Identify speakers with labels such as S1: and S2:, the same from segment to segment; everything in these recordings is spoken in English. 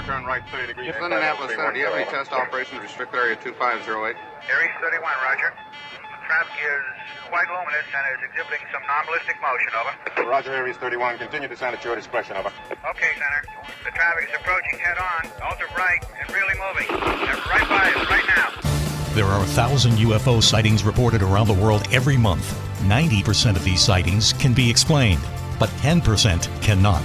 S1: 30 degrees.
S2: It's Indianapolis Center. Do you have any test operations restricted area 2508?
S3: Aries 31, roger. Traffic is quite luminous and is exhibiting some non-ballistic motion, over.
S1: Roger, Aries 31. Continue to sound at your discretion, over.
S3: Okay, Center. The traffic is approaching head-on, ultra bright, and really moving. They're right by us right now.
S4: There are a thousand UFO sightings reported around the world every month. 90% of these sightings can be explained, but 10% cannot.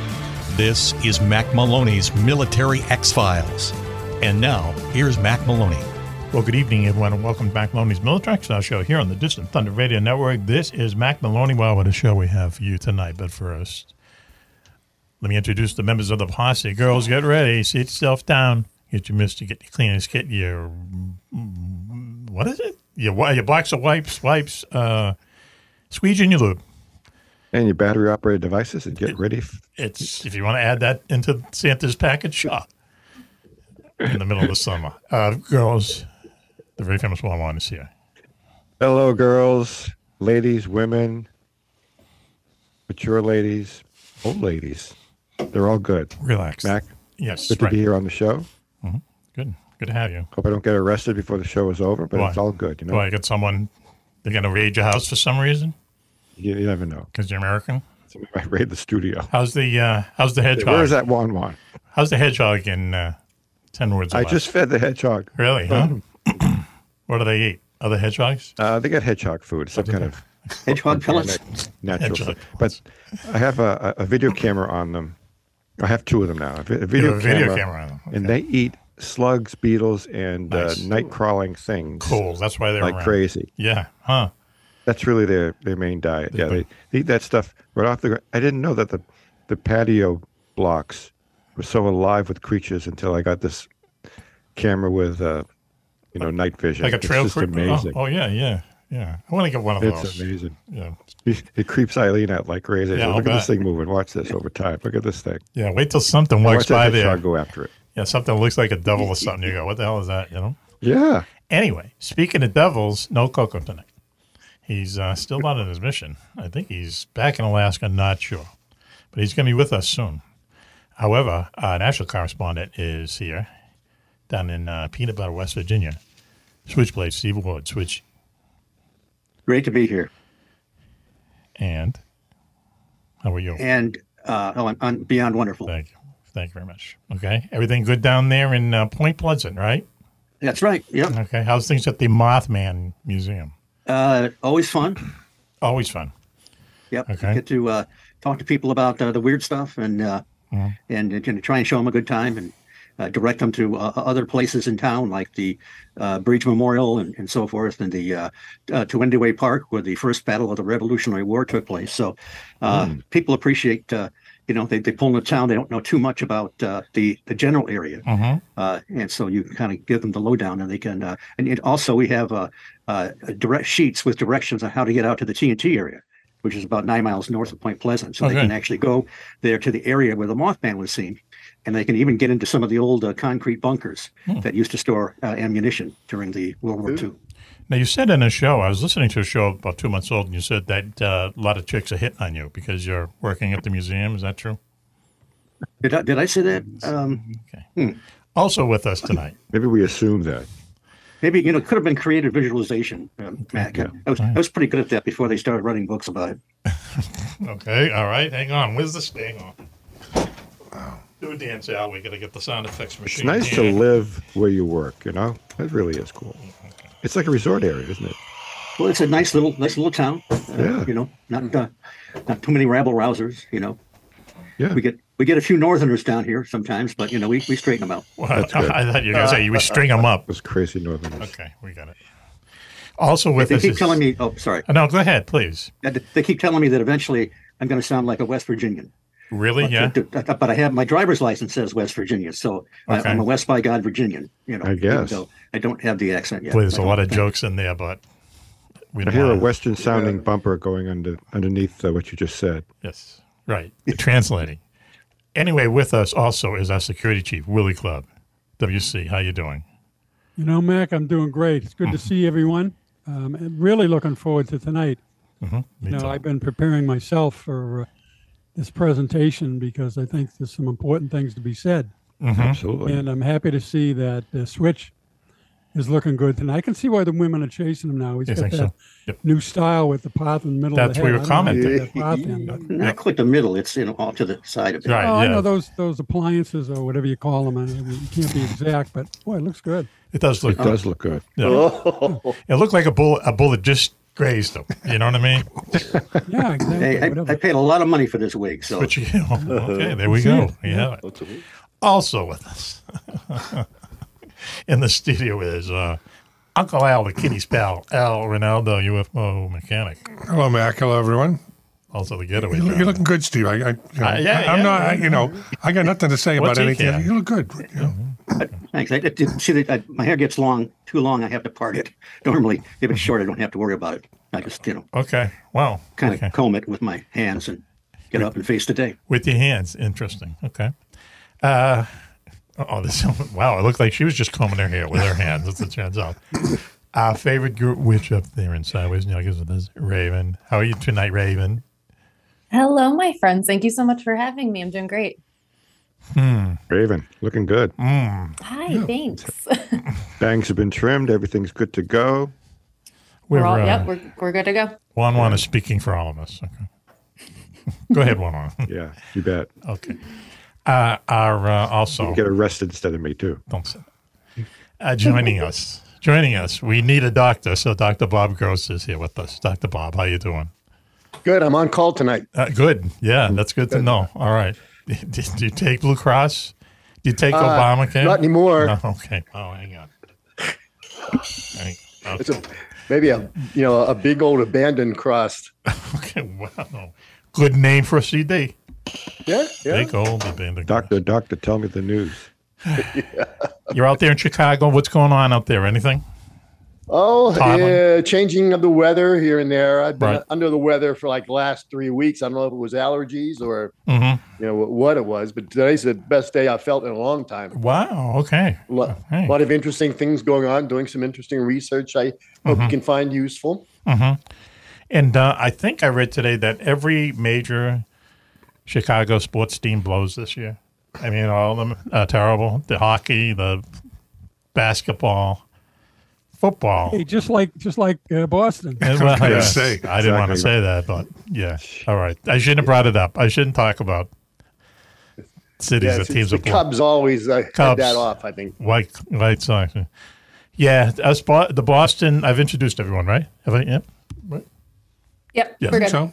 S4: This is Mac Maloney's Military X Files. And now, here's Mac Maloney.
S5: Well, good evening, everyone, and welcome to Mac Maloney's Military Exile Show here on the Distant Thunder Radio Network. This is Mac Maloney. Wow, what a show we have for you tonight. But first, let me introduce the members of the posse. Girls, get ready. Sit yourself down. Get your mister, get your cleaners, get your. What is it? Your, wi- your blacks and wipes, wipes, uh, squeegee in your lube.
S6: And your battery operated devices and get ready. f-
S5: It's if you want to add that into Santa's package, sure. In the middle of the summer, uh, girls, the very famous Wawan is here.
S6: Hello, girls, ladies, women, mature ladies, old ladies. They're all good.
S5: Relax,
S6: Mac,
S5: Yes,
S6: good
S5: right. Mm-hmm.
S6: to be here on the show.
S5: Good, good to have you.
S6: Hope I don't get arrested before the show is over, but
S5: Why?
S6: it's all good. You know,
S5: Well, I get someone they're going to raid your house for some reason
S6: you, you never know.
S5: because you're American.
S6: Somebody might raid the studio.
S5: How's the uh, how's the hedgehog?
S6: Where is that one one?
S5: How's the hedgehog in uh, ten words? or
S6: I
S5: less?
S6: just fed the hedgehog.
S5: really huh? what do they eat? Other hedgehogs?
S6: Uh, they got hedgehog food, some kind of
S7: Hedgehog pellets.
S6: natural
S5: Hedgehog
S6: food. But I have a, a a video camera on them. I have two of them now. A vi- a
S5: You
S6: video,
S5: have a
S6: camera,
S5: video camera on them.
S6: and they eat slugs, beetles, and
S5: Nice.
S6: uh, night crawling things
S5: Cool. That's why they're
S6: like
S5: around.
S6: crazy.
S5: Yeah. Huh.
S6: That's really their, their main diet. Yeah, they, they eat that stuff right off the. gr- I didn't know that the the patio blocks were so alive with creatures until I got this camera with uh, you know night vision.
S5: Like a trail
S6: It's just
S5: creep.
S6: amazing.
S5: Oh, oh, yeah, yeah, yeah. I want to get one of
S6: it's
S5: those.
S6: amazing.
S5: Yeah.
S6: It creeps Eileen out like crazy.
S5: Yeah, I'll
S6: Look at this
S5: bet.
S6: thing moving. Watch this over time. Look at this thing.
S5: Yeah. Wait till something
S6: Watch
S5: walks by
S6: that
S5: there.
S6: hedgehog go after it.
S5: Yeah. Something looks like a devil or something. You go, what the hell is that? You know.
S6: Yeah.
S5: Anyway, speaking of devils, no Coco tonight. He's uh, still not on his mission. I think he's back in Alaska, not sure. But he's going to be with us soon. However, our national correspondent is here down in uh, Peanut Butter, West Virginia. Switchblade Steve Ward, Switch.
S7: Great to be here.
S5: And how are you?
S7: And uh, oh, I'm, I'm beyond wonderful.
S5: Thank you. Thank you very much. Okay. Everything good down there in uh, Point Pleasant, right?
S7: That's right. Yep.
S5: Okay. How's things at the Mothman Museum?
S7: Uh, always fun.
S5: Always fun.
S7: Yep.
S5: Okay.
S7: Get to uh, talk to people about uh, the weird stuff and uh, and you know, try and show them a good time and uh, direct them to uh, other places in town like the uh, Bridge Memorial and, and so forth and the uh, uh, Way Park where the first battle of the Revolutionary War took place. So uh, people appreciate. Uh, you know, they, they pull into town. They don't know too much about uh, the the general area.
S5: Mm-hmm.
S7: uh, and so you kind of give them the lowdown, and they can. Uh, and, and also, we have uh, uh, direct sheets with directions on how to get out to the TNT area, which is about nine miles north of Point Pleasant. So
S5: Okay.
S7: they can actually go there to the area where the Mothman was seen, and they can even get into some of the old uh, concrete bunkers
S5: Hmm.
S7: that used to store uh, ammunition during the World War II.
S5: Now you said in a show, I was listening to a show about two months old, and you said that uh, a lot of chicks are hitting on you because you're working at the museum. Is that true?
S7: Did I, did I say that? Um,
S5: Okay. Also with us tonight.
S6: Maybe we assume that.
S7: maybe you know it could have been creative visualization, um, Mac. I, was, I was pretty good at that before they started writing books about it.
S5: Okay. All right. Hang on. Where's this? Hang on. Do a dance, Al. We got to get the sound effects
S6: It's
S5: machine.
S6: nice to
S5: here.
S6: live where you work, you know? That really is cool. It's like a resort area, isn't it?
S7: Well, it's a nice little, nice little town. uh,
S6: Yeah.
S7: You know,
S5: Mm-hmm.
S7: not uh, not too many rabble rousers. You know,
S6: Yeah.
S7: we get we get a few northerners down here sometimes, but you know, we, we straighten them out.
S5: Well, I thought you were going to say we string them up.
S6: Those crazy northerners.
S5: Okay, we got it. Also with
S7: They
S5: us.
S7: keep
S5: is-
S7: telling me, oh, sorry,
S5: No, go ahead, please.
S7: Uh, they keep telling me that eventually I'm going to sound like a West Virginian.
S5: Really?
S7: But,
S5: yeah.
S7: but I have my driver's license says West Virginia, so
S5: Okay.
S7: I, I'm a West by God Virginian. You know,
S6: I guess.
S7: even though I don't have the accent yet.
S5: Boy, there's a
S7: I
S5: lot
S7: don't-
S5: of jokes in there, but we
S6: I
S5: don't
S6: hear a
S5: want to.
S6: Western sounding bumper going under underneath uh, what you just said.
S5: Yes, right. Translating. Anyway, with us also is our security chief, Willie Club. WC, how you doing?
S8: You know, Mac, I'm doing great. It's
S5: Mm-hmm.
S8: good to see everyone. Um, and really looking forward to tonight.
S5: Mm-hmm. Me
S8: You
S5: too.
S8: know, I've been preparing myself for uh, this presentation because I think there's some important things to be said.
S5: Mm-hmm.
S6: Absolutely.
S8: And I'm happy to see that uh, Switch is looking good tonight. I can see why the women are chasing him now. He's
S5: You
S8: got
S5: think
S8: that
S5: so? Yep.
S8: new style with the path in the middle
S5: That's
S8: of
S5: what we
S8: the head.
S5: were
S8: I don't
S5: commenting.
S8: like that path in, but-
S7: Not quite the middle. It's you know off to the side of it.
S5: Right,
S8: Oh, I
S5: yeah.
S8: know those those appliances or whatever you call them. I mean, you can't be exact, but boy, it looks good.
S5: It does look
S6: It does look good.
S5: It looked like a bullet a bullet just grazed him. You know what I mean?
S8: Yeah, exactly.
S7: Hey, I,
S8: whatever.
S7: I paid a lot of money for this wig, so
S5: But you okay, there we go. We have Uh-huh. it. Also with us in the studio is uh, Uncle Al, the kitty's pal, Al Ronaldo, UFO mechanic.
S9: Hello, Mac. Hello, everyone.
S5: Also the getaway.
S9: You look,
S5: driver.
S9: you're looking good, Steve. I, I, you know,
S5: Uh, yeah,
S9: I- I'm
S5: yeah.
S9: not. I, you know, I got nothing to say
S5: What's
S9: about
S5: he
S9: anything.
S5: care?
S9: You look good. You know.
S10: Mm-hmm.
S7: thanks. I, I did see that I, my hair gets long, too long. I have to part it. Normally, if it's short, I don't have to worry about it. I just you know
S5: Okay. Wow.
S7: kind
S5: okay.
S7: of comb it with my hands and get up and face the day.
S5: With your hands. Interesting. Okay. Uh, oh, this wow! It looked like she was just combing her hair with her hands. That's what it turns out. Our favorite group, witch up there in sideways, you know, gives us Raven. How are you tonight, Raven?
S10: Hello, my friends. Thank you so much for having me. I'm doing great.
S5: Hmm.
S6: Raven, looking good.
S10: Hi, thanks.
S6: Bangs have been trimmed. Everything's good to go.
S10: We're all,
S5: uh,
S10: yep, we're, we're good to go.
S5: Juan Juan is speaking for all of us. Okay. Go ahead, Juan Juan.
S6: Yeah, you bet.
S5: Okay. Uh, our uh, also
S6: You get arrested instead of me too.
S5: don't say that. Uh, joining us, joining us. We need a doctor, so Doctor Bob Gross is here with us. Doctor Bob, how you doing?
S11: Good. I'm on call tonight.
S5: Uh, good. Yeah, that's good to know. All right. Do you take Blue Cross? Do you take Obamacare?
S11: Uh, Not anymore.
S5: No, okay. Oh, hang on. oh. Hang-
S11: It's a maybe a you know a big old abandoned cross.
S5: Okay. Wow. Good name for a CD.
S11: Yeah, yeah.
S5: Big old abandoned.
S6: Doctor, doctor, tell me the news.
S5: You're out there in Chicago. What's going on out there? Anything?
S11: Oh,
S5: Tomlin.
S11: yeah, changing of the weather here and there. I've been
S5: Right.
S11: under the weather for like the last three weeks. I don't know if it was allergies or
S5: Mm-hmm.
S11: you know what it was, but today's the best day I felt in a long time.
S5: Wow. Oh, Okay.
S11: A lot,
S5: Hey.
S11: lot of interesting things going on. Doing some interesting research. I hope
S5: Mm-hmm.
S11: you can find useful.
S5: And uh, I think I read today that every major Chicago sports team blows this year. I mean, all of them are terrible. The hockey, the basketball, football.
S8: Hey, just like just like uh, Boston.
S5: Uh, well,
S9: gonna
S5: yes.
S9: say.
S5: I didn't want to
S6: Exactly.
S5: say that, but yeah. All right. I shouldn't have brought it up. I shouldn't talk about cities
S11: Yeah,
S5: that
S11: it's-
S5: teams
S11: the
S5: are blowing.
S11: Cubs always uh,
S5: Cubs.
S11: head that off. I think.
S5: White, White Sox. Yeah. Us, Bo- the Boston, I've introduced everyone, right? Have I? Yep.
S10: Yep,
S5: Yeah.
S10: we're good.
S9: So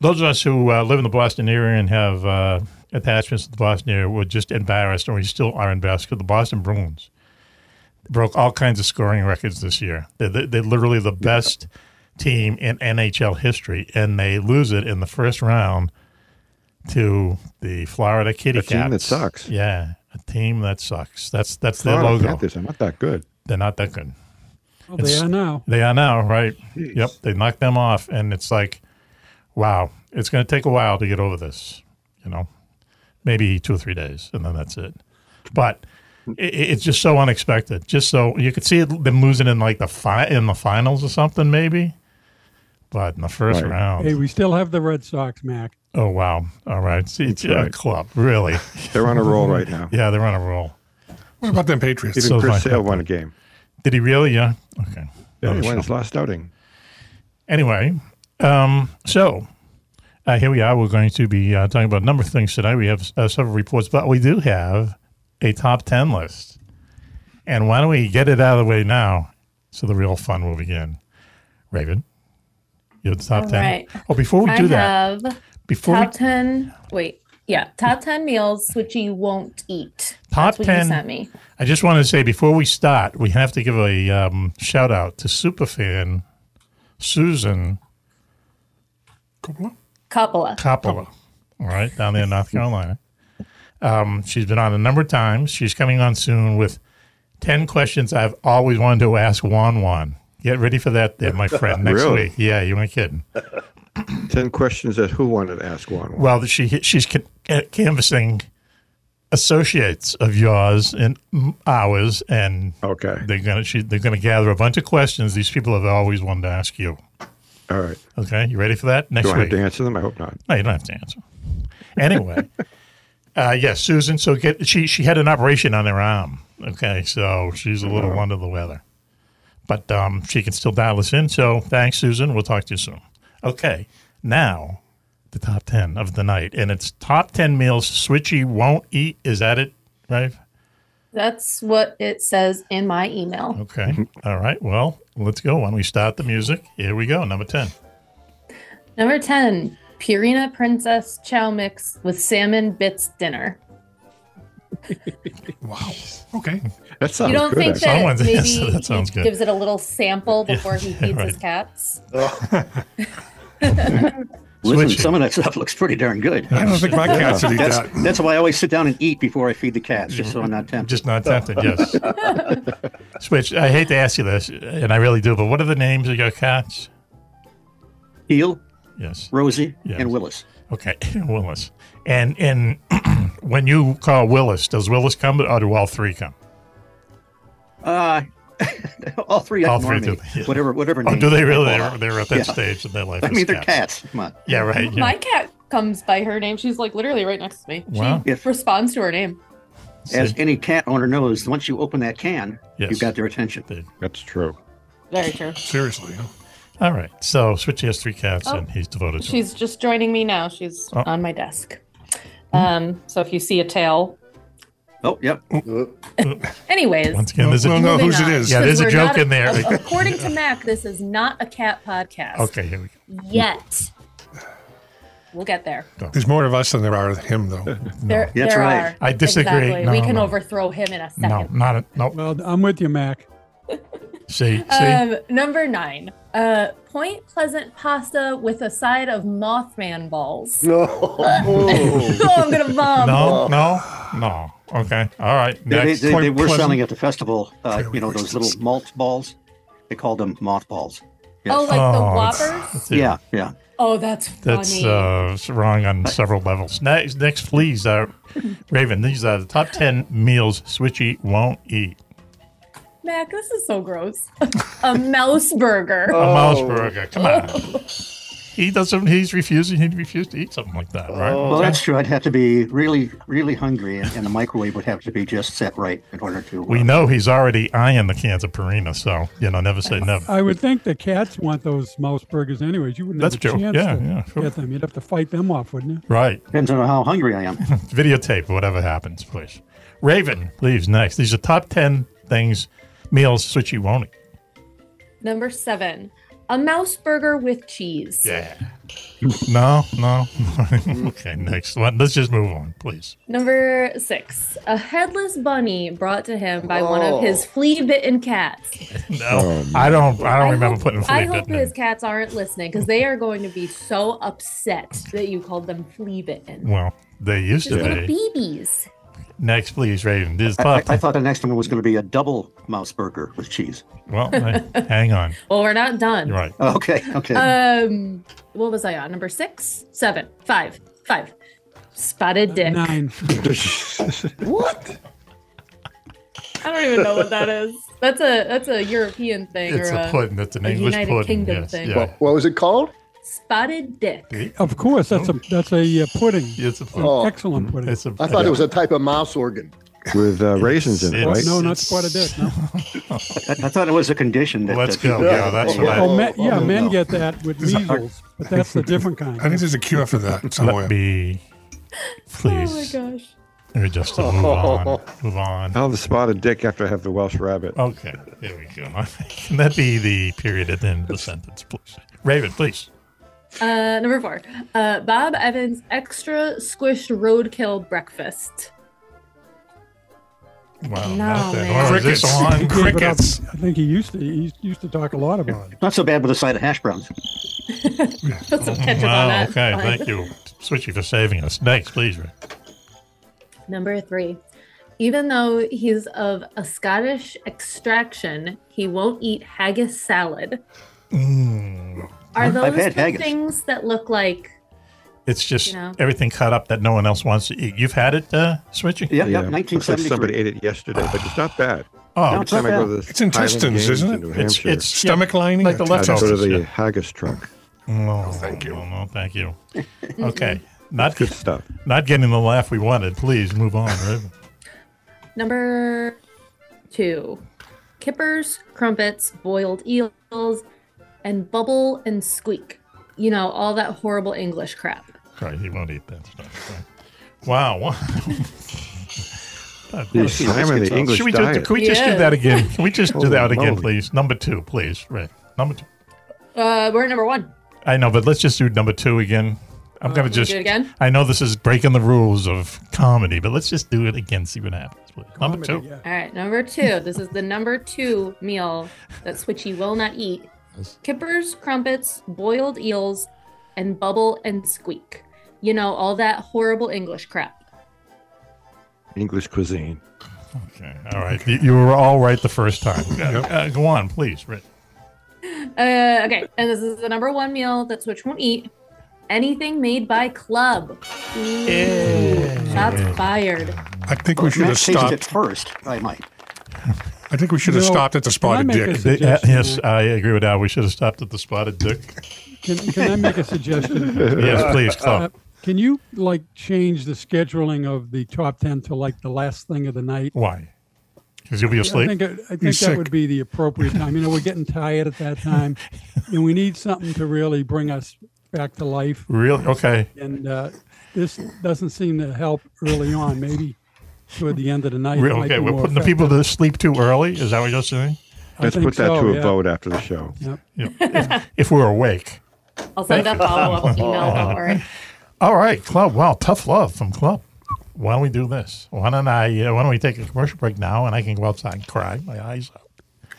S5: those of us who uh, live in the Boston area and have uh, attachments to the Boston area were just embarrassed, or we still are embarrassed, because the Boston Bruins broke all kinds of scoring records this year. They're, they're, they're literally the best team in NHL history, and they lose it in the first round to the Florida Kitty
S6: A team that
S5: Cats.
S6: sucks.
S5: Yeah, a team that sucks. That's that's their
S6: Florida
S5: logo.
S6: Panthers are not that good.
S5: They're not that good.
S8: Well, they are now.
S5: They are now, right? Yep. They knocked them off, and it's like, wow, it's going to take a while to get over this. You know, maybe two or three days, and then that's it. But it, it's just so unexpected. Just so you could see it, them losing in like the fi- in the finals or something, maybe. But in the first
S6: Right.
S5: round,
S8: Hey, we still have the Red Sox, Mac.
S5: oh wow, all right, see, it's a
S6: right.
S5: club, really.
S6: They're on a roll right now.
S5: yeah, they're on a roll.
S9: what about them Patriots?
S6: Even
S5: So
S6: Chris
S5: fine.
S6: Sale won a game.
S5: Did he really? Yeah. Okay.
S6: Yeah,
S5: Oh,
S6: he won
S5: sure.
S6: his last outing.
S5: Anyway, um, so uh, here we are. We're going to be uh, talking about a number of things tonight. We have uh, several reports, but we do have a top 10 list. And why don't we get it out of the way now so the real fun will begin? Raven, you're the top
S10: All
S5: 10.
S10: right.
S5: Oh, before we
S10: I
S5: do that,
S10: have
S5: before
S10: top
S5: we,
S10: 10. Wait, yeah, top 10 meals Switchy won't eat.
S5: Top
S10: That's what
S5: 10.
S10: you sent me.
S5: I just wanted to say before we start, we have to give a um, shout out to superfan Susan
S10: Coppola.
S5: Coppola. All right, down there in North Carolina. Um, she's been on a number of times. She's coming on soon with 10 questions I've always wanted to ask Juan Juan. Get ready for that, there, my friend, next
S6: Really?
S5: week. Yeah, you ain't kidding.
S6: Ten questions that who wanted to ask one.
S5: Well, she she's ca- ca- canvassing associates of yours and m- ours, and
S6: okay,
S5: they're gonna she, they're gonna gather a bunch of questions these people have always wanted to ask you.
S6: All right.
S5: Okay, you ready for that next
S6: Do I
S5: week?
S6: have to answer them? I hope not.
S5: No, you don't have to answer. Anyway, uh, yes, Susan. So get she she had an operation on her arm. Okay, so she's a little under the weather, but um, she can still dial us in. So thanks, Susan. We'll talk to you soon. Okay, now the top ten of the night, and it's top ten meals Switchy won't eat. Is that it, right?
S10: That's what it says in my email.
S5: Okay. All right. Well, let's go. Why don't we start the music? Here we go. Number ten.
S10: Number 10, Purina Princess Chow Mix with Salmon Bits Dinner.
S9: Wow. Okay.
S6: That
S10: you don't think that
S5: Someone's
S10: maybe
S5: yes, that sounds
S10: he
S5: good.
S10: gives it a little sample before he feeds
S5: right.
S10: his cats?
S7: Listen, some of that stuff looks pretty darn good.
S9: I don't think my cats would eat
S7: that's,
S9: that.
S7: That's why I always sit down and eat before I feed the cats, just so I'm not tempted.
S5: Just not tempted. Yes. Switch. I hate to ask you this, and I really do, but what are the names of your cats?
S7: Heel,
S5: Yes.
S7: Rosie,
S5: Yes.
S7: and Willis.
S5: Okay, Willis. And and when you call Willis, does Willis come or do all three come?
S7: Uh, all three of
S5: All
S7: them
S5: three
S7: are me.
S5: do, yeah.
S7: Whatever, whatever.
S5: Oh,
S7: name
S5: do they really?
S7: call
S5: They're,
S7: out.
S5: they're at that
S7: Yeah.
S5: stage in their life.
S7: I
S5: as
S7: mean, they're cats. Come on.
S5: Yeah, right. yeah.
S10: My cat comes by her name. She's like literally right next to me.
S5: Wow.
S10: She
S7: If-
S10: responds to her name.
S7: As any cat owner knows, once you open that can,
S5: Yes.
S7: you've got their attention.
S6: That's true.
S10: Very true.
S9: Seriously. huh?
S5: All right. So Switchy has three cats,
S10: Oh.
S5: and he's devoted to
S10: She's just joining me now. She's
S5: Oh.
S10: on my desk. Um, so if you see a tail,
S7: Oh, yep.
S10: Uh, anyways,
S5: them. Once again, there's a
S9: Well, no,
S10: moving
S9: whose it
S10: on,
S9: is.
S5: Yeah, there's a
S10: 'cause we're
S5: joke
S10: not-
S5: in there.
S10: a- According to Mac, this is not a cat podcast
S5: Okay, here we go.
S10: yet. We'll get there.
S9: There's more of us than there are of him, though.
S10: There,
S7: That's
S10: there
S7: right.
S10: are.
S5: I disagree.
S10: Exactly.
S5: No,
S10: we can
S5: no.
S10: overthrow him in a
S5: No,
S10: second.
S5: not a, no.
S8: Well, I'm with you, Mac.
S5: See, see.
S10: Um, number nine, uh, Point Pleasant pasta with a side of Mothman balls.
S11: No.
S10: oh, I'm gonna bomb.
S5: no, no, no. Okay. All right.
S7: They, they,
S5: Next.
S7: they, they were
S5: Pleasant-
S7: selling at the festival, uh, you know, those little malt balls. They called them mothballs. Yes.
S10: Oh, like the
S5: Oh, it's-
S10: Whoppers?
S5: it's-
S7: yeah, yeah.
S10: Oh, that's funny.
S5: That's uh, it's wrong on several levels. Next, next, please, uh, Raven. These are the top ten meals Switchy won't eat.
S10: Mac, this is so gross. a mouse burger.
S5: A mouse burger. Come on. he doesn't. He's refusing. He refused to eat something like that, right?
S7: Well, Oh, that's true. I'd have to be really, really hungry, and, and the microwave would have to be just set right in order to. Uh,
S5: We know he's already eyeing the cans of Purina, so you know, never say never.
S8: I would think the cats want those mouse burgers anyways. You wouldn't
S5: That's
S8: have a
S5: true.
S8: chance
S5: Yeah,
S8: to
S5: yeah, sure.
S8: get them. You'd have to fight them off, wouldn't you?
S5: Right.
S7: Depends on how hungry I am.
S5: Videotape whatever happens, please. Raven, please. Next, these are top ten things meals Switchy won't eat.
S10: Number seven, a mouse burger with cheese.
S5: Yeah. no, no. okay, next one. Let's just move on, please.
S10: Number six, a headless bunny brought to him by one of his flea-bitten cats.
S5: No,
S6: Um,
S5: I don't. I don't remember
S10: hope,
S5: putting
S10: I
S5: flea
S10: hope
S5: bitten.
S10: his
S5: in.
S10: cats aren't listening because they are going to be so upset that you called them flea-bitten.
S5: Well, they used
S10: These
S5: to
S10: little
S5: be.
S10: babies.
S5: Next, please, Raven. This is
S7: I,
S5: top.
S7: I thought the next one was going to be a double mouse burger with cheese.
S5: well, I- hang on.
S10: Well, we're not done.
S5: You're right.
S7: Okay, okay.
S10: Um, what was I on? Number six, seven, five, five. Spotted dick.
S8: Nine.
S10: I don't even know what that is. That's a that's a European thing
S5: It's
S10: or
S5: a pudding. That's an
S10: a
S5: English
S10: United
S5: pudding.
S10: Kingdom
S5: yes.
S10: thing.
S5: Yeah.
S11: What, what was it called?
S10: spotted dick.
S8: Of course, that's a that's a uh, pudding.
S5: It's a pudding. Mm-hmm.
S11: Oh,
S8: Excellent pudding.
S5: It's a,
S11: I thought it was a type of mouse organ.
S6: With uh, raisins in it,
S5: It's-
S6: right?
S8: no, not
S5: it's-
S8: spotted dick. No.
S7: I, I thought it was a condition. That,
S5: Let's
S7: that
S5: go.
S7: people-
S5: Yeah, that's what
S8: Oh,
S5: I.
S8: men, yeah,
S7: oh,
S8: men
S7: no.
S8: get that with measles, but that's a different kind.
S9: I think there's a cure for that somewhere.
S5: Let me. Please.
S10: Oh my gosh.
S5: We're just to move on. Move on.
S6: I'll have the spotted dick after I have the Welsh rabbit.
S5: Okay. There we go. Can that be the period at the end of the sentence, please? Raven, please.
S10: Uh, number four, uh, Bob Evans extra squished roadkill breakfast.
S5: Wow.
S10: No,
S5: not that-
S10: man.
S5: Oh, is this
S9: Crickets.
S5: on?
S8: He gave it up.
S9: Crickets.
S8: I think he used to he used to talk a lot about it.
S7: Not so bad with a side of hash browns.
S10: Put some ketchup on
S5: Wow,
S10: that.
S5: okay,
S10: Fine.
S5: thank you, Switchy, for saving us. Next, please. Rick.
S10: Number three. Even though he's of a Scottish extraction, he won't eat haggis salad. Are
S5: I've
S10: those
S5: had
S10: the
S5: haggis.
S10: things that look like
S5: It's just
S10: You know.
S5: everything cut up that no one else wants to eat. You've had it, uh, Switchy?
S6: Yeah, yeah, Looks like somebody ate it yesterday, but it's not bad.
S5: Oh,
S6: Every
S5: it's
S6: time
S5: not
S6: I go
S5: bad.
S6: to this
S5: It's intestines,
S6: Highland Games
S5: isn't
S6: in
S5: it?
S6: New
S5: It's-
S6: Hampshire,
S5: it's stomach lining? Like the left
S6: I go to
S5: intestines,
S6: the
S5: yeah.
S6: haggis truck.
S5: No,
S9: Oh,
S5: thank you. No, no, thank you.
S10: Mm-hmm.
S5: Okay, not
S6: good stuff.
S5: Not getting the laugh we wanted. Please move on, Riv.
S10: number two kippers, crumpets, boiled eels, and bubble and squeak. You know, all that horrible English crap.
S5: Right, he won't eat that stuff. right. Wow. That-
S6: The Simon, the English
S5: Should we do,
S6: diet.
S5: Can we just do
S10: Yes.
S5: that again? Can we just do
S6: Holy
S5: that again,
S6: moly.
S5: please? Number two, please. Right. Number two.
S10: Uh, we're at number one.
S5: I know, but let's just do number two again. I'm gonna
S10: Uh, do
S5: just.
S10: it again?
S5: I know this is breaking the rules of comedy, but let's just do it again. See what happens. Please. Number two.
S10: All right, number two. This is the number two meal that Switchy will not eat. Kippers, crumpets, boiled eels, and bubble and squeak. You know, all that horrible English crap.
S6: English cuisine.
S5: Okay. All right. You, you were all right the first time. Uh, uh, go on, please. Rick.
S10: Uh, okay, and this is the number one meal that Switch won't eat. Anything made by club. Ooh, shots fired.
S9: I think we should have
S7: it
S9: stopped.
S7: first. I might.
S9: I think we should have
S8: No,
S9: stopped at the
S8: can I
S9: spotted
S8: make a
S9: dick.
S8: suggestion?
S5: Yeah, uh, yes, I agree with that. We should have stopped at the spotted dick.
S8: Can, can I make a suggestion? Uh,
S5: Yes, please, Club.
S8: can you like change the scheduling of the top ten to like the last thing of the night?
S5: Why? Because you'll be
S8: I
S5: asleep.
S8: think, I think that
S5: sick.
S8: would be the appropriate time. You know, we're getting tired at that time, and we need something to really bring us back to life.
S5: Really? Okay.
S8: And uh, this doesn't seem to help early on. Maybe toward the end of the night. it
S5: Real,
S8: might
S5: okay.
S8: be
S5: We're
S8: more
S5: putting the people to sleep too early. Is that what you're saying?
S8: I
S6: Let's
S8: think
S6: put that
S8: so,
S6: to a
S8: yeah.
S6: vote after the show.
S8: effective.
S5: Yeah. If, if we're awake.
S10: I'll send a follow up email for it.
S5: All right, Club. Wow, tough love from Club. Why don't we do this? Why don't I? Uh, why don't we take a commercial break now, and I can go outside and cry my eyes out. Uh,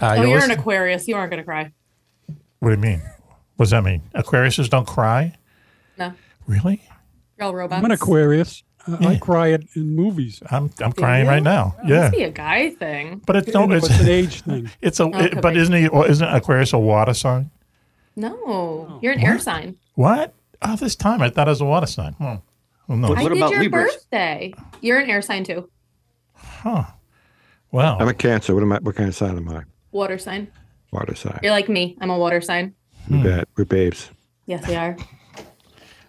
S10: oh,
S5: you're
S10: you're
S5: listen-
S10: an Aquarius. You aren't going to cry.
S5: what do you mean? What does that mean? Aquariuses don't cry.
S10: No.
S5: Really?
S10: You're all robots.
S8: I'm an Aquarius. I, I cry it in movies.
S5: I'm I'm crying right now. Yeah.
S10: Must be a guy thing.
S5: But it's no.
S8: And
S5: It's
S8: it's an age thing.
S5: it's a.
S10: it could
S5: but
S10: be.
S5: isn't he? or Isn't Aquarius a water sign?
S10: No, you're an air sign.
S5: What? Oh, this time I thought it was a water sign. Hmm. Well, no.
S7: What
S10: I
S7: about
S10: did your
S7: Libras?
S10: birthday. You're an air sign too.
S5: Wow.
S6: I'm a Cancer. What am I? What kind of sign am I?
S10: Water sign.
S6: Water sign.
S10: You're like me. I'm a water sign.
S5: Hmm.
S6: We bet. We're babes.
S10: Yes, they are.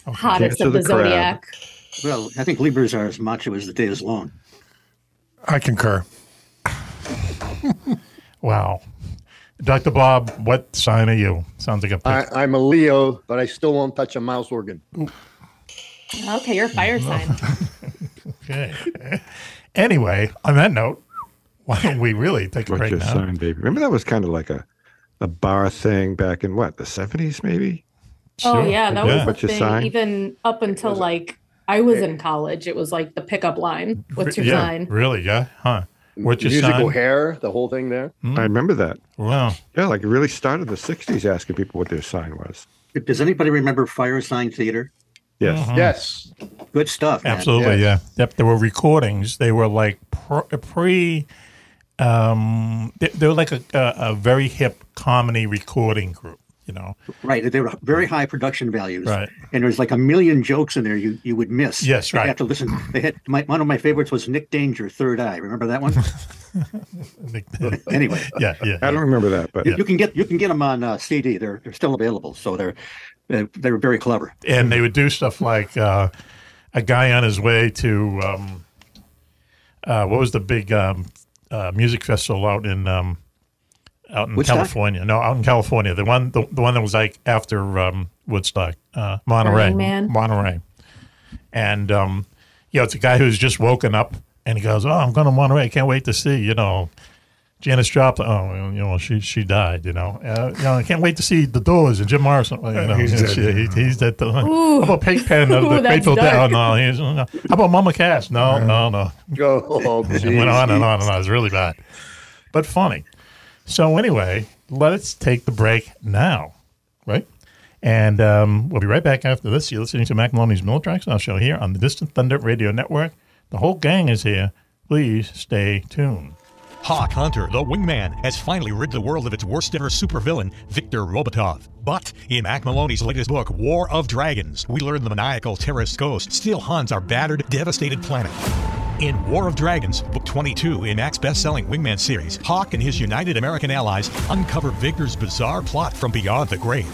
S10: Hottest
S6: Dance
S10: of
S6: of
S10: the
S6: the crab.
S10: zodiac.
S7: Well, I think Libras are as macho as the day is long.
S9: I concur.
S5: Wow. Dr. Bob, what sign are you? Sounds like a
S11: I, I'm a Leo, but I still won't touch a mouse organ.
S5: Mm,
S10: Okay, you're a fire sign.
S5: Okay. anyway, on that note, why don't we really take a
S6: What's
S5: break
S6: your
S5: now?
S6: sign, baby? Remember that was kind of like a, a bar thing back in what the 70s, maybe.
S10: Oh
S5: Sure.
S10: yeah, that
S5: Yeah.
S10: was
S6: What's
S10: the
S6: your
S10: thing.
S6: sign?
S10: Even up until like I was in college, it was like the pickup line. What's your
S5: yeah,
S10: sign?
S5: Really? Yeah. Huh. What's your
S11: Musical
S5: sign? Hmm.
S11: hair, the whole thing there.
S6: I remember that.
S5: Wow.
S6: Yeah, like it really started the 60s asking people what their sign was.
S7: Does anybody remember Fire Sign Theater?
S6: Yes.
S11: Yes.
S7: Good stuff. man.
S5: Absolutely. Yeah.
S11: Yeah.
S5: Yep. There were recordings. They were like pr- pre. Um, they, they were like a, a, a very hip comedy recording group. You know.
S7: Right. They were very high production values.
S5: Right.
S7: And there's like a million jokes in there you, you would miss.
S5: Yes,
S7: You'd
S5: right.
S7: have to listen. They had my, one of my favorites was Nick Danger, Third Eye. Remember that one? anyway,
S5: yeah. Yeah.
S6: I don't remember that, but
S7: you, you can get you can get them on uh, CD. They're they're still available. So they're uh, they were very clever.
S5: and they would do stuff like uh, a guy on his way to um, uh, what was the big um, uh, music festival out in um, out in
S7: Woodstock?
S5: California? No, out in California. The one the, the one that was like after um, Woodstock, uh, Monterey,
S10: Burning Man?
S5: Monterey, and um, you know it's a guy who's just woken up and he goes, "Oh, I'm going to Monterey. I can't wait to see you know." Janis Joplin. Oh, you know, she she died. You know, uh, you know, I can't wait to see the Doors and Jim Morrison. Well, You know,
S9: Uh, He's
S5: he's,
S9: dead.
S5: he, he's dead. to- How about Pigpen of
S10: Ooh,
S5: the
S10: that's
S5: Grateful Dead? Oh,
S10: dark.
S5: no, he's, no. How about Mama Cass? No,
S9: Uh-huh.
S5: no, no.
S11: Go. Oh,
S5: It went on and on and on. It was really bad, but funny. So anyway, let's take the break now, right? And um, we'll be right back after this. You're listening to Mac Maloney's Mill Tracks, our show here on the Distant Thunder Radio Network. The whole gang is here. Please stay tuned.
S4: Hawk Hunter, the wingman, has finally rid the world of its worst ever supervillain, Victor Robotov. But in Mac Maloney's latest book, War of Dragons, we learn the maniacal terrorist ghost still haunts our battered, devastated planet. In War of Dragons, book 22 in Mac's best-selling Wingman series, Hawk and his United American allies uncover Victor's bizarre plot from beyond the grave.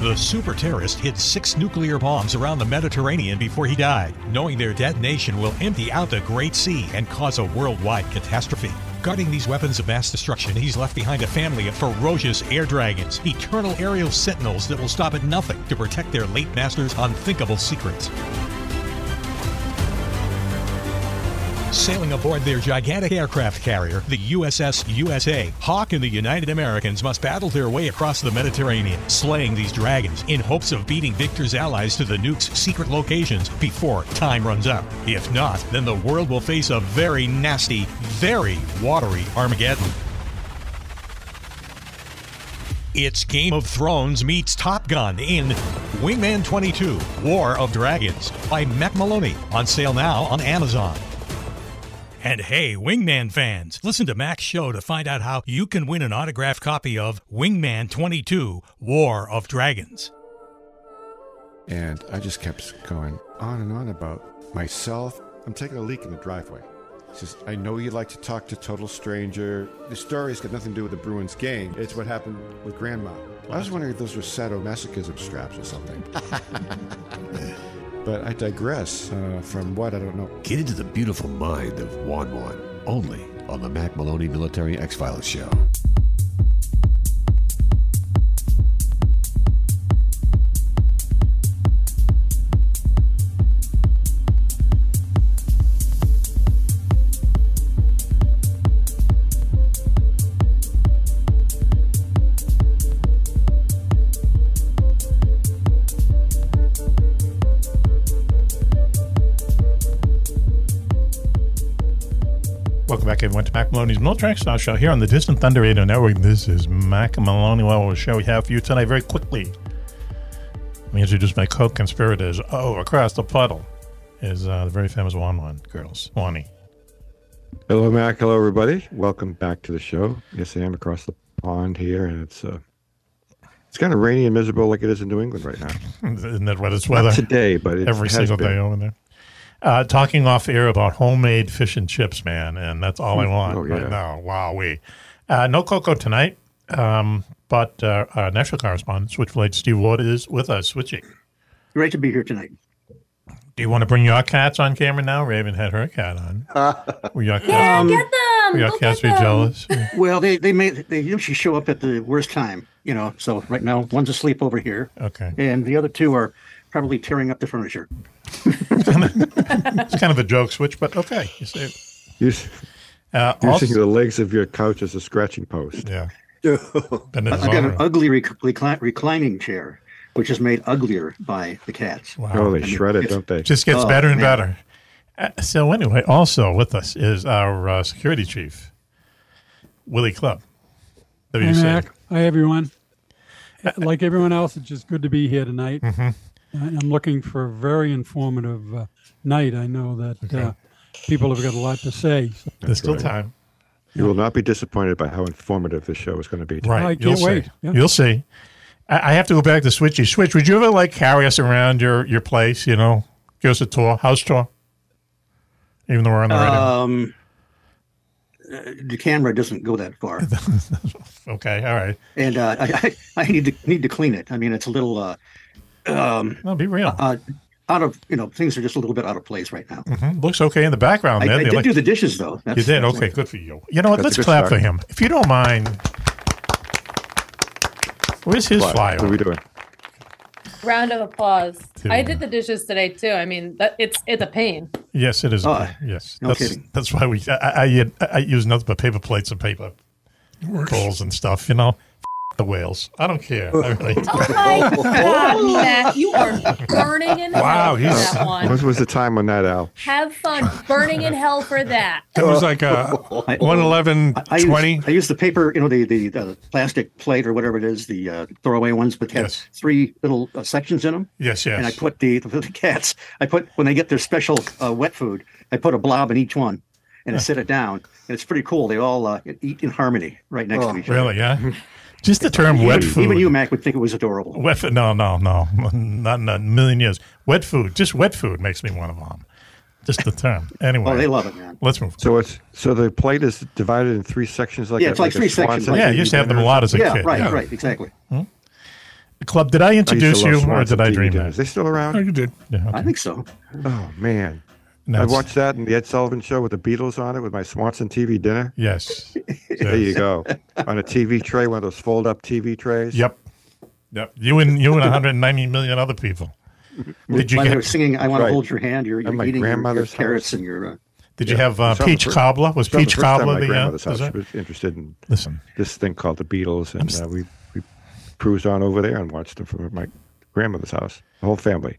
S4: The super terrorist hid six nuclear bombs around the Mediterranean before he died, knowing their detonation will empty out the Great Sea and cause a worldwide catastrophe. Guarding these weapons of mass destruction, he's left behind a family of ferocious air dragons, eternal aerial sentinels that will stop at nothing to protect their late master's unthinkable secrets. Sailing aboard their gigantic aircraft carrier, the USS USA, Hawk and the United Americans must battle their way across the Mediterranean, slaying these dragons in hopes of beating Victor's allies to the nuke's secret locations before time runs out. If not, then the world will face a very nasty, very watery Armageddon. It's Game of Thrones meets Top Gun in Wingman 22 War of Dragons by Mac Maloney, on sale now on Amazon. And hey, Wingman fans, listen to Mac's show to find out how you can win an autographed copy of Wingman 22 War of Dragons.
S12: And I just kept going on and on about myself. I'm taking a leak in the driveway. He says, I know you'd like to talk to Total Stranger. The story's got nothing to do with the Bruins gang. It's what happened with Grandma. I was wondering if those were sadomasochism straps or something. but I digress uh, from what I don't know.
S13: Get into the beautiful mind of Wan Wan only on the Mac Maloney Military X Files show.
S5: Welcome back, everyone, to Mac Maloney's Military Style Show here on the Distant Thunder Radio Network. This is Mac Maloney. Well, the show we have for you tonight very quickly. Let me introduce my co-conspirators. Oh, across the puddle is uh, the very famous Wan Wan girls, Wani.
S6: Hello, Mac. Hello, everybody. Welcome back to the show. Yes, I am across the pond here, and it's uh, it's kind of rainy and miserable, like it is in New England right now.
S5: Isn't that what it's
S6: Not
S5: weather?
S6: today, but it
S5: every
S6: has
S5: single
S6: been.
S5: day over there. Uh, talking off air about homemade fish and chips, man, and that's all I want
S6: Oh, yeah.
S5: right now. Wow, we uh, no cocoa tonight, um, but uh, our national correspondent, Switchblade Steve Ward, is with us. Switchy,
S7: Great to be here tonight.
S5: do you want to bring your cats on camera now? Raven had her cat on. Were your cats,
S7: Um,
S5: were your cats be jealous?
S7: Well, they they may they usually show up at the worst time, you know. So right now, one's asleep over here,
S5: Okay,
S7: and the other two are probably tearing up the furniture.
S5: it's kind of a joke, Switch, but okay. You say,
S6: You're,
S5: uh,
S6: you're
S5: also-
S6: using the legs of your couch as a scratching post.
S5: yeah,
S7: I've
S5: Been in
S7: got an
S5: Zorro.
S7: ugly rec- recli- reclining chair, which is made uglier by the cats.
S5: Wow.
S6: Oh, they
S7: I mean,
S6: shred it,
S7: it's-
S6: don't they?
S5: just gets
S7: Oh,
S5: better and
S7: man.
S5: better. Uh, so anyway, also with us is our uh, security chief, Willie Club.
S8: Hi,
S5: WC.
S8: Mac. Hi, everyone. Like everyone else, it's just good to be here tonight.
S5: Mm-hmm.
S8: And I'm looking for a very informative uh, night. I know that uh, people have got a lot to say. So
S5: There's still
S6: right.
S5: time.
S6: You will not be disappointed by how informative this show is going to be.
S5: Right.
S8: I can't
S5: You'll
S8: wait.
S5: see.
S8: Yeah.
S5: You'll see. I, I have to go back to Switchy. Switch, would you ever like carry us around your, your place, you know? Give us a tour, house tour? Even though we're on the radio.
S7: Um, uh, the camera doesn't go that far,
S5: Okay, all right.
S7: and uh, I, I I need to need to clean it. I mean, it's a little uh, um,
S5: No, be real.
S7: uh, out of you know things are just a little bit out of place right now.
S5: Mhm. Looks okay in the background
S7: I,
S5: there.
S7: I
S5: The
S7: did
S5: elec-
S7: do the dishes though. That's,
S5: you did?
S7: that's
S5: Okay, good for you. You know what?
S6: That's
S5: Let's
S6: a good
S5: clap
S6: start.
S5: for him. If you don't mind. Where's his
S6: What,
S5: flyer?
S6: what are we doing?
S10: Round of applause.
S5: Two.
S10: I did the dishes today too. I mean, that, it's it's a pain.
S5: Yes, it is.
S7: Oh,
S5: okay. Yes,
S7: no
S5: that's
S7: kidding.
S5: that's why we. I, I, I, I use nothing but paper plates and paper bowls and stuff. You know, the whales. I don't care. I really don't.
S10: Oh my God, Matt, you are burning in hell
S5: Wow,
S10: for
S5: he's-
S10: that one.
S6: What was the time on that, Al?
S10: Have fun burning in hell for that.
S9: It was like
S5: uh,
S9: a 111,
S7: Uh, I, I use- I use the paper, you know, the, the, the plastic plate or whatever it is, the uh, throwaway ones, but have three little uh, sections in them.
S5: Yes,
S7: And I
S5: yes.
S7: put the, the cats, I put, when they get their special uh, wet food, I put a blob in each one and I set it down. And it's pretty cool. They all uh, eat in harmony right next to each other.
S5: Oh, Really? Yeah. Just the term
S7: Even-
S5: wet
S7: Even
S5: food.
S7: you, Mac, would think it was adorable.
S5: Wet food? No, no, no. Not in a million years. Wet food. Just wet food makes me want to vom. Just the term. Anyway.
S7: Oh, they love it, man.
S5: Let's move.
S6: So it's so the plate is divided in three sections, like
S7: yeah,
S6: a-
S7: it's like
S6: a
S7: three
S6: Swanson
S7: sections. like
S5: Yeah, I
S7: you
S5: used to
S7: do
S5: have them
S7: dinner
S5: a lot
S7: or
S5: as a
S7: something.
S5: kid.
S7: Yeah, right,
S5: Yeah.
S7: right, exactly.
S5: Club, did I introduce
S6: love
S5: you or
S6: Swanson
S5: did I
S6: TV
S5: dream
S6: dinners.
S5: that?
S6: They still around?
S5: Oh, you did. Yeah,
S7: I think so.
S6: Oh man,
S5: No,
S6: I
S5: it's-
S6: watched that in the Ed Sullivan Show with the Beatles on it with my Swanson TV dinner.
S5: Yes,
S6: there you go on a TV tray, one of those fold-up TV trays.
S5: Yep, yep. You and you and 190 million other people. Did you
S7: While they
S5: get
S7: were singing "I Want
S5: Right.
S7: to Hold Your Hand"? You're, you're
S6: my
S7: eating your- your
S6: grandmother's house.
S7: carrots and your. Uh,
S5: Did you have uh,
S6: It's not the
S5: peach
S6: first-
S5: cobbler? Was
S6: it's not the
S5: peach
S6: first time
S5: cobbler
S6: my
S5: the uh,
S6: grandmother's house?
S5: dessert?
S6: She was interested in
S5: Listen.
S6: this thing called the Beatles, and uh, we we cruised on over there and watched them from my grandmother's house. The whole family.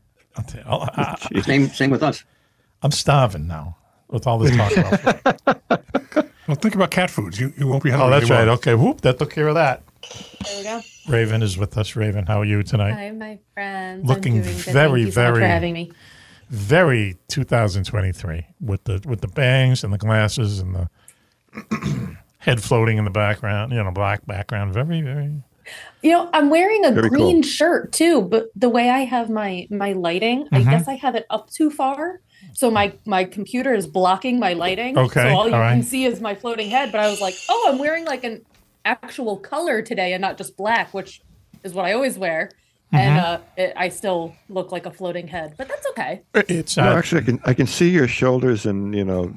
S5: I'll- I- I-
S7: same, same with us.
S5: I'm starving now with all this talk about. food.
S9: Well, think about cat foods. You, you won't be hungry.
S5: oh, that's right.
S9: anymore.
S5: Okay, whoop, that took care of that.
S10: There we go.
S5: Raven is with us. Raven, how are you tonight?
S10: Hi, my friends.
S5: Looking
S10: I'm doing good.
S5: very,
S10: Thank you so much
S5: very
S10: for having me.
S5: Very 2023 with the with the bangs and the glasses and the head floating in the background. You know, black background. Very, very.
S10: You know, I'm wearing a
S5: Very cool.
S10: green shirt too, but the way I have my my lighting, I
S5: Mhm.
S10: guess I have it up too far. So my my computer is blocking my lighting.
S5: Okay,
S10: So all you
S5: all
S10: can
S5: right.
S10: see is my floating head, but I was like, "Oh, I'm wearing like an actual color today and not just black, which is what I always wear." And
S6: Mhm.
S5: Mm-hmm.
S10: uh it, I still look like a floating head, but that's okay.
S5: It's
S6: no, actually I can I can see your shoulders, and you know,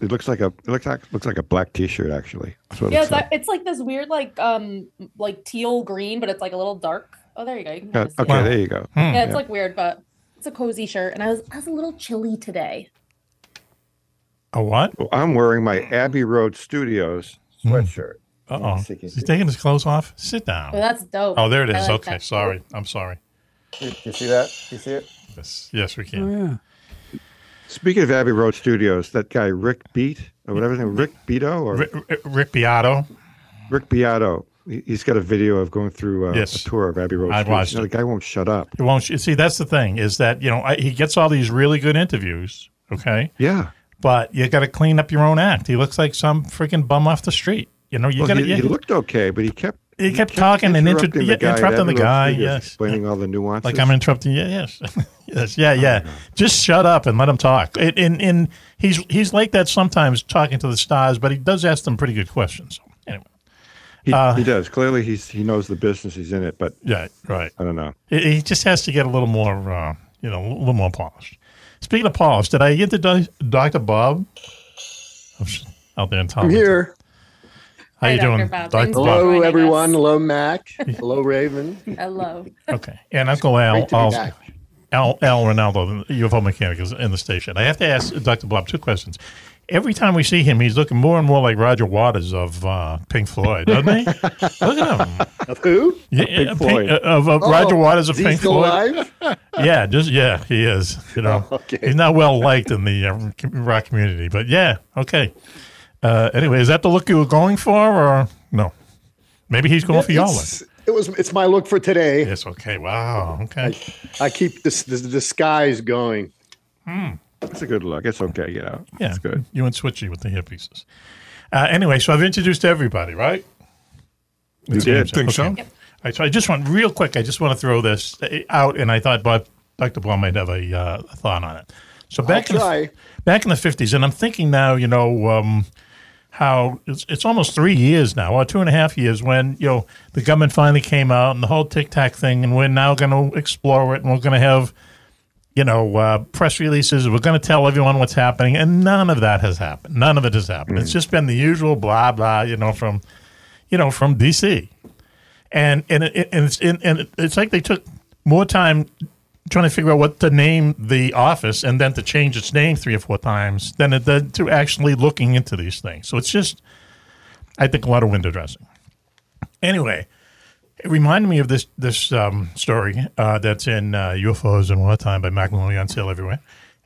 S6: it looks like a it looks like looks like a black T-shirt actually. That's what it
S10: yeah,
S6: looks
S10: it's, like- it's like this weird like um like teal green, but it's like a little dark. Oh, there you go. You can
S6: Yeah,
S10: kinda see
S6: Uh, okay,
S10: it.
S6: there you go. Hmm.
S10: Yeah, it's
S6: Yeah.
S10: like weird, but it's a cozy shirt. And I was I was a little chilly today.
S5: A what?
S6: Well, I'm wearing my Abbey Road Studios sweatshirt.
S5: Uh oh. He's taking his clothes off. Sit down.
S10: Well, that's dope.
S5: Oh, there it
S10: I
S5: is.
S10: like
S5: okay,
S10: that.
S5: sorry. I'm sorry.
S2: You, you see that? You see it?
S5: Yes, yes, we can.
S8: yeah.
S6: Speaking of Abbey Road Studios, that guy Rick Beat or whatever his name, Rick Beato or
S5: Rick, Rick Beato.
S6: Rick Beato. He- He's got a video of going through uh,
S5: Yes.
S6: a tour of Abbey Road.
S5: I
S6: Studios.
S5: watched
S6: You know,
S5: it.
S6: The guy won't shut up.
S5: It won't. sh- See, that's the thing is that you know I, he gets all these really good interviews. Okay.
S6: Yeah.
S5: But you got to clean up your own act. He looks like some freaking bum off the street. You know, you
S6: Well,
S5: got to.
S6: he, he looked okay, but he kept
S5: He kept talking and inter-
S6: interrupting
S5: yeah,
S6: the guy, at
S5: interrupting the
S6: Abbey Road
S5: guy,
S6: Studios,
S5: yes.
S6: explaining all the nuances.
S5: Like I'm interrupting you. Yes. yes.
S6: Oh,
S5: Yeah. Yeah. Just shut up and let him talk. It, and and he's he's like that sometimes talking to the stars, but he does ask them pretty good questions. Anyway.
S6: he, he does clearly. He's he knows the business. He's in it, but
S5: Uh, yeah, right.
S6: I don't know.
S5: He- He just has to get a little more, uh, you know, a little more polished. Speaking of polished, did I get to Doctor Bob Oops, out there in town?
S11: I'm here.
S5: How you doing, Dr. Bob?
S11: Hello, everyone. Hello, Mac. Hello, Raven.
S10: Hello.
S5: Okay, and Uncle Al,
S11: Great to be
S5: Al,
S11: back.
S5: Al, Al Ronaldo, the UFO mechanic, is in the station. I have to ask Doctor Bob two questions. Every time we see him, he's looking more and more like Roger Waters of uh, Pink Floyd, doesn't he? Look at him.
S11: Of who?
S5: Yeah,
S11: Pink
S5: uh, Pink-
S11: Floyd.
S5: uh, of, of
S11: Oh,
S5: Roger Waters of
S11: he's
S5: Pink
S11: still
S5: Floyd.
S11: alive?
S5: yeah, just yeah, he is. You know, he's not well liked in the uh, com- rock community, but yeah, okay. Uh, anyway, is that the look you were going for, or no? Maybe he's going for y'all.
S11: It's- It was. It's my look for today.
S5: Yes. Okay. Wow. Okay.
S11: I, I keep this, this disguise going.
S5: Hmm.
S6: It's a good look. It's okay, you know.
S5: Yeah, good. You and Switchy with the hair pieces. Uh, anyway, so I've introduced everybody, right?
S6: You
S5: That's what
S6: did.
S5: I'm saying.
S6: Think
S5: All
S6: so.
S5: right, so I just want real quick. I just want to throw this uh, out, and I thought Bob, Dr. Blum might have a uh, thought on it. So back in
S11: try.
S5: the, back in the fifties, and I'm thinking now, you know, um, how it's, it's almost three years now, or two and a half years, when you know the government finally came out and the whole Tic Tac thing, and we're now going to explore it, and we're going to have you know, uh, press releases. We're going to tell everyone what's happening, and none of that has happened. None of it has happened. It's just been the usual blah blah, you know, from, you know, from DC, and and it, and it's and, and it's like they took more time trying to figure out what to name the office and then to change its name three or four times than it did to actually looking into these things. So it's just, I think, a lot of window dressing. Anyway, It reminded me of this this um, story uh, that's in uh, UFOs and Wartime by Mac Maloney on sale everywhere.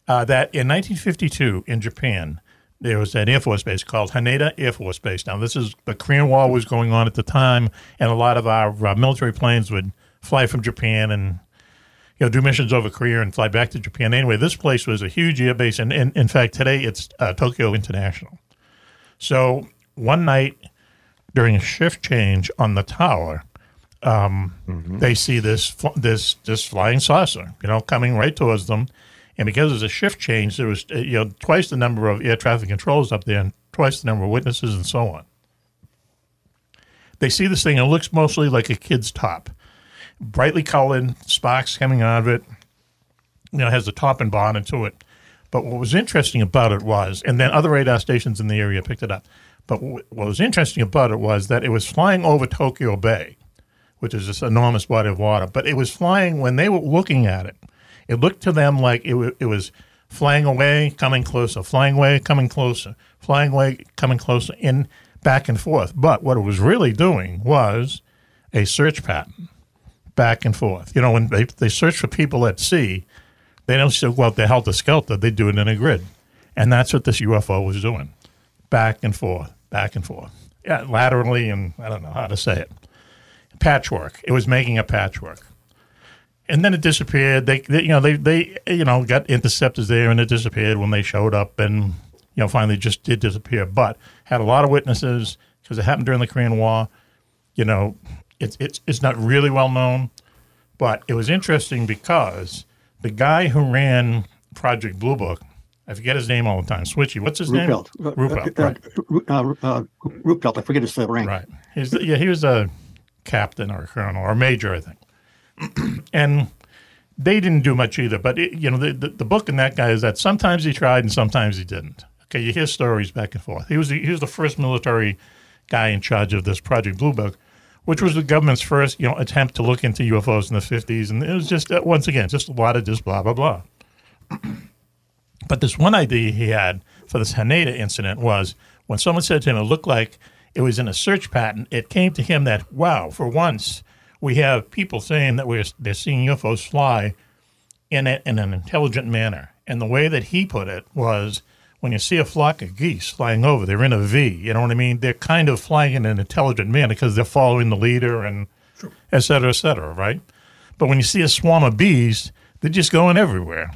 S5: Uh, that in 1952 in Japan, there was an Air Force base called Haneda Air Force Base. Now, this is the Korean War was going on at the time, and a lot of our uh, military planes would fly from Japan and you know do missions over Korea and fly back to Japan. Anyway, this place was a huge air base, and, and in fact, today it's uh, Tokyo International. So one night during a shift change on the tower, um, they see this fl- this this flying saucer, you know, coming right towards them, and because it was a shift change, there was uh, you know twice the number of air traffic controllers up there, and twice the number of witnesses, and so on. They see this thing; and it looks mostly like a kid's top, brightly colored sparks coming out of it. You know, it has the top and bottom to it. But what was interesting about it was, and then other radar stations in the area picked it up. But wh- what was interesting about it was that it was flying over Tokyo Bay, which is this enormous body of water. But it was flying when they were looking at it. It looked to them like it, wa- it was flying away, coming closer, flying away, coming closer, flying away, coming closer, and back and forth. But what it was really doing was a search pattern back and forth. You know, when they, they search for people at sea, they don't still go out there helter skelter. They do it in a grid, and that's what this UFO was doing, back and forth, back and forth, yeah, laterally, and I don't know how to say it, patchwork. It was making a patchwork, and then it disappeared. They, they you know, they they you know got interceptors there, and it disappeared when they showed up, and you know finally just did disappear. But had a lot of witnesses because it happened during the Korean War. You know, it's it's it's not really well known. But it was interesting because the guy who ran Project Blue Book, I forget his name all the time. Switchy, what's his
S7: Ruppelt.
S5: name? Ruppelt.
S7: Uh,
S5: Right.
S7: uh, Ru- uh, Ruppelt, I forget his uh, rank.
S5: Right. He's yeah, he was a captain or a colonel or a major, I think. and they didn't do much either. But it, you know, the, the the book in that guy is that sometimes he tried and sometimes he didn't. Okay, you hear stories back and forth. He was the, he was the first military guy in charge of this Project Blue Book, which was the government's first you know attempt to look into UFOs in the fifties, and it was just uh, once again just a lot of just blah blah blah. But this one idea he had for this Haneda incident was when someone said to him it looked like it was in a search pattern, it came to him that, wow, for once we have people saying that we're, they're seeing UFOs fly in, a, in an intelligent manner. And the way that he put it was when you see a flock of geese flying over, they're in a V, you know what I mean? They're kind of flying in an intelligent manner because they're following the leader and et cetera, et cetera, right? But when you see a swarm of bees, they're just going everywhere.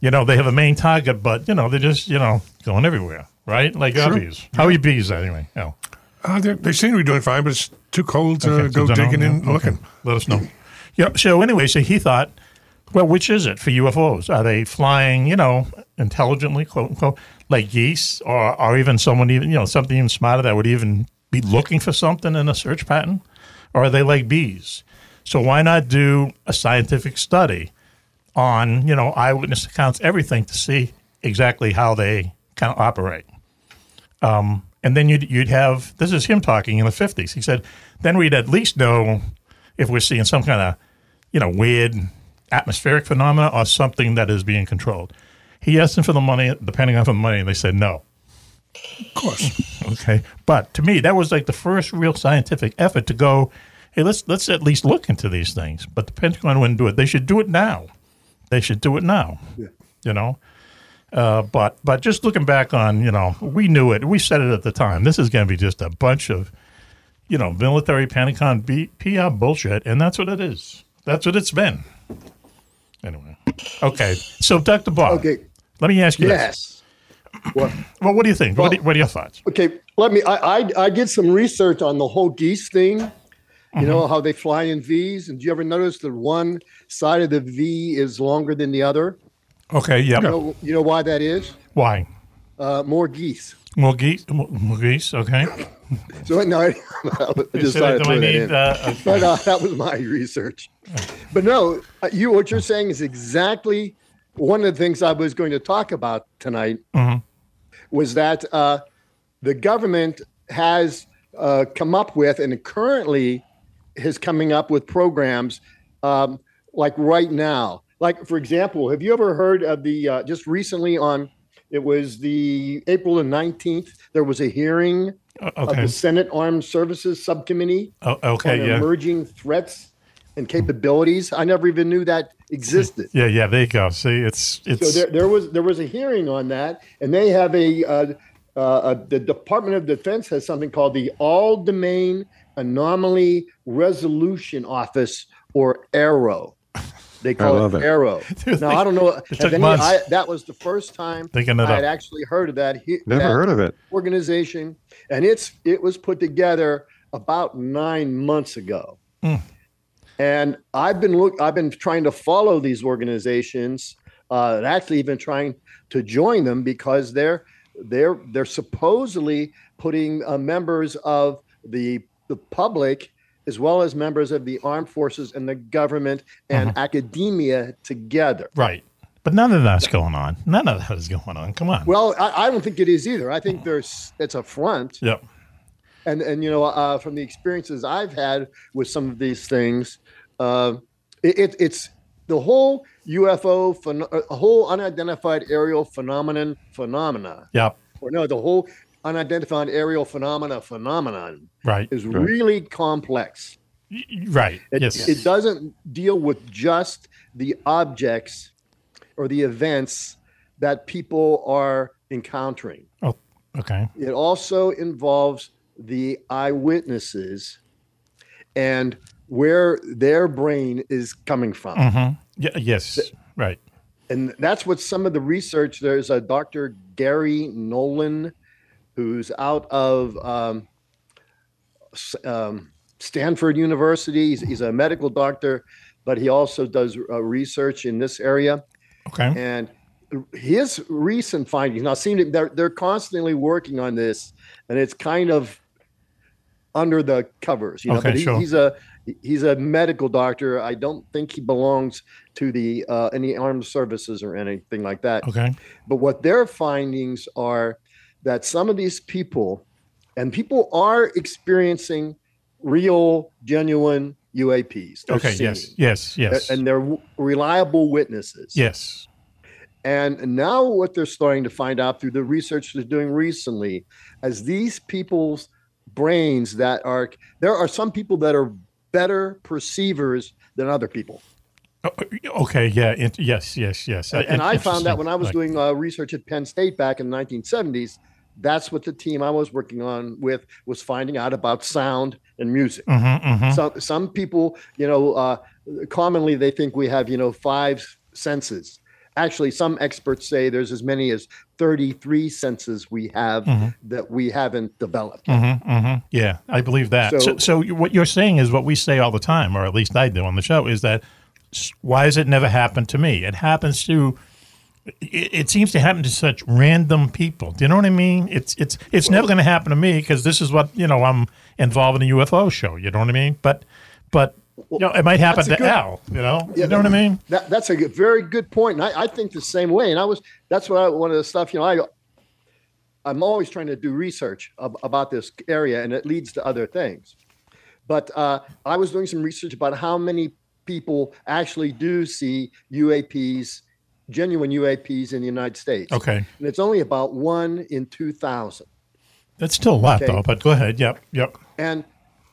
S5: You know, they have a main target, but, you know, they're just, you know, going everywhere, right? Like our
S9: Sure.
S5: bees. How are your bees, anyway? Oh. Hell.
S9: Uh, they're- they seem to be doing fine, but it's too cold to
S5: Okay, so
S9: go
S5: don't-
S9: digging in
S5: yeah,
S9: and
S5: okay.
S9: looking.
S5: Let us know. Yeah. So anyway, so he thought, well, which is it for UFOs? Are they flying, you know, intelligently, quote unquote, like geese, or or even someone even you know something even smarter that would even be looking for something in a search pattern, or are they like bees? So why not do a scientific study on you know eyewitness accounts, everything to see exactly how they kind of operate? Um, and then you'd, you'd have this is him talking in the 50s. He said, then we'd at least know if we're seeing some kind of, you know, weird atmospheric phenomena or something that is being controlled. He asked them for the money, the Pentagon for the money, and they said no. Of course. okay. But to me, that was like the first real scientific effort to go, hey, let's, let's at least look into these things. But the Pentagon wouldn't do it. They should do it now. They should do it now. You know? Uh, but but just looking back on you know we knew it we said it at the time this is going to be just a bunch of you know military Pentagon B- PR bullshit and that's what it is that's what it's been anyway okay so Dr. Bob okay let me ask you
S11: Yes.
S5: this. well what do you think what, do, what are your thoughts
S11: Okay, let me. I, I I did some research on the whole geese thing.
S5: Mm-hmm.
S11: You know how they fly in V's, and do you ever notice that one side of the V is longer than the other?
S5: okay yeah
S11: You know, you know why that is?
S5: why
S11: Uh, more geese.
S5: more geese more, more geese okay
S11: So no, I I
S5: You
S11: just
S5: said that
S11: thought I'd throw
S5: I
S11: that
S5: need,
S11: in.
S5: uh, okay.
S11: But uh, that was my research. But no, uh, you what you're saying is exactly one of the things I was going to talk about tonight.
S5: Mhm.
S11: was that uh, the government has uh, come up with and currently is coming up with programs um, like right now. Like, for example, have you ever heard of the uh, just recently on It was the April the 19th. There was a hearing of
S5: okay.
S11: the Senate Armed Services Subcommittee
S5: Oh, okay,
S11: on
S5: yeah.
S11: emerging threats and capabilities. I never even knew that
S5: Hmm.
S11: existed.
S5: Yeah, yeah. There you go. See, it's
S11: So
S5: it's
S11: there, there was there was a hearing on that, and they have a, uh, uh, uh the Department of Defense has something called the All Domain Anomaly Resolution Office, or ARROW. They call
S6: love
S11: it,
S6: it.
S11: ARROW. now I don't know. have
S6: took
S11: any-
S6: months.
S11: I- that was the first time
S6: Thinking it
S11: I had
S6: up.
S11: actually heard of that. he-
S6: Never
S11: that
S6: heard of it.
S11: organization, and it's it was put together about nine months ago.
S5: Mm,
S11: And I've been look, I've been trying to follow these organizations, uh, and actually even trying to join them because they're they're they're supposedly putting uh, members of the the public as well as members of the armed forces and the government and
S5: Mm-hmm.
S11: academia together.
S5: right. But none of that's going on. None of that is going on. Come on.
S11: Well, I, I don't think it is either. I think there's it's a front.
S5: Yep.
S11: and and you know uh, from the experiences I've had with some of these things, uh, it, it, it's the whole UFO, phen- uh, whole unidentified aerial phenomenon phenomena,
S5: Yep.
S11: or no, the whole unidentified aerial phenomena phenomenon
S5: Right.
S11: is
S5: Right.
S11: really complex.
S5: Right.
S11: It,
S5: yes.
S11: it doesn't deal with just the objects or the events that people are encountering.
S5: oh, okay.
S11: It also involves the eyewitnesses and where their brain is coming from.
S5: hmm Yeah, yes. right.
S11: And that's what some of the research there's a Dr. Gary Nolan who's out of um, S- um, Stanford University. He's, he's a medical doctor, but he also does uh, research in this area.
S5: Okay.
S11: And his recent findings now seem to they're, they're constantly working on this, and it's kind of under the covers. You know,
S5: Okay,
S11: but he,
S5: sure.
S11: he's a he's a medical doctor. I don't think he belongs to the uh, any armed services or anything like that.
S5: Okay.
S11: But what their findings are that some of these people, and people are experiencing real, genuine UAPs. They're
S5: Okay.
S11: seeing
S5: Yes.
S11: it.
S5: Yes. Yes.
S11: And they're w- reliable witnesses.
S5: yes.
S11: And now, what they're starting to find out through the research they're doing recently, as these people's brains that are there are some people that are better perceivers than other people.
S5: Okay. Yeah. It, yes. Yes. Yes.
S11: And, and I found that when I was
S5: doing.
S11: doing uh, research at Penn State back in the 1970s, that's what the team I was working on with was finding out about sound and music.
S5: Mhm, mhm.
S11: So, some people, you know, uh, commonly they think we have, you know, five senses. Actually, some experts say there's as many as 33 senses we have
S5: Mhm.
S11: that we haven't developed.
S5: Mm-hmm, Yeah, I believe that. So,
S11: So-
S5: so, you- what you're saying is what we say all the time, or at least I do on the show, is that s- why has it never happened to me? It happens to. It, it seems to happen to such random people. Do you know what I mean? It's it's it's never going to happen to me because this is what you know. I'm involved in a UFO show. You know what I mean? But but you know, it might happen
S11: That's
S5: to
S11: a good-
S5: Al. You know?
S11: Yeah,
S5: you know what I mean?
S11: That, that's a good- very good point, and I, I think the same way. And I was that's what I, one of the stuff you know I I'm always trying to do research ab- about this area, and it leads to other things. But uh, I was doing some research about how many people actually do see UAPs, genuine UAPs in the United States.
S5: Okay.
S11: and it's only about one in two thousand.
S5: That's still a lot,
S11: Okay.
S5: though. But go ahead. Yep. Yep.
S11: And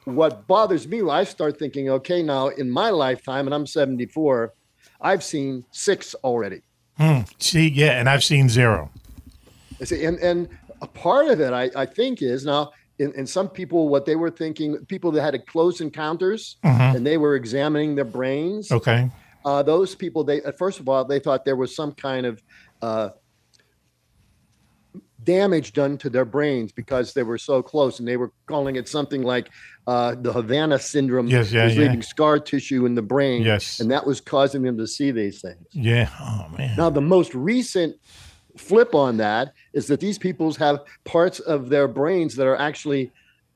S11: what bothers me, I start thinking, okay, now in my lifetime, and I'm 74, I've seen six already.
S5: Hmm. See, yeah, and I've seen zero.
S11: You see, And and a part of it, I, I think, is now in, in some people what they were thinking, people that had close encounters
S5: Mhm.
S11: and they were examining their brains.
S5: Okay.
S11: Uh, those people, they uh, first of all, they thought there was some kind of uh, damage done to their brains because they were so close, and they were calling it something like uh, the Havana syndrome,
S5: Yes, yeah,
S11: was
S5: yeah.
S11: leaving scar tissue in the brain,
S5: Yes.
S11: and that was causing them to see these things.
S5: Yeah. Oh man.
S11: Now, the most recent flip on that is that these peoples have parts of their brains that are actually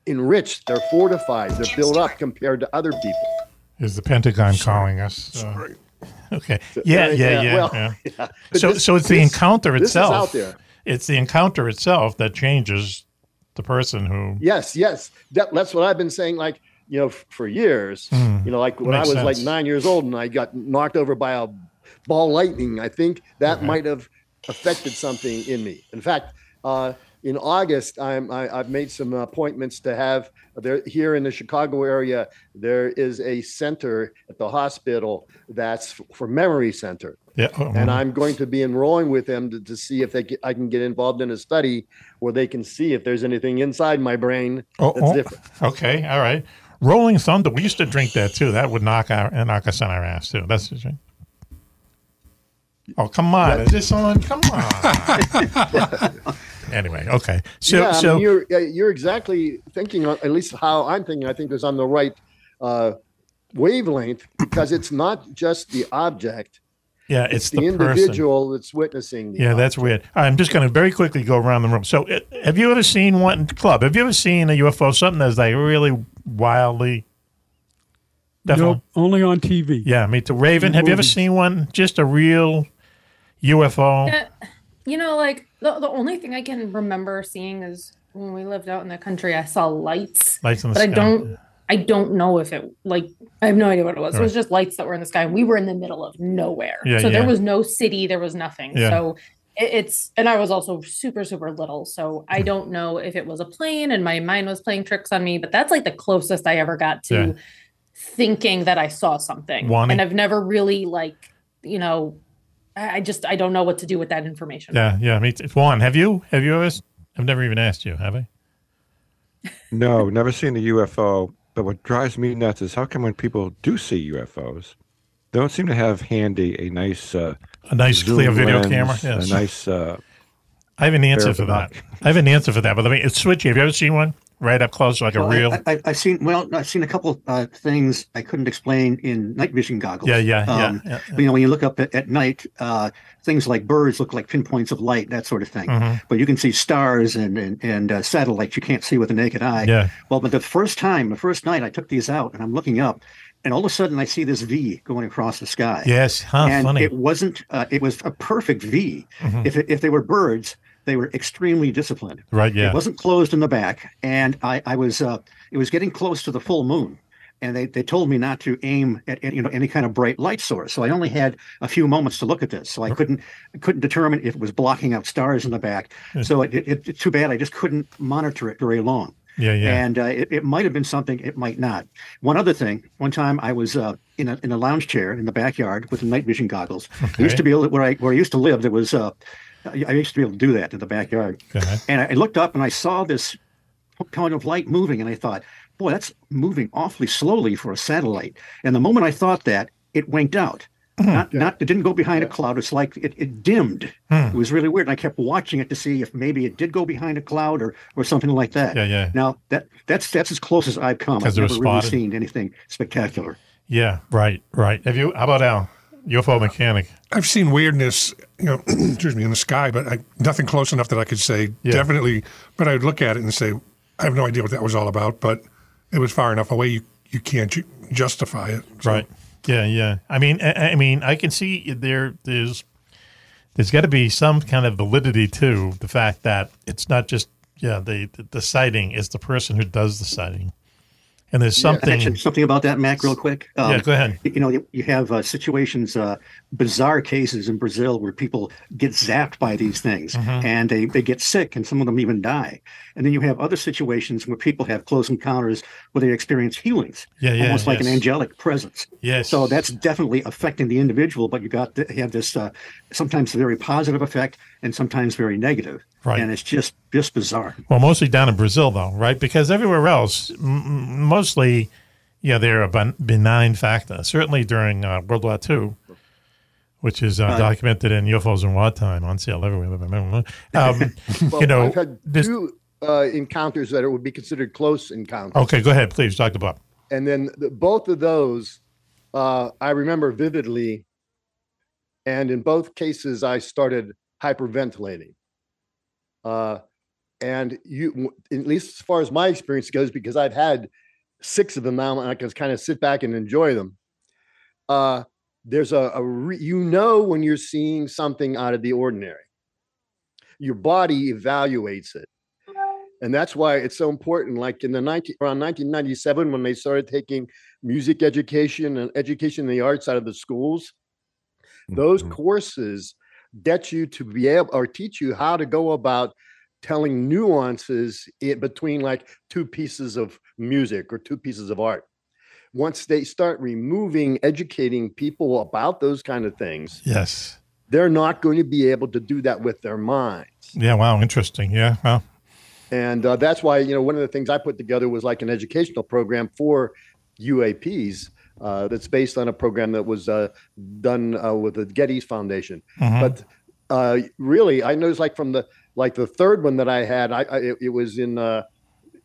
S11: enriched, they're fortified, they're built up compared to other people.
S5: Is the Pentagon calling us? Uh, Okay. Yeah,
S11: yeah,
S5: yeah, yeah.
S11: yeah, well,
S5: yeah.
S11: yeah. But
S5: So,
S11: this-
S5: so it's the
S11: this-
S5: encounter
S11: this is
S5: itself.
S11: out there.
S5: It's the encounter itself that changes the person who.
S11: Yes, yes. That, that's what I've been saying, like, you know, f- for years.
S5: Hmm.
S11: You know, like when I
S5: Makes
S11: was like
S5: sense. Mm-hmm.
S11: nine years old and I got knocked over by a ball lightning, I think that might have affected something in me. In fact, uh, in August, I'm, I, I've made some appointments to have there here in the Chicago area. There is a center at the hospital that's for memory center.
S5: Yeah. oh,
S11: And I'm going to be enrolling with them to, to see if they ca- I can get involved in a study where they can see if there's anything inside my brain
S5: Oh,
S11: that's
S5: oh,
S11: different.
S5: okay, all right. Rolling Thunder. We used to drink that too. That would knock our knock us on our ass too. That's the drink. Oh come on! Is this on? Come on. anyway, okay. So,
S11: yeah, I
S5: so
S11: mean, you're uh, you're exactly thinking, on, at least how I'm thinking. I think is on the right uh, wavelength because it's not just the object.
S5: yeah, it's,
S11: the,
S5: person.
S11: individual that's witnessing. The
S5: Yeah, that's weird. I'm just going to very quickly go around the room. So, uh, have you ever seen one club? Have you ever seen a UFO? Something that's like really wildly. Definitely.
S8: Nope, only on TV.
S5: Yeah, me too. Raven, have you ever
S8: Movies.
S5: seen one? Just a real UFO.
S10: Uh, you know, like the, the only thing I can remember seeing is when we lived out in the country, I saw lights.
S5: Lights in the
S10: but
S5: sky.
S10: I don't I don't know if it like I have no idea what it was. It was
S5: Right.
S10: just lights that were in the sky. We were in the middle of nowhere.
S5: Yeah,
S10: so
S5: yeah.
S10: there was no city, there was nothing.
S5: Yeah.
S10: So it, it's and I was also super, super little. So I don't know if it was a plane and my mind was playing tricks on me, but that's like the closest I ever got to
S5: Yeah.
S10: thinking that I saw something.
S5: Wanting-
S10: And I've never really like, you know, I I just I don't know what to do with that information.
S5: Yeah, yeah. Me too. Juan, have you? Have you ever? s- I've never even asked you. Have I?
S6: No, never seen a UFO. But what drives me nuts is how come when people do see UFOs, they don't seem to have handy a nice, uh,
S5: A nice
S6: zoom
S5: clear video
S6: lens,
S5: camera, yes.
S6: a nice. Uh,
S5: I have an answer for that.
S6: Verified.
S5: I have an answer for that. But I mean, it's switchy. Have you ever seen one right up close, like a
S7: Well, I-
S5: real?
S7: I, I, I've seen. Well, I've seen a couple uh, things I couldn't explain in night vision goggles. Um,
S5: Yeah, yeah, yeah, yeah,
S7: You know, when you look up at, at night, uh, things like birds look like pinpoints of light, that sort of thing.
S5: Mhm.
S7: But you can see stars and and, and uh, satellites you can't see with the naked eye.
S5: Yeah.
S7: Well, but the first time, the first night, I took these out and I'm looking up, and all of a sudden I see this V going across the sky.
S5: Yes, huh?
S7: and
S5: funny.
S7: it wasn't. Uh, it was a perfect V.
S5: Mhm.
S7: If it, if they were birds, they were extremely disciplined.
S5: Right, yeah.
S7: It wasn't closed in the back, and I I was uh, it was getting close to the full moon, and they they told me not to aim at, at, you know any kind of bright light source. So I only had a few moments to look at this, so I couldn't I couldn't determine if it was blocking out stars in the back.
S5: Hmm.
S7: So it, it, it too bad I just couldn't monitor it very long.
S5: yeah, yeah.
S7: And uh, it, it might have been something, it might not. One other thing, one time I was uh, in, a, in a lounge chair in the backyard with night vision goggles. I
S5: Okay.
S7: used to be able where I where I used to live. There was uh, I I used to be able to do that in the backyard. And I, I looked up and I saw this kind of light moving, and I thought, boy, that's moving awfully slowly for a satellite. And the moment I thought that, it winked out.
S5: Hmm.
S7: Not, not, it didn't go behind a cloud. It's like it, it dimmed.
S5: Hmm.
S7: It was really weird. And I kept watching it to see if maybe it did go behind a cloud or, or something like that.
S5: Yeah, yeah.
S7: Now that that's that's as close as I've come.
S5: 'Cause
S7: I've
S5: it was
S7: never really
S5: spotted.
S7: seen anything spectacular.
S5: yeah, right, right. Have you? How about Al? UFO mechanic.
S9: I've seen weirdness, you know, excuse me, in the sky, but I, nothing close enough that I could say definitely. But I'd look at it and say, I have no idea what that was all about, but it was far enough away you you can't ju- justify it. So-
S5: Right. Yeah, yeah. I mean, I, I mean, I can see there. There's there's got to be some kind of validity to the fact that it's not just yeah the the, the sighting. It's the person who does the sighting, and there's
S7: Yeah. Can I
S5: something.
S7: mention something about that, Mac, real quick. Um,
S5: Yeah, go ahead.
S7: You you know, you, you have uh, situations, uh, bizarre cases in Brazil where people get zapped by these things
S5: Mhm.
S7: and they, they get sick and some of them even die. And then you have other situations where people have close encounters where they experience healings,
S5: Yeah, yeah,
S7: almost like an
S5: yes.
S7: angelic presence.
S5: Yes.
S7: So that's definitely affecting the individual, but you got to have this uh, sometimes very positive effect and sometimes very negative.
S5: Right.
S7: And it's just just bizarre.
S5: Well, mostly down in Brazil, though, right? Because everywhere else, m- m- mostly, yeah, they're a ben- benign factor. Certainly during uh, World War II, which is uh,
S11: Right.
S5: documented in UFOs in War Time on sale everywhere. but I remember. Um,
S11: Well,
S5: you know,
S11: I've had
S5: this-
S11: two uh, encounters that it would be considered close encounters.
S5: okay, go ahead, please, Dr. Bob.
S11: and then the, both of those uh, I remember vividly, and in both cases I started hyperventilating. Uh, and you, w- at least as far as my experience goes, because I've had six of them now, and I can kind of sit back and enjoy them. Uh, there's a, a re, you know when you're seeing something out of the ordinary. Your body evaluates it and that's why it's so important like in the 19 around 1997 when they started taking music education and education in the arts out of the schools those courses get you to be able or teach you how to go about telling nuances in between like two pieces of music or two pieces of art once they start removing educating people about those kind of things
S5: Yes.
S11: they're not going to be able to do that with their mind
S5: Yeah. Wow. Interesting. Yeah. Wow.
S11: and uh, that's why you know one of the things i put together was like an educational program for uaps uh, that's based on a program that was uh, done uh, with the gettys foundation
S5: Mm-hmm.
S14: Mhm.
S11: but uh, really i noticed like from the like the third one that i had i, I it, it was in uh,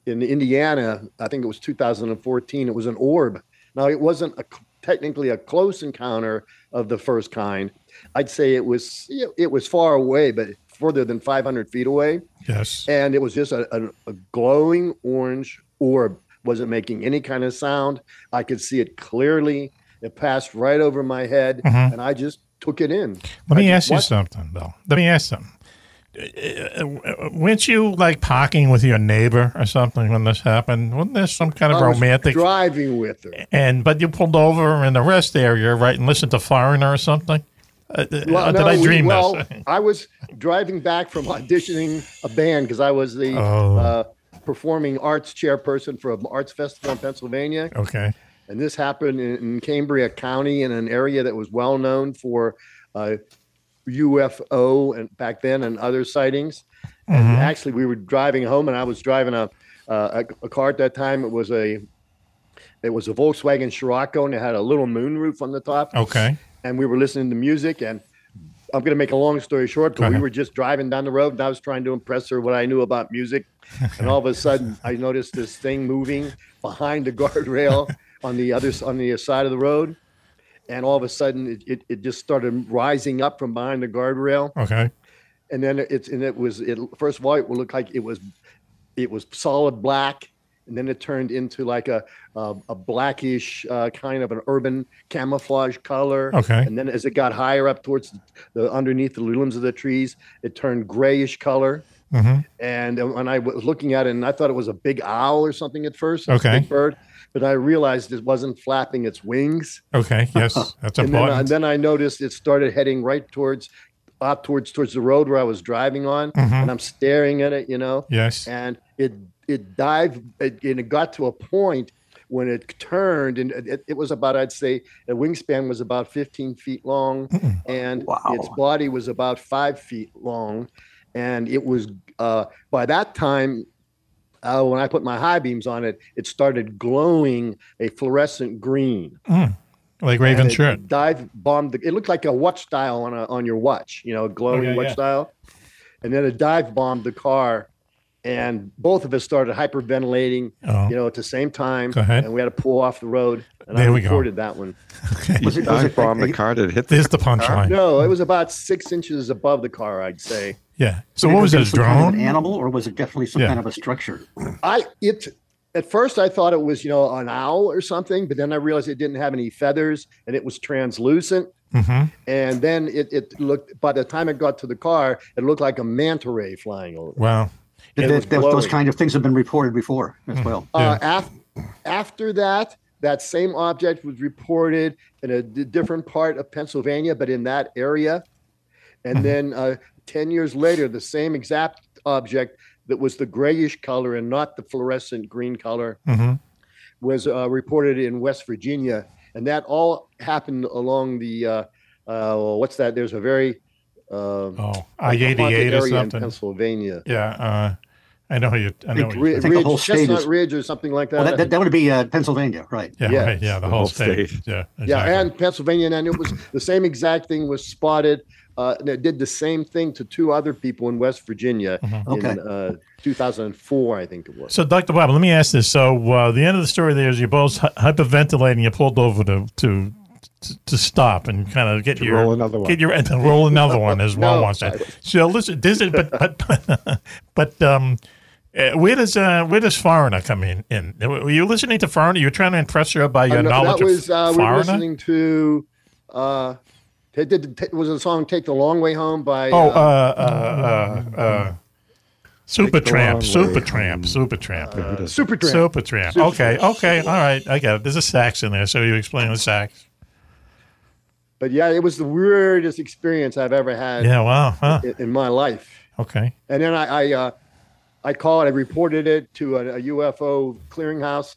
S11: in indiana i think it was 2014 it was an orb now it wasn't a, technically a close encounter of the first kind i'd say it was it was far away but further than 500 feet away
S5: Yes.
S11: and it was just a, a, a glowing orange orb. Wasn't making any kind of sound. I could see it clearly. It passed right over my head,
S5: Mhm.
S11: and I just took it in.
S5: Let
S11: I
S5: me
S11: just
S5: ask you
S11: watched-
S5: something, though. Let me ask something. Uh, uh, Weren't you like parking with your neighbor or something when this happened? Wasn't there some kind of
S11: I was
S5: romantic?
S11: driving with her.
S5: And uh, but you pulled over in the rest area, right, and listened to Foreigner or something. Uh, uh,
S11: Well,
S5: or did
S11: no,
S5: I
S11: we-
S5: dream
S11: well,
S5: this?
S11: I was driving back from auditioning a band because I was the
S5: Oh.
S11: uh, performing arts chairperson for an arts festival in Pennsylvania.
S5: Okay.
S11: And this happened in, in Cambria County in an area that was well known for uh, UFO and back then and other sightings. And
S5: Mm-hmm.
S14: Mhm.
S11: actually, we were driving home, and I was driving a, uh, a a car at that time. It was a it was a Volkswagen Scirocco, and it had a little moon roof on the top.
S5: Okay.
S11: And we were listening to music, and I'm going to make a long story short,
S5: Go
S11: but we
S5: ahead.
S11: were just driving down the road, and I was trying to impress her what I knew about music, and all of a sudden, I noticed this thing moving behind the guardrail on the other s- on the side of the road, and all of a sudden, it, it, it just started rising up from behind the guardrail
S5: Okay.
S11: and then it's and it was it first of all it looked like it was it was solid black and then it turned into like a a, a blackish uh, kind of an urban camouflage color
S14: Okay.
S11: and then as it got higher up towards the underneath the limbs of the trees it turned grayish color
S5: Mm-hmm.
S11: and when I was looking at it, and I thought it was a big owl or something at first, a
S5: Okay.
S11: big bird, but I realized it wasn't flapping its wings.
S5: Okay. Yes, that's
S11: and Then,
S5: important.
S11: and then I noticed it started heading right towards, up towards towards the road where I was driving on,
S5: Mhm.
S11: and I'm staring at it, you know.
S5: Yes.
S11: And it it dived, it, and it got to a point when it turned, and it, it was about I'd say the wingspan was about 15 feet long, and its body was about five feet long, and it was uh, by that time uh, when I put my high beams on it, it started glowing a fluorescent green.
S5: Mm. Like Raven
S11: And it
S5: shirt.
S11: Dive bombed. The, it looked like a watch dial on a, on your watch, you know, a glowing
S5: Okay,
S11: watch
S5: Oh, yeah.
S11: dial. And then it dive bombed the car, and both of us started hyperventilating,
S5: Oh.
S11: you know, at the same time.
S5: Go ahead.
S11: And we had to pull off the road. And I
S5: There we go.
S11: recorded that one.
S6: Was it,
S11: was
S6: I
S11: it-
S6: bombed the car that hit
S5: There's the punchline.
S11: No, it was about six inches above the car, I'd say.
S5: Yeah. So
S7: Did
S5: what was
S7: it
S5: this
S7: some kind of
S5: drone?
S7: an animal, or was it definitely some
S5: Yeah.
S7: kind of a structure?
S5: Mm-hmm.
S11: I it at first I thought it was you know an owl or something, but then I realized it didn't have any feathers and it was translucent.
S5: Mm-hmm.
S11: And then it, it looked by the time it got to the car, it looked like a manta ray flying over.
S5: Wow.
S11: It
S7: Th-
S11: was
S7: th- those
S11: glowing.
S7: kind of things have been reported before
S5: Mm.
S7: as well.
S11: Uh, af- after that, that same object was reported in a d- different part of Pennsylvania, but in that area. And then uh, 10 years later, the same exact object that was the grayish color and not the fluorescent green color
S5: Mhm.
S11: was uh, reported in West Virginia. And that all happened along the, uh, uh, what's that? There's a very, uh, oh,
S5: I-88 or
S11: area in
S5: something.
S11: Pennsylvania.
S5: Yeah. Uh, I know you. I know.
S7: Like
S5: what
S7: re-
S5: you-
S7: Oh, I think the whole state
S11: Chestnut
S7: is-
S11: Ridge or something like that.
S7: Well, that, that, that would be uh, Pennsylvania, right?
S5: Yeah, right, yeah, the, whole, state. Yeah,
S11: Yeah, and Pennsylvania, and it was the same exact thing was spotted. Uh, and it did the same thing to two other people in West Virginia in
S7: Mm-hmm.
S5: Okay.
S11: uh, 2004, I think it was.
S5: So, Dr. Bob, let me ask this. So, uh, the end of the story there is you're both hy- hyperventilating. You pulled over to to to stop and kind of get
S6: To
S5: your
S6: roll another one.
S5: Get your and to roll another one as well.
S6: No.
S5: Once that. So, listen, this is but but but um, uh, where does uh, where does foreigner come in? In were you listening to foreigner? You were trying to impress her by your
S11: Uh, no,
S5: knowledge
S11: that was
S5: of
S11: uh, we were
S5: foreigner.
S11: listening to. Uh, it, did, it was a song "Take the Long Way Home" by.
S5: oh, uh, uh, uh, uh, Super
S11: Take the long
S5: Tramp,
S11: way
S5: Super Tramp, Super Tramp,
S11: Uh, Supertramp.
S5: Super Tramp. Okay,
S11: Supertramp.
S5: okay, all right, I got it. There's a sax in there, so you explain the sax.
S11: But yeah, it was the weirdest experience I've ever had.
S5: Yeah, wow, huh.
S11: in, in my life.
S5: Okay.
S11: And then I I, uh, I called. I reported it to a, a UFO clearinghouse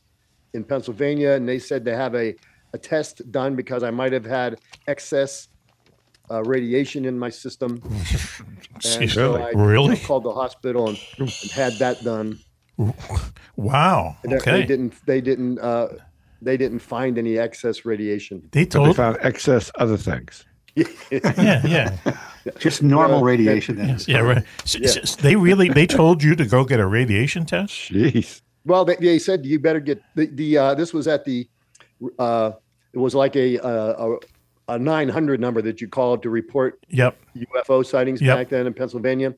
S11: in Pennsylvania, and they said they have a a test done because I might have had excess uh, radiation in my system.
S5: Jeez, really?
S11: I
S5: Really?
S11: called the hospital and, and had that done.
S5: Wow.
S11: And they-
S5: Okay.
S11: They didn't. They didn't. Uh, they didn't find any excess radiation.
S5: They
S6: But they found excess other things.
S11: yeah,
S5: yeah.
S7: Just normal radiation. Then.
S5: Yeah, right. S-
S11: Yeah.
S5: s- they really they told you to go get a radiation test.
S6: Jeez.
S11: Well, they, they said you better get the, the uh, this was at the uh, it was like a uh, a, a 900 number that you called to report
S5: Yep.
S11: UFO sightings
S5: Yep.
S11: back then in Pennsylvania.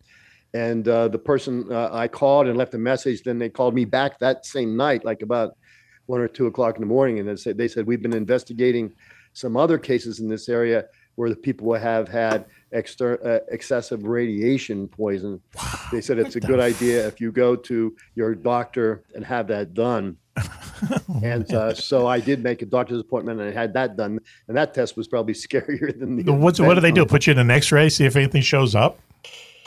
S11: And uh, the person uh, I called and left a message. Then they called me back that same night, like about one or two o'clock in the morning, and they said they said we've been investigating some other cases in this area where the people have had exter- uh, excessive radiation poison. They said it's a good idea if you go to your doctor and have that done. and uh, so I did make a doctor's appointment and I had that done. And that test was probably scarier than the.
S5: What's, what do they do?
S11: event.
S5: Put you in an X-ray, see if anything shows up.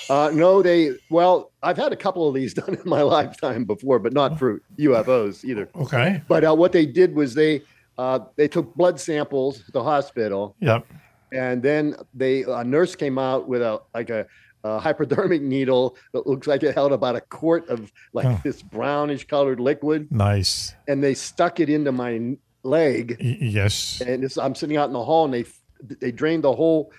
S11: Uh, no, they. Well, I've had a couple of these done in my lifetime before, but not for UFOs either.
S5: Okay.
S11: But uh, what they did was they uh, they took blood samples at the hospital,
S5: Yep.
S11: and then they a nurse came out with a like a, a hypodermic needle that looks like it held about a quart of like
S5: Huh.
S11: this brownish colored liquid,
S5: Nice.
S11: and they stuck it into my n- leg.
S5: Y- yes.
S11: And it's, I'm sitting out in the hall, and they they drained the whole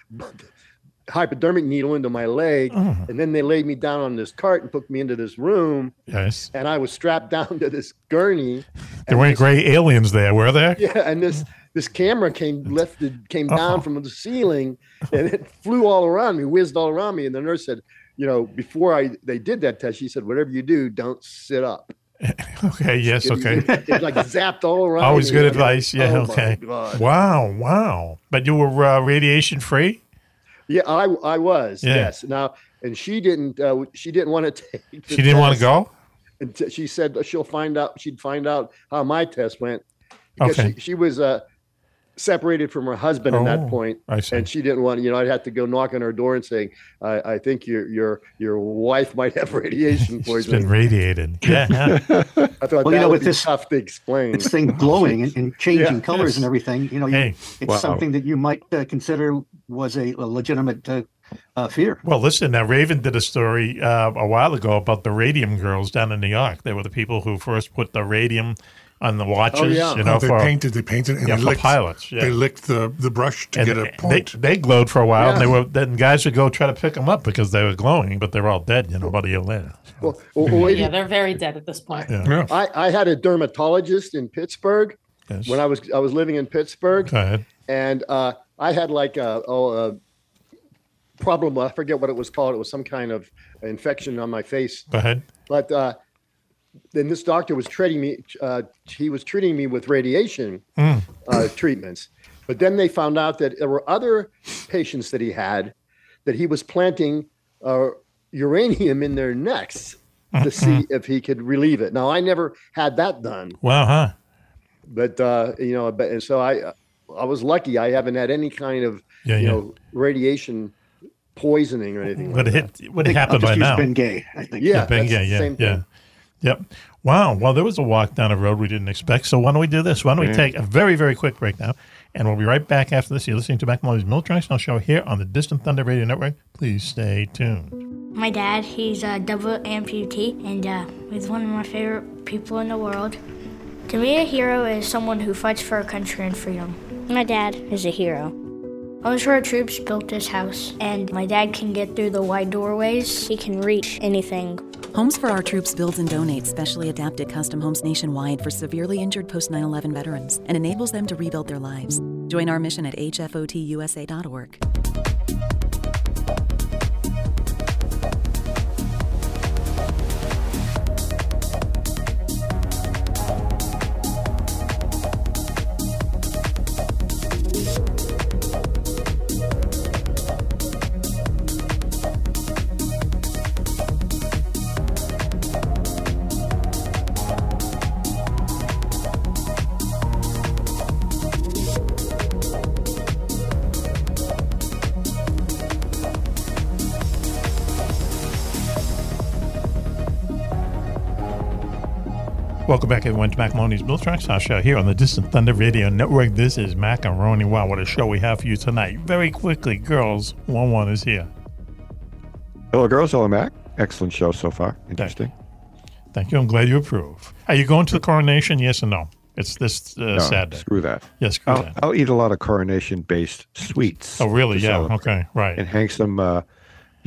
S11: hypodermic needle into my leg,
S5: Oh.
S11: and then they laid me down on this cart and took me into this room,
S5: Yes.
S11: and I was strapped down to this gurney.
S5: There weren't gray aliens there, were there?
S11: Yeah, and this this camera came lifted came
S5: Uh-huh.
S11: down from the ceiling, and it flew all around me, whizzed all around me, and the nurse said, you know, before I they did that test, she said, whatever you do, don't sit up.
S5: Okay. Yes.
S11: It-
S5: Okay.
S11: It, it, like zapped all around.
S5: Always
S11: me.
S5: good
S11: I'm like,
S5: advice. Yeah.
S11: "Oh my
S5: okay.
S11: God."
S5: Wow. Wow. But you were uh, radiation free.
S11: Yeah, I I was.
S5: Yeah.
S11: Yes. Now, and she didn't. Uh, she didn't want to take. the
S5: She didn't want to
S11: test
S5: go.
S11: until- she said that she'll find out. She'd find out how my test went because
S5: Okay.
S11: she, she was uh, separated from her husband at
S5: Oh,
S11: that point,
S5: I see.
S11: and she didn't want. You know, I'd have to go knock on her door and saying, "I, I think your your your wife might have radiation
S5: It's been
S11: poisoning."
S5: radiated. Yeah.
S11: I thought
S7: Well,
S11: that
S7: you know,
S11: would
S7: with
S11: be
S7: this-
S11: tough to explain.
S7: this thing glowing and, and changing
S11: Yeah,
S7: colors
S11: yes.
S7: and everything. You know, you,
S5: Hey,
S7: it's
S5: wow.
S7: something that you might uh, consider was a, a legitimate uh, uh, fear.
S5: Well, listen. Now, Raven did a story uh, a while ago about the radium girls down in New York. They were the people who first put the radium on the watches.
S11: Oh,
S5: You know,
S9: they
S5: for
S9: painted, they painted, and
S5: yeah,
S9: they
S5: for
S9: licked,
S5: pilots. Yeah.
S9: They licked the, the brush to
S5: and
S9: get a point.
S5: They, they glowed for a while, and they
S9: Yeah.
S5: were then guys would go try to pick them up because they were glowing, but they were all dead. You know, about a year later.
S11: Well, well, wait-
S10: Yeah, they're very dead at this point.
S5: Yeah.
S11: I, I had a dermatologist in Pittsburgh
S5: Yes.
S11: when I was I was living in Pittsburgh.
S5: Go ahead.
S11: and uh, I had like a, oh, a problem. I forget what it was called. It was some kind of infection on my face.
S5: Go ahead.
S11: But uh, then this doctor was treating me. Uh, he was treating me with radiation
S5: Mm.
S11: uh, treatments. But then they found out that there were other patients that he had that he was planting uh, uranium in their necks
S5: mm,
S11: to see
S5: Mm-hmm.
S11: if he could relieve it. Now I never had that done
S5: Wow, huh?
S11: but uh, you know, but and so I, I was lucky. I haven't had any kind of
S5: Yeah,
S11: you
S5: yeah.
S11: know radiation poisoning or anything.
S5: Would
S11: like
S5: it
S11: that.
S5: would it happen by now?
S7: I
S11: think. Yeah,
S5: Bengay,
S11: that's the
S5: yeah,
S11: same
S5: yeah.
S11: thing.
S5: Yep. Wow. Well, there was a walk down a road we didn't expect. So why don't we do this? Why don't we
S13: Yeah.
S5: take a very, very quick break now, and we'll be right back after this. You're listening to Mac Maloney's Military Action Show here on the Distant Thunder Radio Network. Please stay tuned.
S14: My dad, he's a double amputee, and uh, he's one of my favorite people in the world. To me, a hero is someone who fights for our country and freedom. My dad is a hero. Onshore troops built this house, and my dad can get through the wide doorways. He can reach anything.
S15: Homes for Our Troops builds and donates specially adapted custom homes nationwide for severely injured post 9 11 veterans and enables them to rebuild their lives. Join our mission at hfotusa.org.
S5: Welcome back, everyone, to Macaroni's Bill Tracks, our show here on the Distant Thunder Radio Network. This is Macaroni. Wow, what a show we have for you tonight. Very quickly, girls, 1 1 is here.
S6: Hello, girls. Hello, Mac. Excellent show so far. Interesting.
S5: Thank you. I'm glad you approve. Are you going to the coronation? Yes or no? It's this uh,
S6: No,
S5: Saturday.
S6: Screw that.
S5: Yeah, screw
S6: I'll,
S5: that.
S6: I'll eat a lot of coronation based sweets.
S5: Oh, really?
S6: to
S5: Yeah.
S6: celebrate.
S5: Okay. Right.
S6: And hang some uh,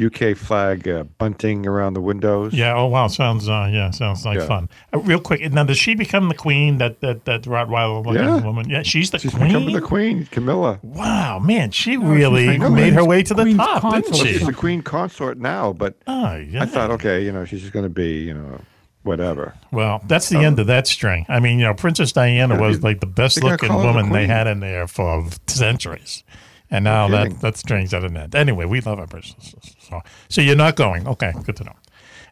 S6: UK flag uh, bunting around the windows.
S5: Yeah. Oh wow. Sounds. Uh, yeah. Sounds like
S6: Yeah.
S5: fun. Uh, real quick. Now, does she become the queen? That that that Rottweiler looking
S6: Yeah.
S5: woman. Yeah. She's the
S6: She's
S5: queen.
S6: become the queen, Camilla.
S5: Wow, man, she
S6: No, she's
S5: really
S6: the queen.
S5: made her
S6: She's
S5: way to the
S6: queen's
S5: top,
S6: consort.
S5: didn't she?
S6: She's the queen consort now, but
S5: Oh, Ah, yeah.
S6: I thought, okay, you know, she's just going to be, you know, whatever.
S5: Well, that's the end of that string. I mean, you know, Princess Diana
S6: Yeah,
S5: was
S6: you-
S5: like the best
S6: they gotta
S5: looking
S6: call her the
S5: woman they
S6: queen.
S5: had in there for centuries. And now
S6: kidding.
S5: that that string's out of net. Anyway, we love our princesses. So, so you're not going. Okay, good to know.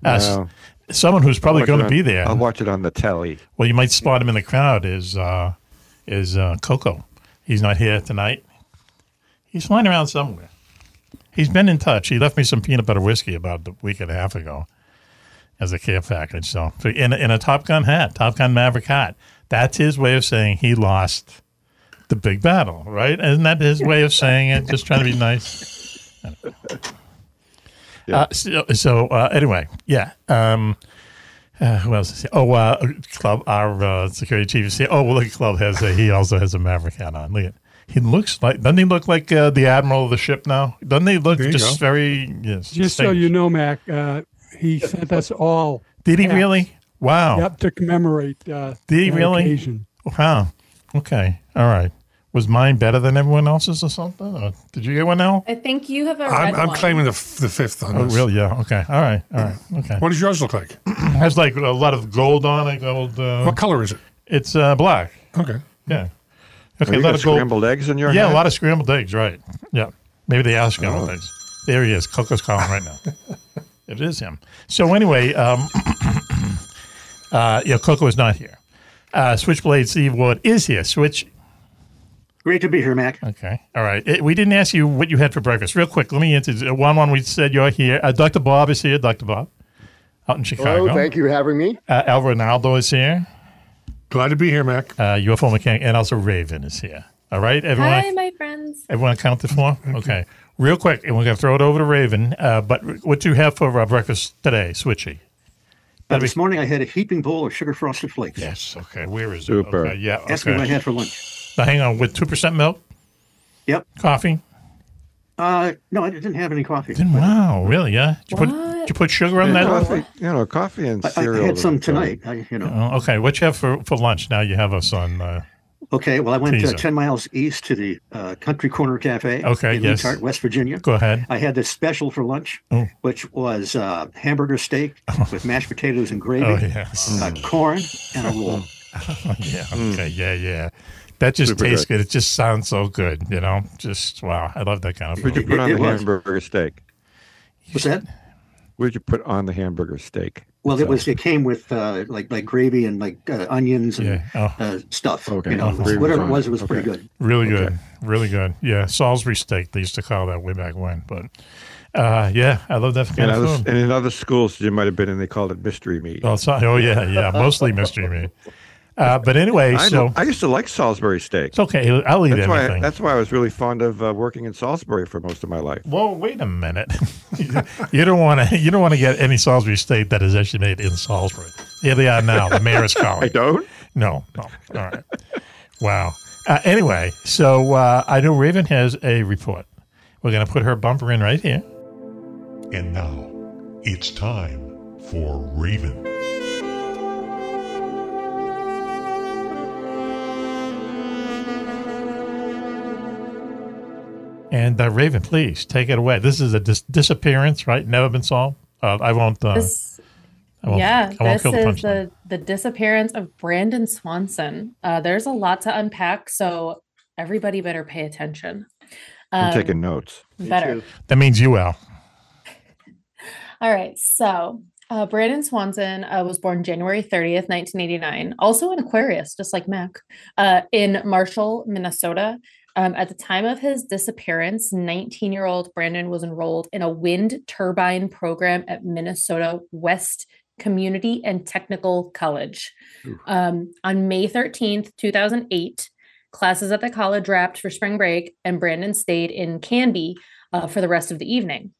S5: Uh, s-
S6: No.
S5: Someone who's probably
S6: I'll watch it
S5: going to
S6: on-
S5: be there.
S6: I'll watch it on the telly.
S5: Well, you might spot him in the crowd. Is uh, is uh, Coco? He's not here tonight. He's flying around somewhere. He's been in touch. He left me some peanut butter whiskey about a week and a half ago as a care package. So, so in, a- in a Top Gun hat, Top Gun Maverick hat. That's his way of saying he lost the big battle, right? Isn't that his way of saying it? Just trying to be nice. Uh, so, so uh, anyway, yeah. Um, uh, who else is here? Oh, uh, club. Our uh, security chief is here. Oh, well, look, club has a. He also has a Maverick hat on. Look at. He looks like. Doesn't he look like uh, the admiral of the ship now? Doesn't he look
S8: There you
S5: just
S8: go.
S5: very? Yes.
S8: Just so
S5: distinguished?
S8: you know, Mac, uh, he sent us all.
S5: Did he
S8: hats.
S5: really? Wow.
S8: Yep, to commemorate. Uh,
S5: Did he
S8: that
S5: really?
S8: occasion.
S5: Wow. Okay. All right. Was mine better than everyone else's or something? Or did you get one now?
S10: I think you have a
S9: I'm,
S10: red
S9: I'm
S10: one.
S9: claiming the, f- the fifth on
S5: Oh,
S9: this.
S5: really? Yeah. Okay. All right. All right. Okay.
S9: What does yours look like?
S5: has like a lot of gold on it. Gold. Uh,
S9: What color is it?
S5: It's uh, black.
S9: Okay.
S5: Yeah.
S6: Have you got scrambled eggs in your Oh.
S5: Yeah,
S6: hat?
S5: a lot of scrambled eggs. Right. Yeah. Maybe they are scrambled eggs. There he is. Coco's calling right now. it is him. So anyway, um, uh, yeah, Coco is not here. Uh, Switchblade Steve Ward is here. Switch.
S7: Great to be here, Mac.
S5: Okay. All right. It- we didn't ask you what you had for breakfast. Real quick, let me introduce one. One we said you're here. Uh, Dr. Bob is here. Dr. Bob, out in Chicago.
S11: Hello, Oh, thank you for having me.
S5: Uh, Al Ronaldo is here. Glad to be here, Mac. Uh, UFO mechanic, and also Raven is here. All right, everyone.
S10: Hi, my friends.
S5: Everyone accounted for? Okay. Real quick, and we're going to throw it over to Raven. Uh, but r- what do you have for uh, breakfast today, Switchy?
S7: Uh, this morning I had a heaping bowl of sugar frosted flakes.
S5: Yes. Okay. Where is
S6: Super.
S5: it? Okay, yeah.
S7: Ask
S5: okay.
S7: me what I had for lunch.
S5: Now, hang on. With 2% milk?
S7: Yep.
S5: Coffee?
S7: Uh, no, I didn't have any coffee.
S5: Didn't, wow. Really? Yeah? Did you, put, did you put sugar on that?
S6: Coffee, you know, coffee and
S7: I
S6: cereal.
S7: had some
S6: and-
S7: tonight. I, you know.
S5: Oh, okay. What you have for, for lunch? Now you have us on. Uh,
S7: Okay, well, I went uh,
S5: Teaser.
S7: 10 miles east to the uh, Country Corner Cafe
S5: Okay,
S7: in
S5: yes.
S7: Leitart, West Virginia.
S5: Go ahead.
S7: I had this special for lunch,
S5: Oh.
S7: which was uh, hamburger steak with mashed potatoes and gravy,
S5: Oh, yes.
S7: uh, corn, and a roll.
S5: Oh, yeah. Okay. Yeah. Yeah. That just
S6: Super
S5: tastes
S6: good.
S5: good. It just sounds so good. You know, just wow. I love that kind of
S6: What'd
S5: food.
S6: you put on
S7: It
S6: the
S7: was.
S6: hamburger steak?
S7: What's that?
S6: What'd you put on the hamburger steak?
S7: Well, it was. It came with uh, like like gravy and like uh, onions and
S5: Oh.
S7: uh, stuff.
S6: Okay.
S7: You know,
S6: Oh, gravy
S7: whatever it
S6: on
S7: was,
S6: it.
S7: it was pretty
S6: Okay.
S7: good.
S5: Really good. Really good. Yeah. Salisbury steak. They used to call that way back when. But uh, yeah, I love that
S6: And,
S5: kind
S6: other,
S5: of
S6: and
S5: food.
S6: in other schools, you might have been in, they called it mystery meat.
S5: Oh, so- oh, yeah. Yeah. Mostly mystery meat. Uh, but anyway,
S6: I,
S5: so
S6: I used to like Salisbury steak.
S5: it's okay. I'll eat
S6: that's why,
S5: anything.
S6: that's why I was really fond of uh, working in Salisbury for most of my life.
S5: Whoa, wait a minute. you don't want to. You don't want to get any Salisbury steak that is actually made in Salisbury. Here they are now. The mayor is calling.
S6: I don't?
S5: No, no. All right. wow. Uh, anyway, so uh, I know Raven has a report. We're going to put her bumper in right here.
S16: And now it's time for Raven.
S5: And uh, Raven, please take it away. This is a dis- disappearance, right? Never been solved. Uh, I won't. Uh,
S10: This-
S5: I won't,
S10: yeah,
S5: I won't
S10: this
S5: kill the
S10: is
S5: punchline.
S10: the, the disappearance of Brandon Swanson. Uh, there's a lot to unpack, so everybody better pay attention.
S6: I'm
S10: Um,
S6: taking notes.
S10: better.
S5: That means you, Al.
S10: All right. So uh, Brandon Swanson uh, was born January 30th, 1989, also an Aquarius, just like Mac, uh, in Marshall, Minnesota. Um, at the time of his disappearance, 19 year old Brandon was enrolled in a wind turbine program at Minnesota West Community and Technical College.
S13: Ooh.
S10: Um, on May 13th, 2008, classes at the college wrapped for spring break, and Brandon stayed in Canby uh, for the rest of the evening.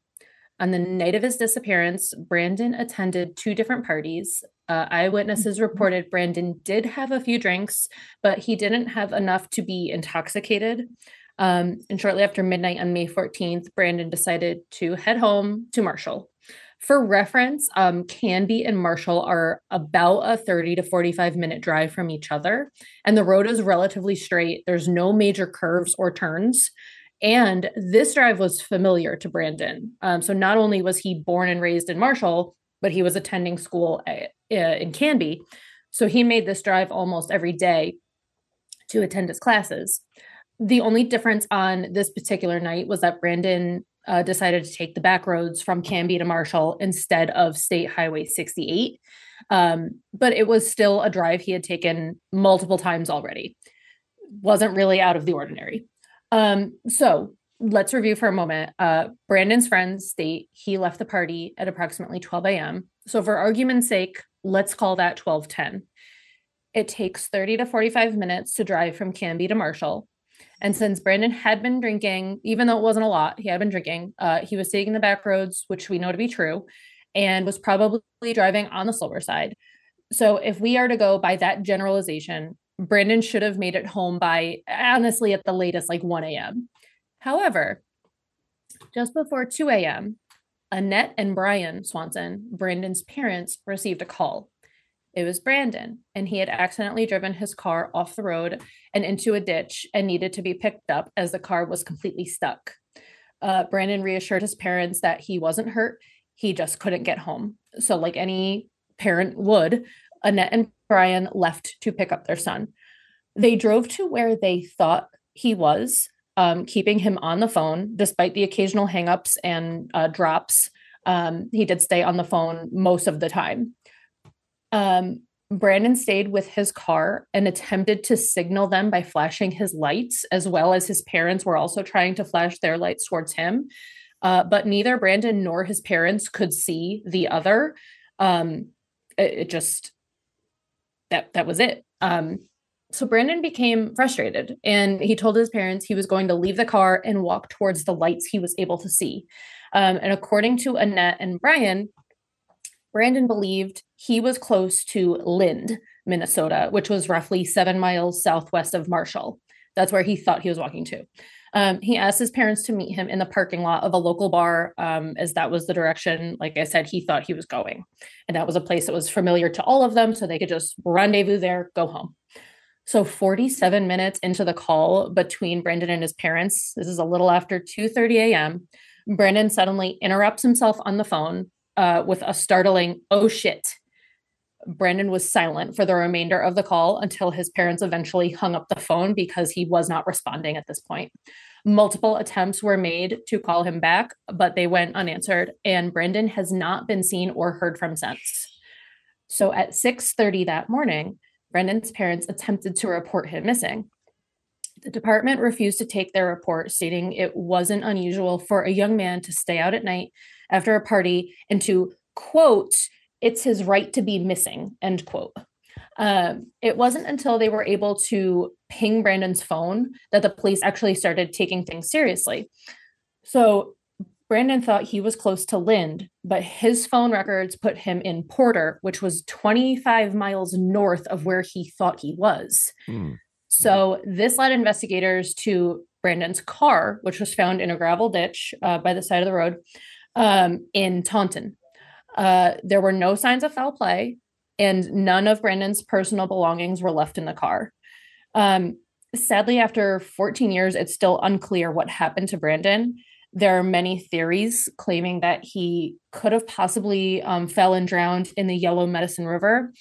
S10: On the night of his disappearance, Brandon attended two different parties. Uh, eyewitnesses reported Brandon did have a few drinks, but he didn't have enough to be intoxicated. Um, and shortly after midnight on May 14th, Brandon decided to head home to Marshall. For reference, um, Canby and Marshall are about a 30 to 45 minute drive from each other, and the road is relatively straight. There's no major curves or turns. And this drive was familiar to Brandon. Um, so not only was he born and raised in Marshall, but he was attending school at, uh, in Canby. So he made this drive almost every day to attend his classes. The only difference on this particular night was that Brandon uh, decided to take the back roads from Canby to Marshall instead of State Highway 68. Um, but it was still a drive he had taken multiple times already. Wasn't really out of the ordinary. Um, so let's review for a moment. Uh, Brandon's friends state he left the party at approximately 12 a.m. So for argument's sake, let's call that 1210. It takes 30 to 45 minutes to drive from Canby to Marshall. And since Brandon had been drinking, even though it wasn't a lot, he had been drinking, uh, he was taking the back roads, which we know to be true, and was probably driving on the slower side. So if we are to go by that generalization, Brandon should have made it home by honestly at the latest like 1 a.m. However, just before 2 a.m., Annette and Brian Swanson, Brandon's parents, received a call. It was Brandon, and he had accidentally driven his car off the road and into a ditch and needed to be picked up as the car was completely stuck. Uh, Brandon reassured his parents that he wasn't hurt, he just couldn't get home. So, like any parent would, Annette and Brian left to pick up their son. They drove to where they thought he was, um, keeping him on the phone despite the occasional hangups and uh, drops. Um, he did stay on the phone most of the time. Um, Brandon stayed with his car and attempted to signal them by flashing his lights, as well as his parents were also trying to flash their lights towards him. Uh, but neither Brandon nor his parents could see the other. Um, it, it just that that was it. Um, so Brandon became frustrated and he told his parents he was going to leave the car and walk towards the lights he was able to see. Um, and according to Annette and Brian, Brandon believed he was close to Lind, Minnesota, which was roughly seven miles southwest of Marshall. That's where he thought he was walking to. Um, he asked his parents to meet him in the parking lot of a local bar, um, as that was the direction, like I said, he thought he was going. And that was a place that was familiar to all of them, so they could just rendezvous there, go home. So 47 minutes into the call between Brandon and his parents, this is a little after 2:30 a.m. Brandon suddenly interrupts himself on the phone uh, with a startling "Oh shit." Brandon was silent for the remainder of the call until his parents eventually hung up the phone because he was not responding at this point. Multiple attempts were made to call him back, but they went unanswered, and Brandon has not been seen or heard from since. So at 6:30 that morning, Brandon's parents attempted to report him missing. The department refused to take their report, stating it wasn't unusual for a young man to stay out at night after a party and to quote it's his right to be missing end quote um, it wasn't until they were able to ping brandon's phone that the police actually started taking things seriously so brandon thought he was close to lind but his phone records put him in porter which was 25 miles north of where he thought he was
S6: Hmm.
S10: so this led investigators to brandon's car which was found in a gravel ditch uh, by the side of the road um, in taunton uh, there were no signs of foul play, and none of Brandon's personal belongings were left in the car. Um, sadly, after 14 years, it's still unclear what happened to Brandon. There are many theories claiming that he could have possibly um, fell and drowned in the Yellow Medicine River,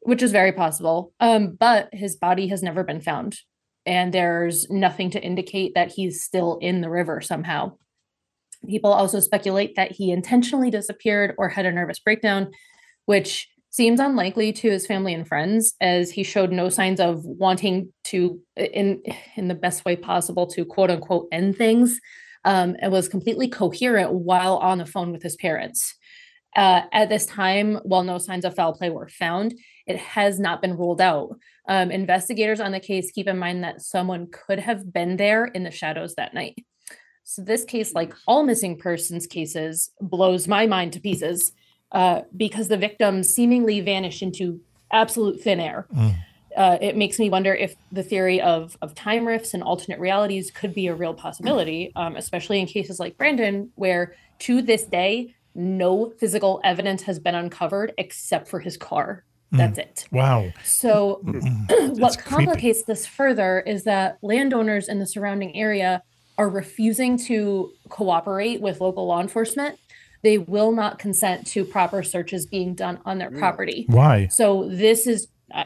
S10: which is very possible. Um, but his body has never been found, and there's nothing to indicate that he's still in the river somehow. People also speculate that he intentionally disappeared or had a nervous breakdown, which seems unlikely to his family and friends as he showed no signs of wanting to in in the best way possible to quote unquote end things um, and was completely coherent while on the phone with his parents Uh, at this time, while no signs of foul play were found, it has not been ruled out. Um, investigators on the case keep in mind that someone could have been there in the shadows that night. So, this case, like all missing persons cases, blows my mind to pieces uh, because the victims seemingly vanish into absolute thin air.
S15: Mm-hmm.
S5: Mm.
S10: Uh, it makes me wonder if the theory of, of time rifts and alternate realities could be a real possibility, um, especially in cases like Brandon, where to this day, no physical evidence has been uncovered except for his car. That's
S5: Mm.
S10: it.
S5: Wow.
S10: So, what
S5: creepy.
S10: complicates this further is that landowners in the surrounding area are refusing to cooperate with local law enforcement. They will not consent to proper searches being done on their property.
S5: Mm. Why?
S10: So, this is. Uh,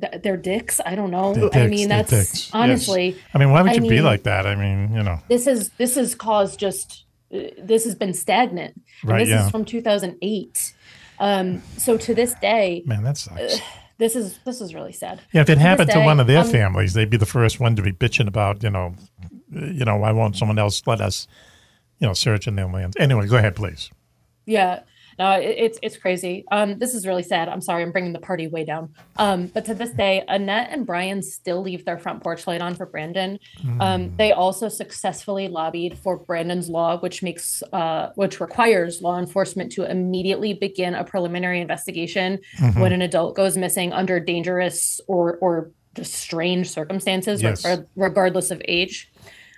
S10: th- they're dicks. I don't know.
S5: They're
S10: I
S5: dicks,
S10: mean,
S5: they're
S10: that's
S5: dicks. Yes.
S10: honestly.
S5: I mean, why would you be
S10: mean,
S5: like that? I mean, you know.
S10: This is this has caused just uh, this has been stagnant. And
S5: Right,
S10: this
S5: yeah.
S10: is from 2008. Um, so to this day, uh,
S5: Man, that sucks.
S10: this is this is really sad.
S5: Yeah, if it
S10: this
S5: happened to
S10: day,
S5: one of their
S10: um,
S5: families, they'd be the first one to be bitching about, you know, uh, you know, why won't someone else let us, you know, search in their lands? Anyway, go ahead, please.
S10: Yeah, no, it, it's it's crazy. Um, this is really sad. I'm sorry, I'm bringing the party way down. Um, but to this day, Annette and Brian still leave their front porch light on for Brandon. Um, they also successfully lobbied for Brandon's law, which makes uh, which requires law enforcement to immediately begin a preliminary investigation
S17: Mhm.
S10: when an adult goes missing under dangerous or or just strange circumstances,
S17: Yes.
S10: regar- regardless of age.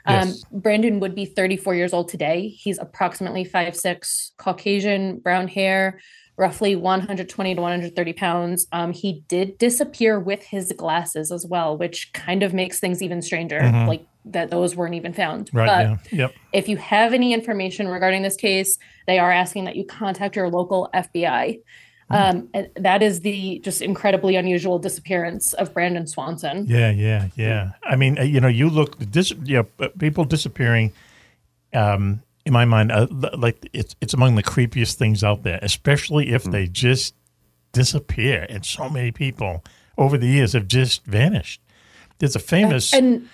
S10: Um,
S17: Yes.
S10: Brandon would be 34 years old today. He's approximately 5'6, Caucasian, brown hair, roughly 120 to 130 pounds. Um, he did disappear with his glasses as well, which kind of makes things even stranger,
S17: Mhm.
S10: like that those weren't even found.
S17: Right,
S10: but
S17: yeah. Yep.
S10: if you have any information regarding this case, they are asking that you contact your local FBI.
S17: Mm-hmm.
S10: Um, and that is the just incredibly unusual disappearance of Brandon Swanson.
S5: Yeah, yeah, yeah. I mean, uh, you know, you look dis- yeah, p- people disappearing. Um, in my mind, uh, l- like it's it's among the creepiest things out there, especially if they just disappear. And so many people over the years have just vanished. There's a famous
S10: And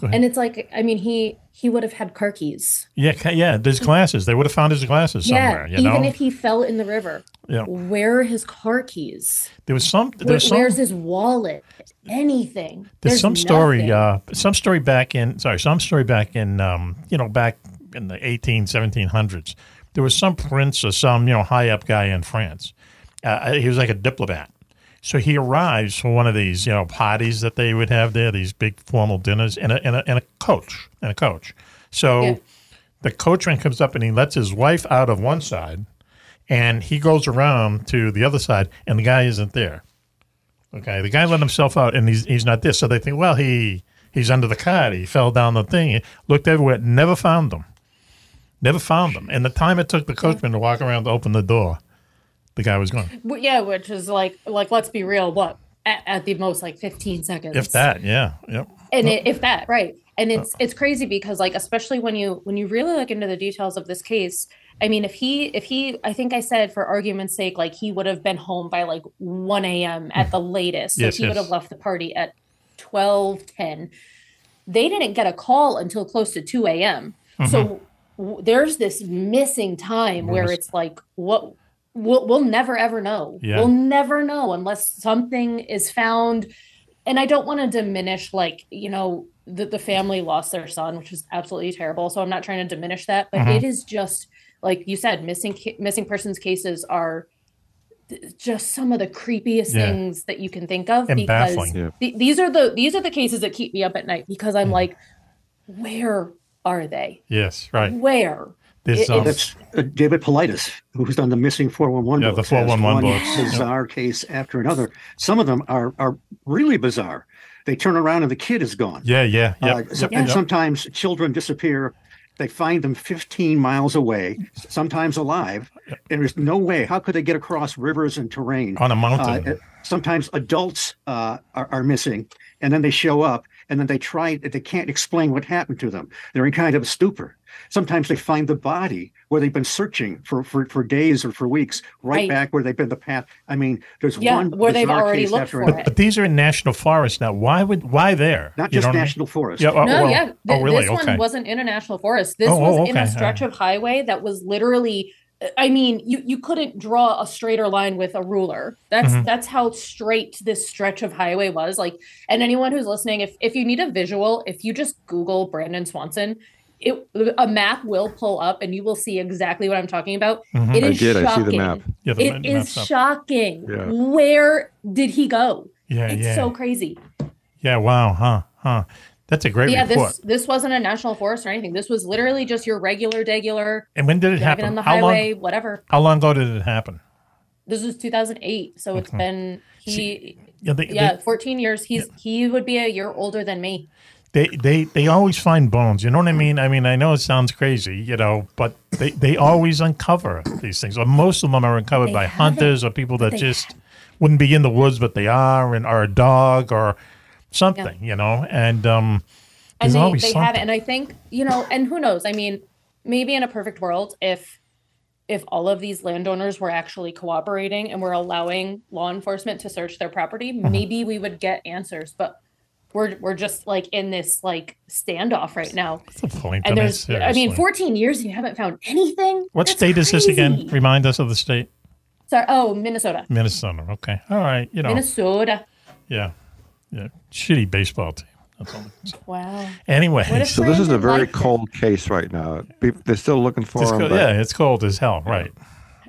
S5: Go ahead.
S10: and it's like I mean he he would have had car keys.
S5: yeah, ca- yeah. There's glasses. They would have found his glasses somewhere.
S10: yeah,
S5: you know,
S10: even if he fell in the river.
S5: Yeah.
S10: Where are his car keys?
S5: there was some.
S10: Where-
S5: There's some.
S10: where's his wallet? Anything?
S5: There's, some story,
S10: nothing.
S5: uh, some story back in, sorry, some story back in, um, you know, back in the 18, 1700s. There was some prince or some, you know, high up guy in France. Uh, he was like a diplomat. So he arrives for one of these, you know, parties that they would have there, these big formal dinners, and a, and a, and a coach, and a coach. So the coachman comes up and he lets his wife out of one side and he goes around to the other side and the guy isn't there. Okay, the guy let himself out, and he's he's not this. So they think, well, he he's under the cot. He fell down the thing. Looked everywhere, never found them. Never found them. And the time it took the coachman to walk around to open the door, the guy was gone.
S10: Wh- yeah, which is like like let's be real. What at, at the most like 15 seconds.
S5: If that, yeah, yep.
S10: and it, if that right and
S17: Uh.
S10: it's it's crazy because like especially when you when you really look into the details of this case i mean if he if he i think i said for argument's sake like he would have been home by like 1 a.m at the latest so
S17: Yes,
S10: he would
S17: yes.
S10: have left the party at twelve ten. they didn't get a call until close to 2 a.m so w- there's this missing time where
S17: Mm-hmm. Yes.
S10: it's like what we'll, we'll never ever know
S17: Yeah.
S10: we'll never know unless something is found and I don't want to diminish like you know the the family lost their son, which is absolutely terrible. So I'm not trying to diminish that, but
S17: Mhm.
S10: it is just like you said, missing ca- missing persons cases are th- just some of the creepiest
S17: Yeah.
S10: things that you can think of
S17: And
S10: because
S17: baffling. Mm-hmm. Yeah.
S10: th- these are the these are the cases that keep me up at night because I'm like, where are they?
S5: Yes, right.
S10: Where? It- it's-
S7: That's uh, David Politis, who's done the missing 411
S5: Yeah, the
S7: books,
S5: 411
S7: has one
S5: books.
S7: Bizarre case after another. Some of them are, are really bizarre. They turn around and the kid is gone.
S5: Yeah, yeah, yeah.
S7: Uh, so- And sometimes children disappear. They find them 15 miles away, sometimes alive. And there's no way. How could they get across rivers and terrain?
S5: On a mountain.
S7: Uh, uh, sometimes adults uh, are, are missing, and then they show up, and then they try. They can't explain what happened to them. They're in kind of a stupor. Sometimes they find the body where they've been searching for for, for days or for weeks, right,
S10: Right.
S7: back where they've been the path. I mean, there's
S10: Yeah,
S7: one
S10: where they've
S7: bizarre
S10: already
S7: case
S10: looked
S7: after
S10: for
S7: another.
S5: But, but these are in national forests now. Why would why there?
S7: Not
S5: You
S7: just
S5: know what I mean?
S7: national forest.
S5: Yeah, oh,
S10: no,
S5: well,
S10: yeah. th-
S5: oh, really?
S10: This
S5: okay.
S10: one wasn't in a national forest. This
S5: Oh, oh,
S10: was in
S5: okay, all
S10: a
S5: right.
S10: stretch of highway that was literally I mean, you you couldn't draw a straighter line with a ruler. That's
S5: Mm-hmm.
S17: Mhm.
S10: that's how straight this stretch of highway was. Like, and anyone who's listening, if if you need a visual, if you just Google Brandon Swanson, it a map will pull up, and you will see exactly what I'm talking about.
S6: Mhm.
S5: Mm-hmm.
S10: It
S6: I
S10: is
S6: did. I see
S10: Shocking.
S6: the map. Yeah, the
S10: it
S6: ma-
S10: is
S6: map's up.
S10: shocking.
S6: Yeah.
S10: Where did he go?
S5: Yeah,
S10: it's
S5: yeah.
S10: so crazy.
S5: Yeah. Wow. Huh. Huh. That's a great
S10: yeah,
S5: report.
S10: this this wasn't a national forest or anything. This was literally just your regular, degular.
S5: and when did it
S10: driving
S5: happen?
S10: on the
S5: how
S10: highway?
S5: long?
S10: Whatever.
S5: How long ago did it happen?
S10: this was 2008 so it's
S5: Okay.
S10: been he
S5: Yeah,
S10: yeah,
S5: they- they-
S10: 14 years he's he would be a year older than me
S5: They they they always find bones. You know what I mean? I mean, I know it sounds crazy, you know, but they they always uncover these things. Or most of them are uncovered
S16: They
S5: by
S16: have it,
S5: hunters or people
S16: but
S5: that
S16: they
S5: just wouldn't be in the woods, but they are, and are a dog or something, you know. And um, there's
S10: and they,
S5: always
S10: they
S5: something.
S10: have it and i think you know and who knows i mean maybe in a perfect world if if all of these landowners were actually cooperating and were allowing law enforcement to search their property
S5: Uh-huh.
S10: maybe we would get answers but we're we're just like in this like standoff right now
S5: point? I mean,
S10: and there's i mean
S5: seriously.
S10: 14 years and you haven't found anything
S5: What
S10: That's
S5: state is this again?
S10: crazy.
S5: Remind us of the state.
S10: sorry oh minnesota
S5: Minnesota. Okay. All right. You know.
S10: minnesota
S5: Yeah. Yeah. Shitty baseball team. That's all. I can say.
S10: wow
S5: Anyway,
S10: What if
S6: so this is a
S10: Brandon
S6: very
S10: liked it?
S6: cold case right now. Peop- They're still looking for
S5: It's
S6: him.
S5: cold-
S6: but-
S5: yeah, it's cold as hell. Right.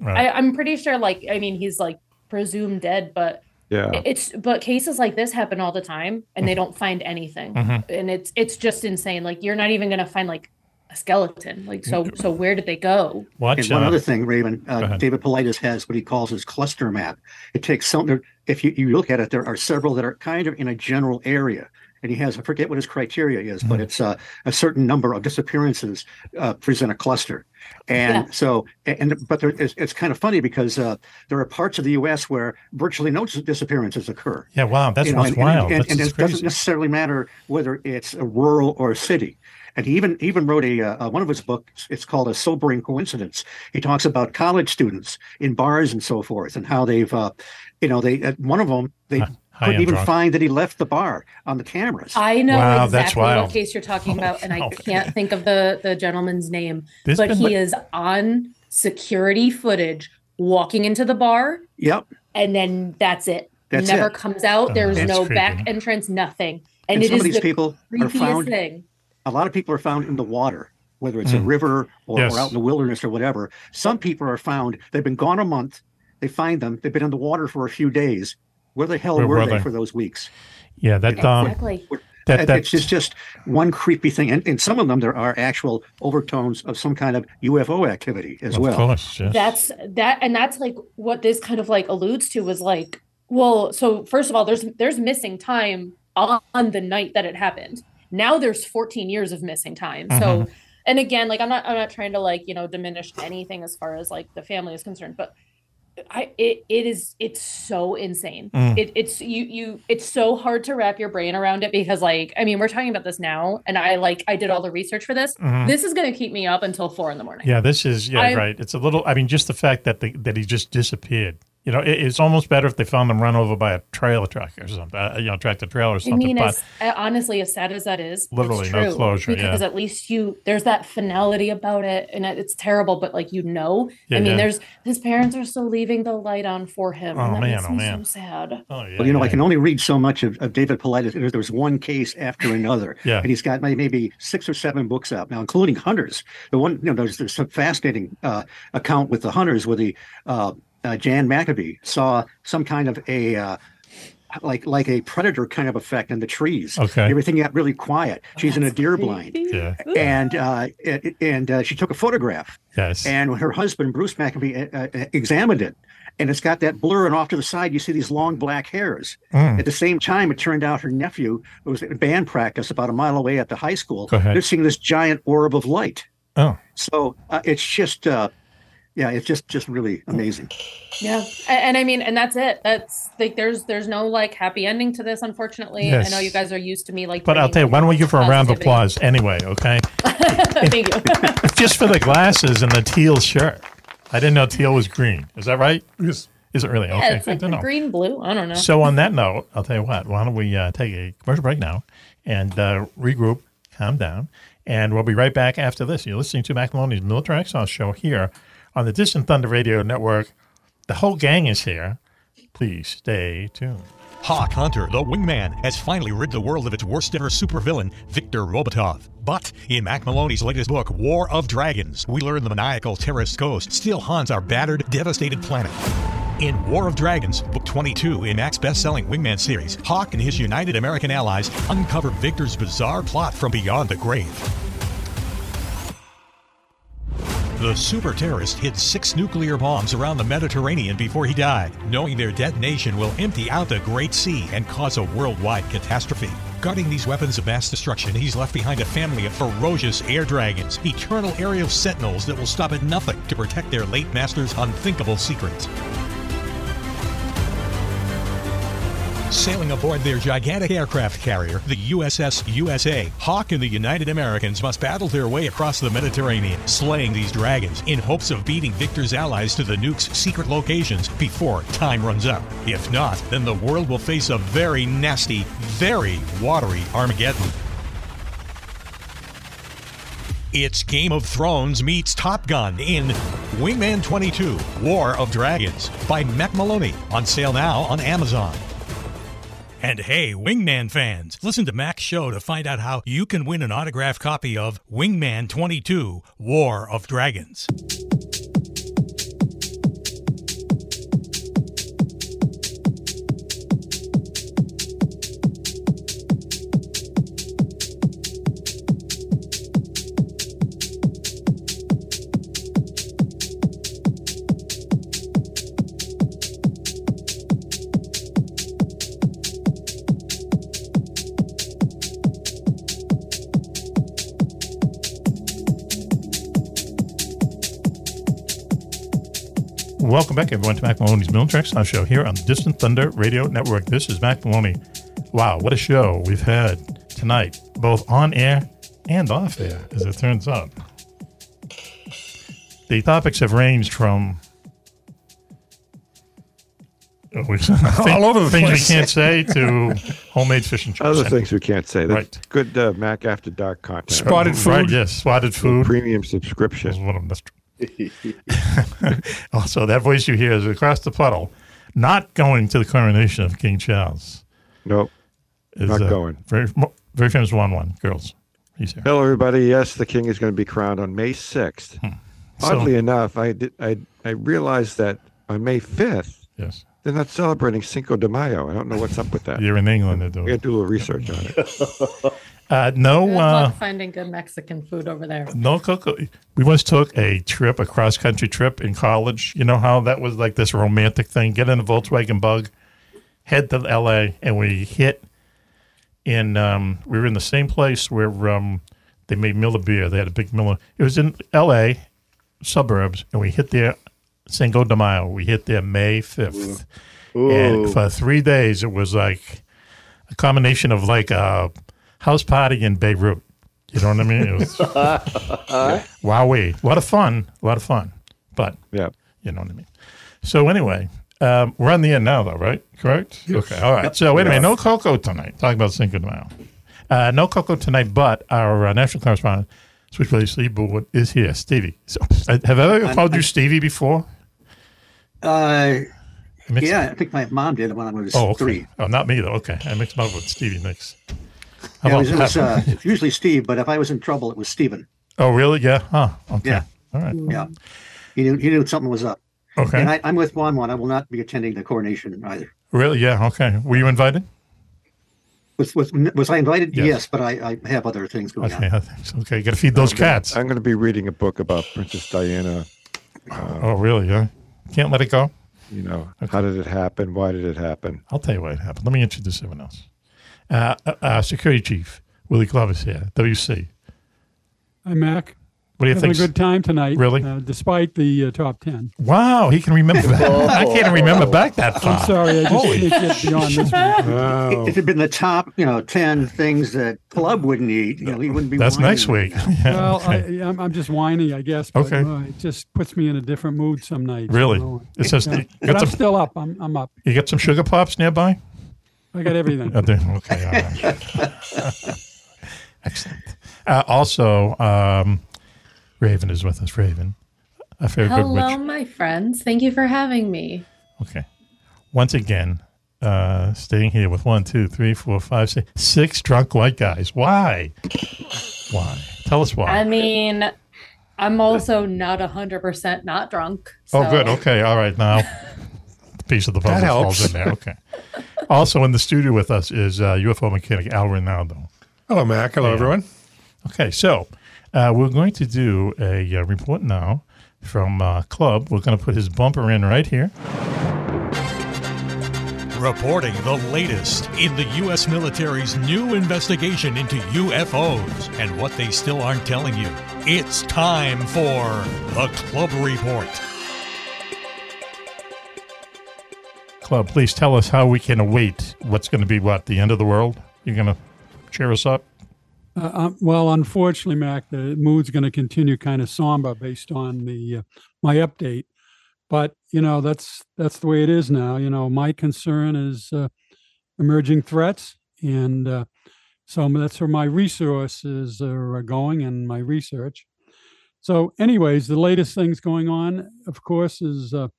S10: I,
S5: Right.
S10: I'm pretty sure, like, I mean, he's like presumed dead, but
S5: Yeah.
S10: it- it's but cases like this happen all the time, and
S7: Mm-hmm.
S10: they don't find anything,
S5: Mhm.
S10: and it's it's just insane. Like, you're not even gonna find like a skeleton. Like, so
S7: Mm-hmm.
S10: so where did they go?
S7: and one
S10: uh,
S7: other thing, Raven, uh, David Politis has what he calls his cluster map. It takes some. If you, you look at it, there are several that are kind of in a general area, and he has I forget what his criteria is, but it's uh, a certain number of disappearances uh, present a cluster, and so and but there, it's, it's kind of funny because uh, there are parts of the U.S. where virtually no dis- disappearances occur.
S5: Yeah. Wow. That's
S7: You know,
S5: what's
S7: and,
S5: wild.
S7: And, and,
S5: That's
S7: and
S5: just
S7: it doesn't
S5: crazy.
S7: necessarily matter whether it's a rural or a city. And he even even wrote a uh, uh, one of his books. It's called A Sobering Coincidence. He talks about college students in bars and so forth, and how they've, uh, you know, they uh, one of them they
S5: high
S7: couldn't
S5: and
S7: even
S5: drunk.
S7: find that he left the bar on the cameras.
S10: I know
S7: Wow, that's
S10: exactly
S7: wild. Oh,
S10: what case you're talking about, and I can't think of the the gentleman's name,
S7: There's
S10: but
S7: been,
S10: he
S7: like-
S10: is on security footage walking into the bar,
S7: Yep.
S10: and then that's it.
S7: That's
S10: Never
S7: it.
S10: comes out. There's
S7: That's
S10: no
S7: creepy.
S10: back entrance. Nothing. And,
S7: And
S10: it
S7: some
S10: is
S7: of these
S10: the
S7: people are
S10: creepiest
S7: found-
S10: thing.
S7: a lot of people are found in the water, whether it's a
S5: Mm.
S7: river or,
S5: Yes.
S7: or out in the wilderness or whatever. Some people are found, they've been gone a month, they find them, they've been in the water for a few days. Where the hell
S5: Where
S7: were,
S5: were
S7: they,
S5: they?
S7: for those weeks?
S5: Yeah. That. Um, that-
S7: That,
S5: that-
S7: it's just, just one creepy thing. And, and some of them, there are actual overtones of some kind of UFO activity as
S5: Of
S7: well.
S5: course, yes.
S10: That's that, and that's like what this kind of like alludes to was like, well, so first of all, there's there's missing time on the night that it happened. Now there's 14 years of missing time. So,
S5: Mm-hmm.
S17: Mhm.
S10: and again, like I'm not I'm not trying to like you know diminish anything as far as like the family is concerned, but I it it is it's so insane.
S17: Mm.
S10: It it's you you it's so hard to wrap your brain around it because like I mean we're talking about this now, and I like I did all the research for this.
S5: Mhm.
S10: This is gonna keep me up until four in the morning.
S5: Yeah, this is yeah
S10: I'm-
S5: right. It's a little. I mean, just the fact that they, that he just disappeared. You know, it, it's almost better if they found him run over by a trailer truck or something. Uh, you know, tractor trailer or
S10: I
S5: something.
S10: mean,
S5: but
S10: as, uh, honestly, as sad as that is,
S5: Literally
S10: it's
S5: no
S10: true,
S5: closure, yeah.
S10: Because at least you there's that finality about it, and it- it's terrible. But like you know,
S5: Yeah,
S10: I mean,
S5: yeah.
S10: there's his parents are still leaving the light on for him.
S7: Oh,
S10: and that
S7: man,
S10: makes
S7: oh,
S10: me
S7: man.
S10: so sad.
S5: Oh yeah.
S7: well, you know, I can only read so much of, of David Politis. There, there was one case after another.
S5: Yeah.
S7: And he's got may- maybe six or seven books out now, including Hunters. The one, you know, there's, there's some fascinating uh, account with the Hunters where the uh, uh, Jan McAbee saw some kind of a. Uh, like like a predator kind of effect in the trees.
S5: Okay.
S7: Everything got really quiet. She's in a deer blind.
S5: Yeah.
S7: And uh, it- and uh, she took a photograph.
S5: Yes.
S7: And her husband Bruce McAfee uh, uh, examined it, and it's got that blur, and off to the side you see these long black hairs.
S5: Mm.
S7: At the same time, it turned out her nephew, who was at band practice about a mile away at the high school,
S5: Go ahead.
S7: they're seeing this giant orb of light.
S5: Oh.
S7: So uh, it's just, uh, yeah, it's just just really amazing.
S10: Yeah, A- and, I mean, and that's it. That's like there's there's no like happy ending to this. Unfortunately, I know
S5: Yes.
S10: you guys are used to me like.
S5: But I'll tell you, why don't we give her a round of applause anyway? Okay,
S10: Thank you.
S5: just for the glasses and the teal shirt. I didn't know teal was green. Is that right? Yes. Is it really?
S10: Yeah,
S5: okay.
S10: it's
S5: good
S10: like
S5: to
S10: the
S5: know.
S10: green blue. I don't know.
S5: So on that note, I'll tell you what. Why don't we uh, take a commercial break now and uh, regroup, calm down, and we'll be right back after this. You're listening to Mac Maloney's Military Exile Show here on the Distant Thunder Radio Network. The whole gang is here. Please stay tuned.
S4: Hawk Hunter, the wingman, has finally rid the world of its worst ever supervillain, Victor Robotov. But in Mac Maloney's latest book, War of Dragons, we learn the maniacal terrorist ghost still haunts our battered, devastated planet. In War of Dragons, book 22 in Mac's best selling Wingman series, Hawk and his United American allies uncover Victor's bizarre plot from beyond the grave. The super terrorist hid six nuclear bombs around the Mediterranean before he died, knowing their detonation will empty out the Great Sea and cause a worldwide catastrophe. Guarding these weapons of mass destruction, he's left behind a family of ferocious air dragons, eternal aerial sentinels that will stop at nothing to protect their late master's unthinkable secrets. Sailing aboard their gigantic aircraft carrier, the USS USA, Hawk and the United Americans must battle their way across the Mediterranean, slaying these dragons in hopes of beating Victor's allies to the nuke's secret locations before time runs out. If not, then the world will face a very nasty, very watery Armageddon. It's Game of Thrones meets Top Gun in Wingman 22 War of Dragons by Matt Maloney on sale now on Amazon. And hey, Wingman fans, listen to Mac's show to find out how you can win an autographed copy of Wingman 22 War of Dragons.
S5: Welcome back, everyone, to Mac Maloney's Mill Tracks, our show here on the Distant Thunder Radio Network. This is Mac Maloney. Wow, what a show we've had tonight, both on air and off air, as it turns out. The topics have ranged from
S9: All over the
S5: things
S9: place.
S5: we can't say to homemade fish and chips.
S6: Other things we can't say. That's
S5: Right.
S6: good uh, Mac After Dark content.
S5: Spotted food. Right, yes, spotted food.
S6: Premium subscription.
S5: also, that voice you hear is across the puddle, not going to the coronation of King Charles.
S6: Nope.
S5: Is,
S6: Not
S5: uh,
S6: going.
S5: Very, mo- very famous one one girls. He's here.
S6: Hello, everybody. Yes, the king is going to be crowned on May 6th.
S5: Hmm. So-
S6: Oddly enough, I, did, I, I realized that on May 5th,
S5: yes.
S6: they're not celebrating Cinco de Mayo. I don't know what's up with that.
S5: You're in England. They're doing
S6: we got to do a little research on it.
S5: Uh, no,
S10: Good
S5: uh,
S10: luck finding good Mexican food over there.
S5: no cocoa. We once took a trip, a cross country trip in college. You know how that was like this romantic thing. Get in a Volkswagen Bug, head to L.A., and we hit in. Um, we were in the same place where um, they made Miller beer. They had a big Miller. It was in L.A. suburbs, and we hit there Cinco de Mayo. We hit there May fifth,
S11: Ooh.
S5: and for three days it was like a combination of like a house party in Beirut. You know what I mean? It was Wowee. A lot of fun. A lot of fun. But
S6: yeah,
S5: you know what I mean. So anyway, um, we're on the end now, though, right? Correct.
S9: Yes.
S5: Okay. All right.
S9: Yep.
S5: So wait a
S9: Yeah.
S5: minute. No cocoa tonight. Talking about Cinco de Mayo. Uh, no cocoa tonight, but our uh, national correspondent, Switchblade Sleepwood, is here. Stevie. So, uh, have I ever
S7: I'm-
S5: called you
S7: I'm-
S5: Stevie before?
S7: Uh,
S5: mixed
S7: yeah,
S5: up.
S7: I think my mom did when I was
S5: Oh, okay.
S7: three.
S5: Oh, not me though. Okay, I mixed them up with Stevie Nicks. How
S7: Yeah, it
S5: about
S7: was, it was, uh,
S5: that?
S7: it's usually Steve, but if I was in trouble, it was Stephen.
S5: oh, really? Yeah. Huh. Okay.
S7: Yeah.
S5: All right.
S7: Yeah. He knew, he knew something was up.
S5: Okay.
S7: And I, I'm with Juan Juan. I will not be attending the coronation either.
S5: Really? Yeah. Okay. Were you invited?
S7: Was, was, was I invited?
S5: Yes.
S7: Yes, but I, I have other things going
S5: Okay.
S7: on.
S5: I think so. Okay. You got to feed those
S6: I'm gonna-
S5: cats.
S6: I'm going to be reading a book about Princess Diana. uh,
S5: Oh, really? Yeah. Can't let it go.
S6: You know, how did it happen? Why did it happen?
S5: I'll tell you what happened. Let me introduce everyone else. Uh, uh, uh, Security Chief Willie Glover's here. WC.
S8: Hi, Mac.
S5: What do you
S8: Having
S5: think?
S8: a good time tonight.
S5: Really?
S8: Uh, despite the uh, top 10.
S5: Wow, he can remember that.
S8: Oh.
S5: I can't remember back that far.
S8: I'm sorry. I just
S5: Holy
S8: can't get beyond this
S7: If-
S8: one.
S7: If it had been the top, you know, ten things that Club wouldn't eat, you know, he wouldn't be.
S5: That's
S7: whining.
S5: next week. Yeah,
S8: well,
S5: okay.
S8: I, I'm, I'm just whiny, I guess. But,
S5: Okay.
S8: uh, it just puts me in a different mood some nights.
S5: Really?
S8: you know.
S5: It says-
S8: Yeah.
S5: you got
S8: But I'm
S5: some-
S8: still up. I'm, I'm up.
S5: you got some sugar pops nearby?
S8: I got everything.
S5: Oh, there- okay. All right. Excellent. Uh, also, um, Raven is with us. Raven. I feel good witch.
S10: Hello, my friends. Thank you for having me.
S5: Okay. Once again, uh, staying here with one, two, three, four, five, six, six drunk white guys. Why? Why? Tell us why.
S10: I mean, I'm also not 100% not drunk.
S5: oh, good. Okay. All right. Now, the piece of the puzzle
S10: That
S5: falls
S10: helps.
S5: in there. Okay. also in the studio with us is uh, UFO mechanic Al Rinaldo.
S9: Hello, Mac. Hello, everyone.
S5: Okay. So uh, we're going to do a uh, report now from uh, Club. We're going to put his bumper in right here. Reporting the latest in the U.S. military's new investigation into UFOs and what they still aren't telling you. It's time for the Club Report. Club, please tell us how we can await what's going to be what the end of the world. You're going to cheer us up.
S8: Uh, um, well, unfortunately, Mac, the mood's going to continue kind of somber based on the uh, my update. But you know that's that's the way it is now. You know, my concern is uh, emerging threats, and uh, so that's where my resources are going and my research. So, anyways, the latest things going on, of course, is uh,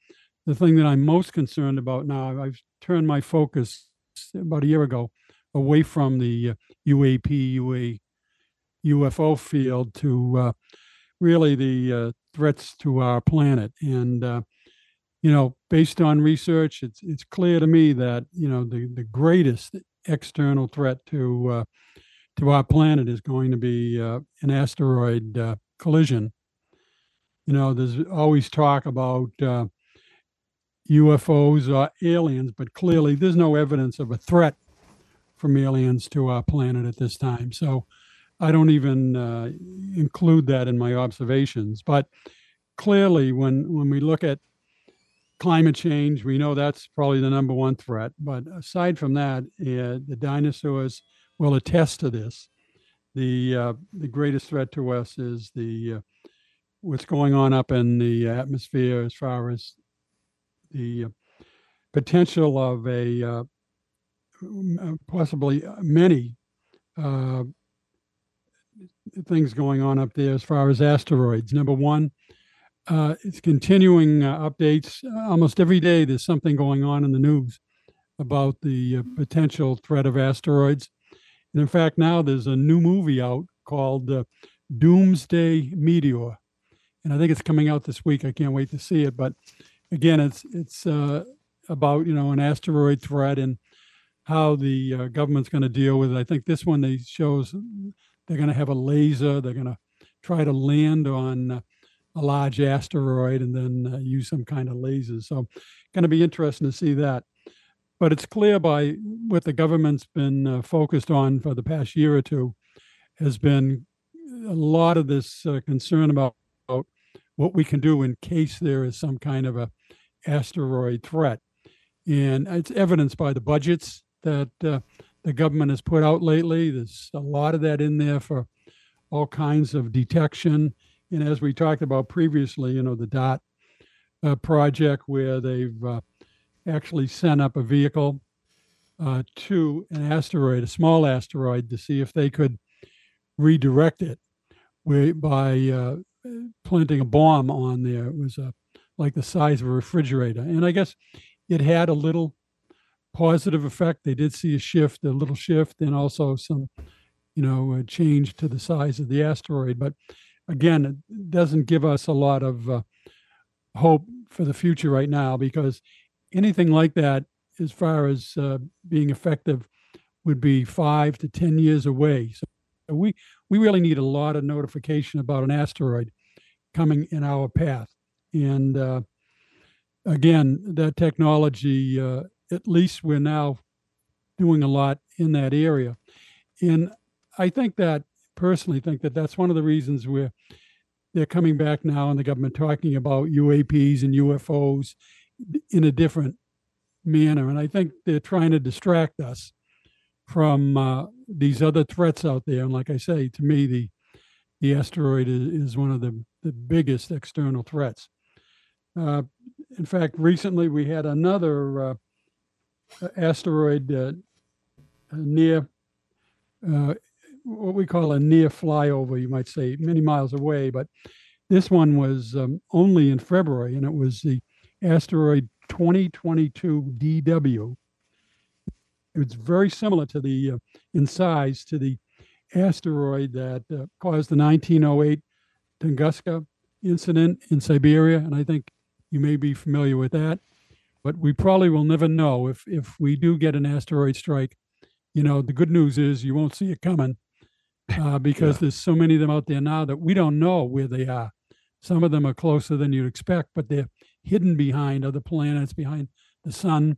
S8: the thing that I'm most concerned about now. I've turned my focus about a year ago away from the uh, UAP, UA, UFO field to uh, really the uh, threats to our planet. And uh, you know, based on research, it's it's clear to me that you know the the greatest external threat to uh, to our planet is going to be uh, an asteroid uh, collision. You know, there's always talk about uh, UFOs or aliens, but clearly there's no evidence of a threat from aliens to our planet at this time. So I don't even uh, include that in my observations. But clearly, when when we look at climate change, we know that's probably the number one threat. But aside from that, uh, the dinosaurs will attest to this. The uh, the greatest threat to us is the uh, what's going on up in the atmosphere as far as the uh, potential of a uh, m- uh, possibly uh, many uh, things going on up there as far as asteroids. Number one, uh, it's continuing uh, updates. Almost every day, there's something going on in the news about the uh, potential threat of asteroids. And in fact, now there's a new movie out called uh, Doomsday Meteor, and I think it's coming out this week. I can't wait to see it. But again, it's it's uh, about you know an asteroid threat and how the uh, government's going to deal with it. I think this one they shows they're going to have a laser. They're going to try to land on uh, a large asteroid and then uh, use some kind of lasers. So, going to be interesting to see that. But it's clear by what the government's been uh, focused on for the past year or two has been a lot of this uh, concern about, about what we can do in case there is some kind of a asteroid threat and it's evidenced by the budgets that uh, the government has put out lately. There's a lot of that in there for all kinds of detection. And as we talked about previously, you know, the DOT uh, project where they've uh, actually sent up a vehicle uh, to an asteroid, a small asteroid, to see if they could redirect it where, by uh, planting a bomb on there. It was uh, like the size of a refrigerator. And I guess it had a little positive effect. They did see a shift, a little shift, and also some, you know, a change to the size of the asteroid. But again, it doesn't give us a lot of uh, hope for the future right now because anything like that, as far as uh, being effective, would be five to ten years away. So we we really need a lot of notification about an asteroid coming in our path, and uh, again, that technology, uh, at least we're now doing a lot in that area. And I think that personally think that that's one of the reasons where they're coming back now and the government talking about UAPs and UFOs in a different manner. And I think they're trying to distract us from uh, these other threats out there. And like I say, to me, the, the asteroid is, is one of the, the biggest external threats. Uh, in fact, recently we had another uh, asteroid uh, near uh, what we call a near flyover, you might say, many miles away, but This one was um, only in February, and it was the asteroid 2022 DW. It's very similar to the uh, in size to the asteroid that uh, caused the 1908 Tunguska incident in Siberia, and I think you may be familiar with that. But we probably will never know if if we do get an asteroid strike. You know, the good news is you won't see it coming uh, because there's so many of them out there now that we don't know where they are. Some of them are closer than you'd expect, but they're hidden behind other planets, behind the sun.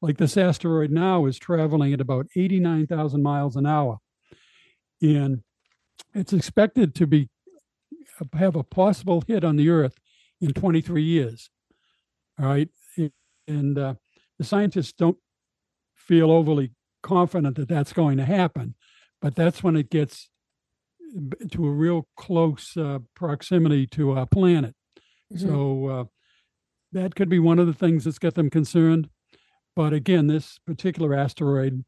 S8: Like this asteroid now is traveling at about 89,000 miles an hour. And it's expected to be have a possible hit on the Earth in 23 years. All right. And uh, the scientists don't feel overly confident that that's going to happen, but that's when it gets to a real close uh, proximity to our planet.
S17: Mhm.
S8: So uh, that could be one of the things that's got them concerned. But again, this particular asteroid,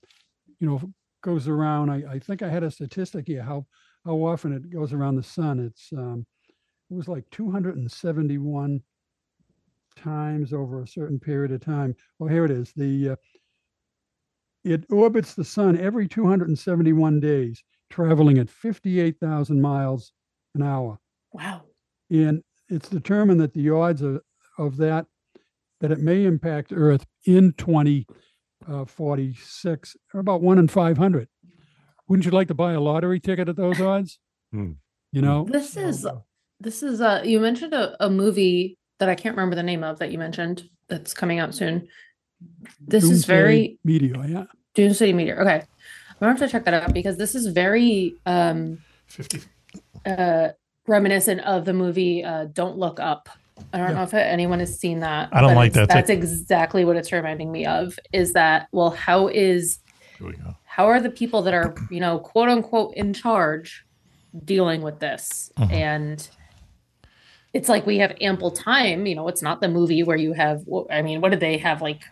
S8: you know, goes around. I, I think I had a statistic here how how often it goes around the sun. It's um, it was like 271 times over a certain period of time. Oh, here it is. The uh, it orbits the sun every 271 days, traveling at 58,000 miles an hour.
S10: Wow.
S8: And it's determined that the odds of, of that that it may impact Earth in 2046 are about one in 500. Wouldn't you like to buy a lottery ticket at those odds?
S5: Hmm.
S8: You know,
S10: This is this is uh you mentioned a, a movie that I can't remember the name of that you mentioned that's coming out soon. This is
S8: Doomsday
S10: very
S8: meteor. Yeah,
S10: Dune City Meteor. Okay. I'm gonna have to check that out because this is very um
S5: 50.
S10: uh reminiscent of the movie uh Don't Look Up. I don't know if anyone has seen that.
S5: I don't
S10: but
S5: like
S10: it's-
S5: that. It's
S10: That's exactly what it's reminding me of is that well how is
S5: Here we go.
S10: how are the people that are you know quote unquote in charge dealing with this
S18: Mm-hmm.
S5: Mhm.
S10: and it's like we have ample time you know it's not the movie where you have wh- i mean what did they have like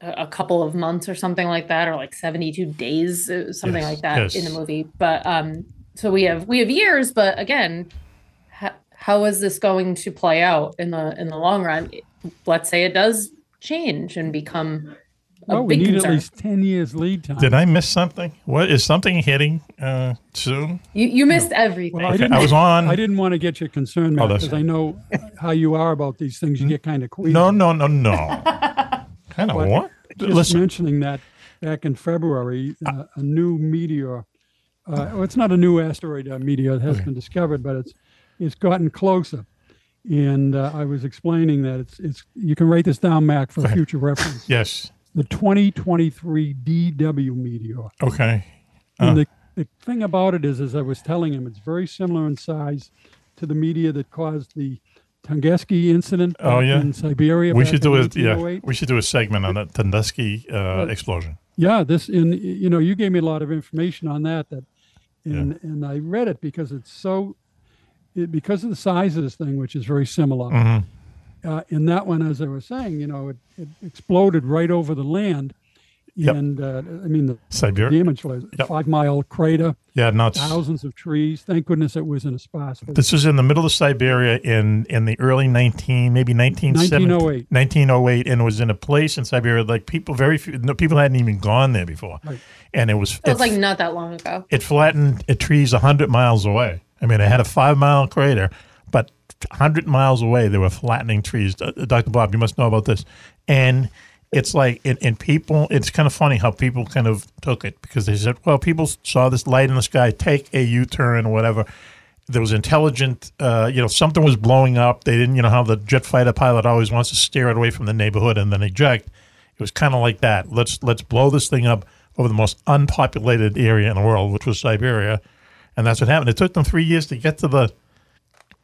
S10: a a couple of months or something like that or like 72 days uh, something
S18: Yes,
S10: like that
S18: yes.
S10: in the movie but um so we have we have years but again ho- how is this going to play out in the in the long run let's say it does change and become a
S8: well, we
S10: big
S8: need
S10: concern.
S8: at least 10 years lead time.
S5: Did I miss something? What is something hitting uh, soon?
S10: You, you missed everything.
S5: Okay, I was on-
S8: I didn't want to get you concerned,
S5: Oh,
S8: Matt,
S5: that's Hmm?
S8: because I know how you are about these things. You get kind of queasy.
S5: No, no, no, no. kind of
S8: But
S5: what?
S8: Just
S5: Listen.
S8: mentioning that back in February, uh, a new meteor. Uh, well, it's not a new asteroid uh, meteor that has been discovered, but it's it's gotten closer. And uh, I was explaining that it's it's you can write this down, Mac, for future reference.
S5: Yes.
S8: The 2023 DW meteor.
S5: Okay.
S8: And
S5: Uh.
S8: the, the thing about it is, as I was telling him, it's very similar in size to the media that caused the Tunguska incident
S5: Oh
S8: back
S5: yeah,
S8: in Siberia.
S5: We
S8: back
S5: should
S8: in
S5: do it. Yeah,
S8: 1908.
S5: we should do a segment on that Tunguska uh,
S8: Well,
S5: explosion.
S8: Yeah, this and you know you gave me a lot of information on that that and and I read it because it's so it, because of the size of this thing, which is very similar.
S5: Mhm.
S8: Uh, in that one, as I was saying, you know, it, it exploded right over the land,
S5: Yep.
S8: and uh, I mean the
S5: Siberia.
S8: damage was a five mile crater.
S5: Yeah, nuts.
S8: Thousands of trees. Thank goodness it was in a spot.
S5: This was in the middle of Siberia in in the early nineteen, maybe
S8: 1908.
S5: 1907, 1908, and it was in a place in Siberia like people very few no, people hadn't even gone there before,
S10: Right.
S5: and it was
S10: It was
S5: it,
S10: like not that long ago.
S5: it flattened uh, trees hundred miles away. I mean, it had a five mile crater, but hundred miles away they were flattening trees. Uh, uh, Dr. Bob, you must know about this, and. It's like, and, and people, it's kind of funny how people kind of took it because they said, well, people saw this light in the sky, take a U turn or whatever there was intelligent, uh, you know, something was blowing up. They didn't, you know, how the jet fighter pilot always wants to steer it away from the neighborhood and then eject. It was kind of like that. Let's let's blow this thing up over the most unpopulated area in the world, which was Siberia, and that's what happened. It took them three years to get to the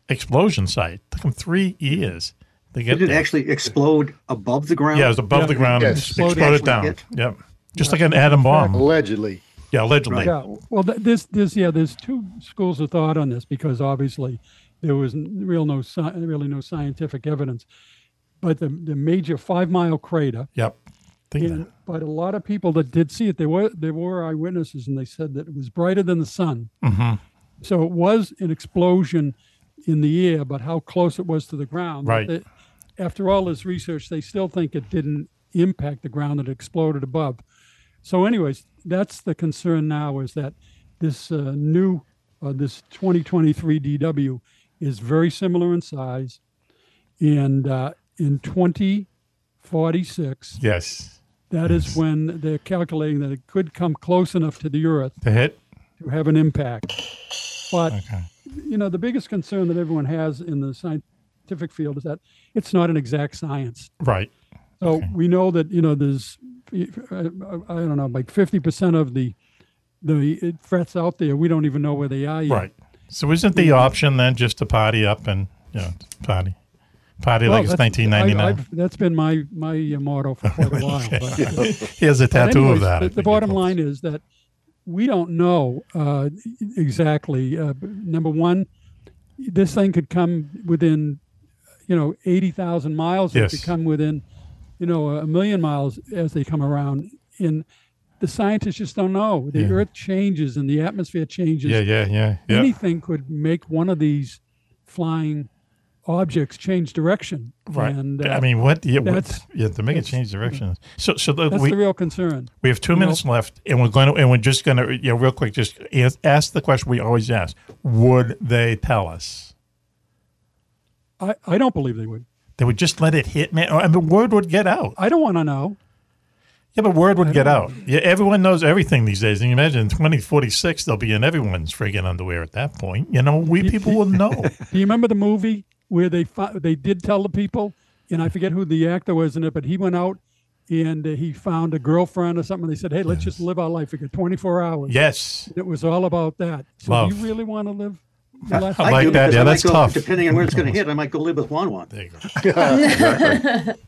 S5: explosion site. It took them three years to get
S7: Did it
S5: there.
S7: actually explode above the ground?
S5: Yeah, it was above the ground and exploded, down. Yep, just like an atom bomb.
S11: Allegedly.
S5: Yeah, allegedly.
S8: Yeah. Well, th- this this yeah, there's two schools of thought on this because obviously there was n- real no sci- really no scientific evidence, but the the major five mile crater.
S5: Yep. Think
S8: and- but a lot of people that did see it, there were there were
S5: Mm-hmm. Mm.
S8: eyewitnesses, and they said that it was brighter than the sun.
S5: Mhm.
S8: So it was an explosion in the air, but how close it was to the ground.
S5: Right.
S8: They- after all this research, they still think it didn't impact the ground; it exploded above. So, anyways, that's the concern now: is that this uh, new, uh, this 2023 DW is very similar in size, and uh, in 2046,
S5: Yes.
S8: that is when they're calculating that it could come close enough to the Earth
S5: To hit?
S8: to have an impact. But you know, the biggest concern that everyone has in the scientific field is that it's not an exact science.
S5: Right.
S8: So we know that you know there's I I don't know like fifty percent of the the threats out there we don't even know where they are yet.
S5: Right. So isn't the option then just to party up and you know party, party
S8: Well,
S5: like it's
S8: that's-
S5: nineteen ninety nine?
S8: I- I've- That's been my my uh, motto for quite a while. but- uh,
S5: Okay. He has a
S8: but
S5: tattoo of
S8: anyways,
S5: that, I
S8: The, the
S5: think
S8: bottom line is that we don't know uh, exactly. Uh, b- number one, this thing could come within, you know, eighty thousand miles.
S5: Yes.
S8: It could come within, you know, a million miles as they come around. In the scientists just don't know. The
S5: Yeah.
S8: Earth changes and the atmosphere changes.
S5: Yeah, yeah, yeah, yeah.
S8: Anything could make one of these flying objects change direction.
S5: Right.
S8: And, uh,
S5: I mean, what? Yeah, what,
S8: that's-
S5: yeah to make it
S8: that's-
S5: change direction. So, so
S8: That's
S5: we,
S8: the real concern.
S5: We have two
S8: You know?
S5: minutes left, and we're going to, and we're just going to, you know, real quick, just ask, ask the question we always ask: Would they tell us?
S8: I, I don't believe they would.
S5: They would just let it hit, man. I mean, Oh, word would get out.
S8: I don't want to know.
S5: Yeah, but word would get out. Yeah, everyone knows everything these days. And you imagine in 2046, they'll be in everyone's friggin' underwear at that point. You know, we people will know.
S8: Do you remember the movie where they fi- they did tell the people, and I forget who the actor was in it, but he went out and uh, he found a girlfriend or something. They said, "Hey, let's just live our life. We got 24 hours."
S5: Yes.
S8: And it was all about that. So
S5: Love.
S8: do you really want to live?
S5: I-
S8: your life
S5: I like
S8: do,
S5: that.
S8: because
S5: Yeah,
S8: I might
S5: that's
S8: go-
S5: tough.
S7: Depending on where it's going to hit, I might go live with Juan Juan.
S5: There you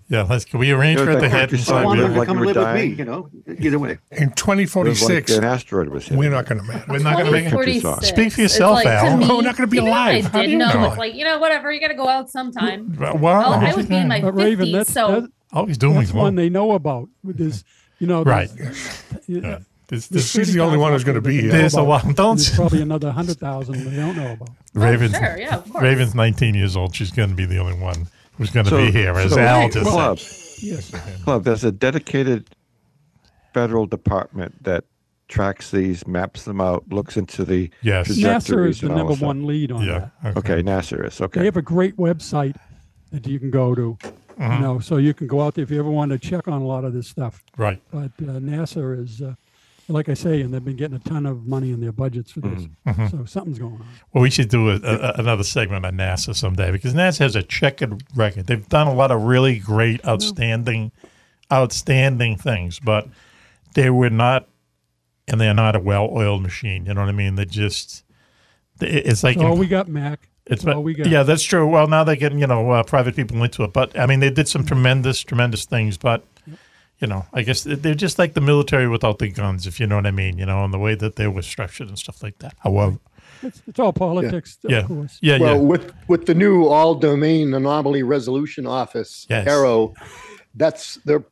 S5: Yeah, let's. Can we arrange for it to hit?
S7: Juan Juan can
S5: Like
S7: come
S5: we were
S7: live with me,
S5: dying.
S7: you know, either way.
S9: In 2046,
S6: Like an asteroid was hit.
S9: we're not going to matter.
S5: We're not gonna make it.
S10: 2046.
S5: Speak for
S10: It's
S5: yourself,
S10: like, to
S5: Al.
S10: me-
S5: Oh, We're not going to be
S10: even if
S5: alive.
S10: I
S5: How do
S10: did
S5: you
S10: know.
S5: know?
S10: It's like, you know, whatever. You got to go out sometime.
S5: Well, wow.
S10: I'll- Oh, I would be in my
S8: But Raven,
S10: 50s,
S8: that's-
S10: so.
S8: that-
S5: Oh, he's doing
S8: that's
S5: well.
S8: one they know about. With this, you know,
S5: Right.
S8: there's-
S5: Yeah. This-
S8: there's
S5: this- she's the only
S8: 30,000
S5: one who's gonna be
S8: they
S5: here.
S8: know
S5: There's a
S8: about,
S5: lot.
S8: and
S5: Don't-
S8: There's probably another hundred thousand they don't know about.
S5: Raven's,
S10: oh, sure, yeah, of course.
S5: Raven's 19 years old. She's going to be the only one who's going to be here, as
S6: so-
S5: Al just
S6: club,
S5: said.
S8: Yes.
S6: club, there's a dedicated federal department that tracks these, maps them out, looks into the
S5: Yes.
S8: NASA is
S6: trajectories
S8: the
S6: and all
S8: number
S6: this stuff.
S8: one lead on that.
S6: Okay. NASA is
S8: They
S6: okay.
S8: have a great website that you can go to. You
S5: Uh-huh.
S6: Mhm.
S8: know, so you can go out there if you ever want to check on a lot of this stuff.
S5: Right.
S8: But uh, NASA is, uh, like I say, and they've been getting a ton of money in their budgets for this.
S5: Mhm.
S8: So something's going on.
S5: Well, we should do a, a, another segment on NASA someday because NASA has a checkered record. They've done a lot of really great, outstanding, outstanding things, but they were not, and they're not a well-oiled machine. You know what I mean? They just, they- it's like
S8: That's all we got, Mac.
S5: It's
S8: That's all we got.
S5: yeah, that's true. Well, now they're getting you know uh, private people into it, but I mean they did
S8: Mm-hmm.
S5: some tremendous, tremendous things. But you know, I guess they- they're just like the military without the guns, if you know what I mean. You know, and the way that they were structured and stuff like that. However,
S8: It's, it's all politics,
S5: Yeah.
S8: of course.
S5: Yeah,
S11: well,
S5: yeah.
S11: with with the new all domain anomaly resolution office
S5: Yes.
S11: Arrow, that's they're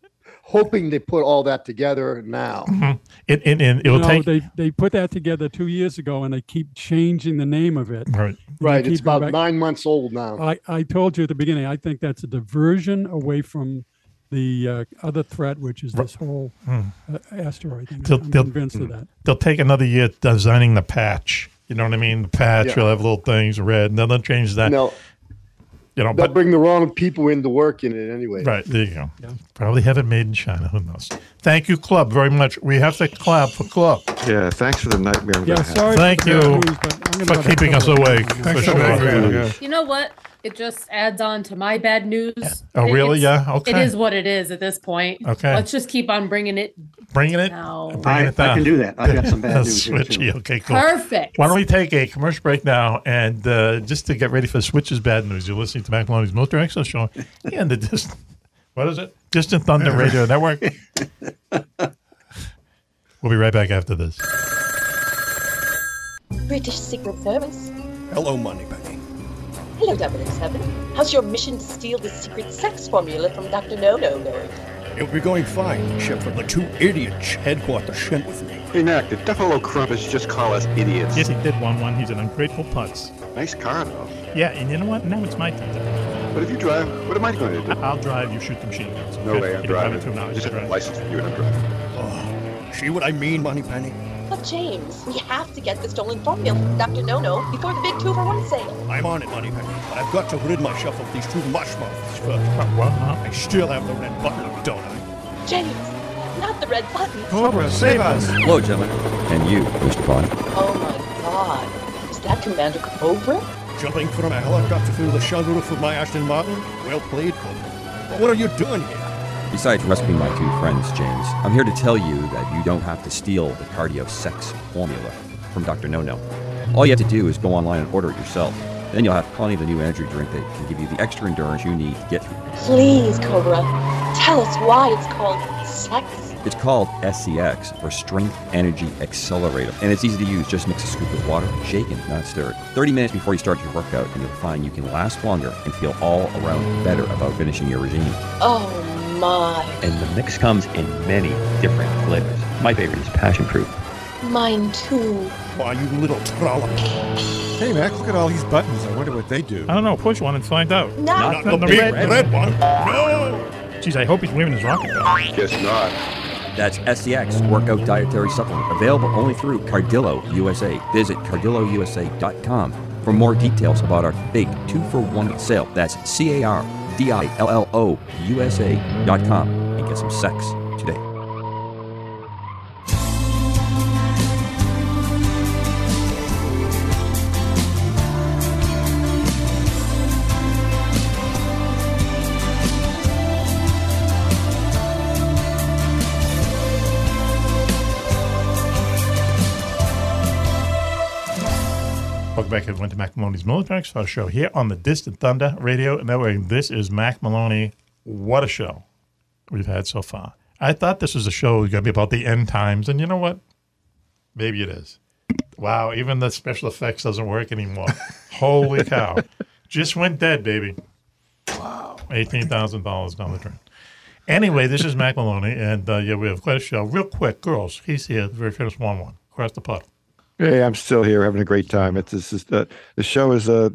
S11: hoping they put all that together now.
S5: Mm-hmm. it and, and it will
S8: no,
S5: take
S8: they they put that together two years ago, and they keep changing the name of it.
S5: Right,
S11: Right, it's about
S8: nine.
S11: nine months old now.
S8: I, I told you at the beginning, I think that's a diversion away from the uh, other threat, which is this whole
S5: Hmm.
S8: uh, asteroid thing.
S5: they'll,
S8: I'm
S5: they'll- hmm,
S8: convinced of that.
S5: They'll take another year designing the patch. You know what I mean? The patch.
S11: Yeah.
S5: You'll have little things red, and then they'll change that.
S11: No.
S5: You know,
S11: They'll
S5: but
S11: bring the wrong people in to work in it anyway.
S5: Right, there you go. Probably have it made in China. Who knows? Thank you, Club, very much. We have to clap for Club.
S6: Yeah, thanks for the nightmare. I'm
S5: Yeah,
S6: gonna have.
S5: sorry for Thank the bad you news,
S8: but I'm gonna
S5: for
S8: go to
S5: keeping us
S8: Club.
S5: awake.
S8: Thanks
S5: for
S8: for
S5: sure.
S8: the nightmare, yeah.
S10: You know what? It just adds on to my bad news.
S5: Oh,
S10: It-
S5: really?
S10: it's-
S5: Yeah,
S10: It
S5: okay.
S10: is what it is at this point.
S5: Okay.
S10: Let's just keep on bringing it.
S5: Bringing it,
S10: No.
S5: bringing it
S7: I- I
S5: down.
S7: can do that. I've got some bad
S5: That's
S7: news here,
S5: Switchy.
S7: too.
S5: Okay, cool.
S10: Perfect.
S5: Why don't we take a commercial break now? And uh, just to get ready for Switch's bad news, you're listening to Macaloni's Military Excellence Show and the distant, what is it? Distant Thunder Radio Network. We'll be right back after this.
S17: British Secret Service.
S18: Hello, Moneypenny.
S17: Hello, 007. How's your mission to steal the secret sex formula from Dr. No No Nerd?
S18: It'll be going fine, except for the two idiots headquarters sent with me.
S19: Hey, Mac, did Duffalo Crumpets just call us idiots?
S5: Yes, he did, 1 1. He's an ungrateful putz.
S19: Nice car, though.
S5: Yeah, and you know what? Now it's my turn.
S12: But if you drive, what am I going to do?
S5: I'll drive. You shoot the machine guns.
S12: No
S5: okay?
S12: way, I'm
S5: You don't have it
S12: driving.
S5: to now,
S12: Just
S5: you drive.
S12: license for you and I'm driving.
S18: Oh, see what I mean, Money Penny?
S17: But James, we have to get the stolen formula, Dr. No-No, before the big two for one sale.
S18: I'm on it, Money Penny, but I've got to rid myself of these two mushmouths first.
S5: Oh, What?
S18: I still have the red button, don't I?
S17: James, not the red button.
S19: Cobra, save us! Hello, gentlemen. And you, Mr. Bond.
S17: Oh my God, is that Commander Cobra?
S18: Jumping from a helicopter through the shined roof of my Ashton Martin? Well played, Cobra. But what are you doing here?
S19: Besides rescuing my two friends, James, I'm here to tell you that you don't have to steal the cardio sex formula from Dr. No No. All you have to do is go online and order it yourself. Then you'll have plenty of the new energy drink that can give you the extra endurance you need to get through.
S17: Please, Cobra, tell us why it's called Sex.
S19: It's called SCX or Strength Energy Accelerator, and it's easy to use. Just mix a scoop of water, shake it, not stir it. 30 minutes before you start your workout, and you'll find you can last longer and feel all around better about finishing your regime.
S17: Oh my,
S19: And the mix comes in many different flavors. My favorite is passion fruit.
S17: mine too.
S18: Why, you little trollop.
S12: Hey, Mac, look at all these buttons. I wonder what they do.
S5: I don't know. Push one and find out.
S17: Not
S12: the big red
S5: one. No. Jeez, I hope he's waving his rocket belt.
S19: Guess not. That's SCX Workout Dietary Supplement, available only through Cardillo USA. Visit cardillousa.com for more details about our big two for one sale. That's C A R D I L L O U S A dot com and get some sex today.
S5: Welcome back, everyone, to Mac Maloney's Military Expo Show here on the Distant Thunder Radio Network. This is Mac Maloney. What a show we've had so far. I thought this was a show going to be about the end times, and you know what? Maybe it is. Wow, even the special effects doesn't work anymore. Holy cow. Just went dead, baby. Wow. $18,000 down the drain. Anyway, this is Mac Maloney, and uh, yeah, we have quite a show. Real quick, girls, he's here, the very famous 1 1, across the puddle.
S6: Hey, I'm still here having a great time. It's this is uh, the show is uh,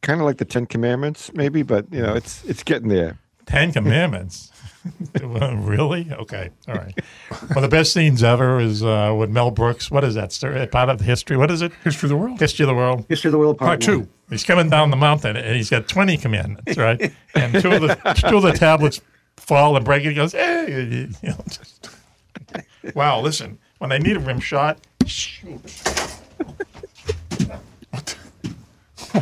S6: kind of like the Ten Commandments, maybe, but you know, it's it's getting there.
S5: Ten Commandments. Well, really? Okay. All right. One of the best scenes ever is uh, with Mel Brooks. What is that? Sir? Part of the history. What is it? History of the World. History of the World.
S7: History of the World Part,
S5: part two.
S7: one.
S5: He's coming down the mountain and he's got twenty commandments, right? And two of the two of the tablets fall and break. And he goes, "Hey!" you know, just- wow. Listen, when I need a rim shot, shoot.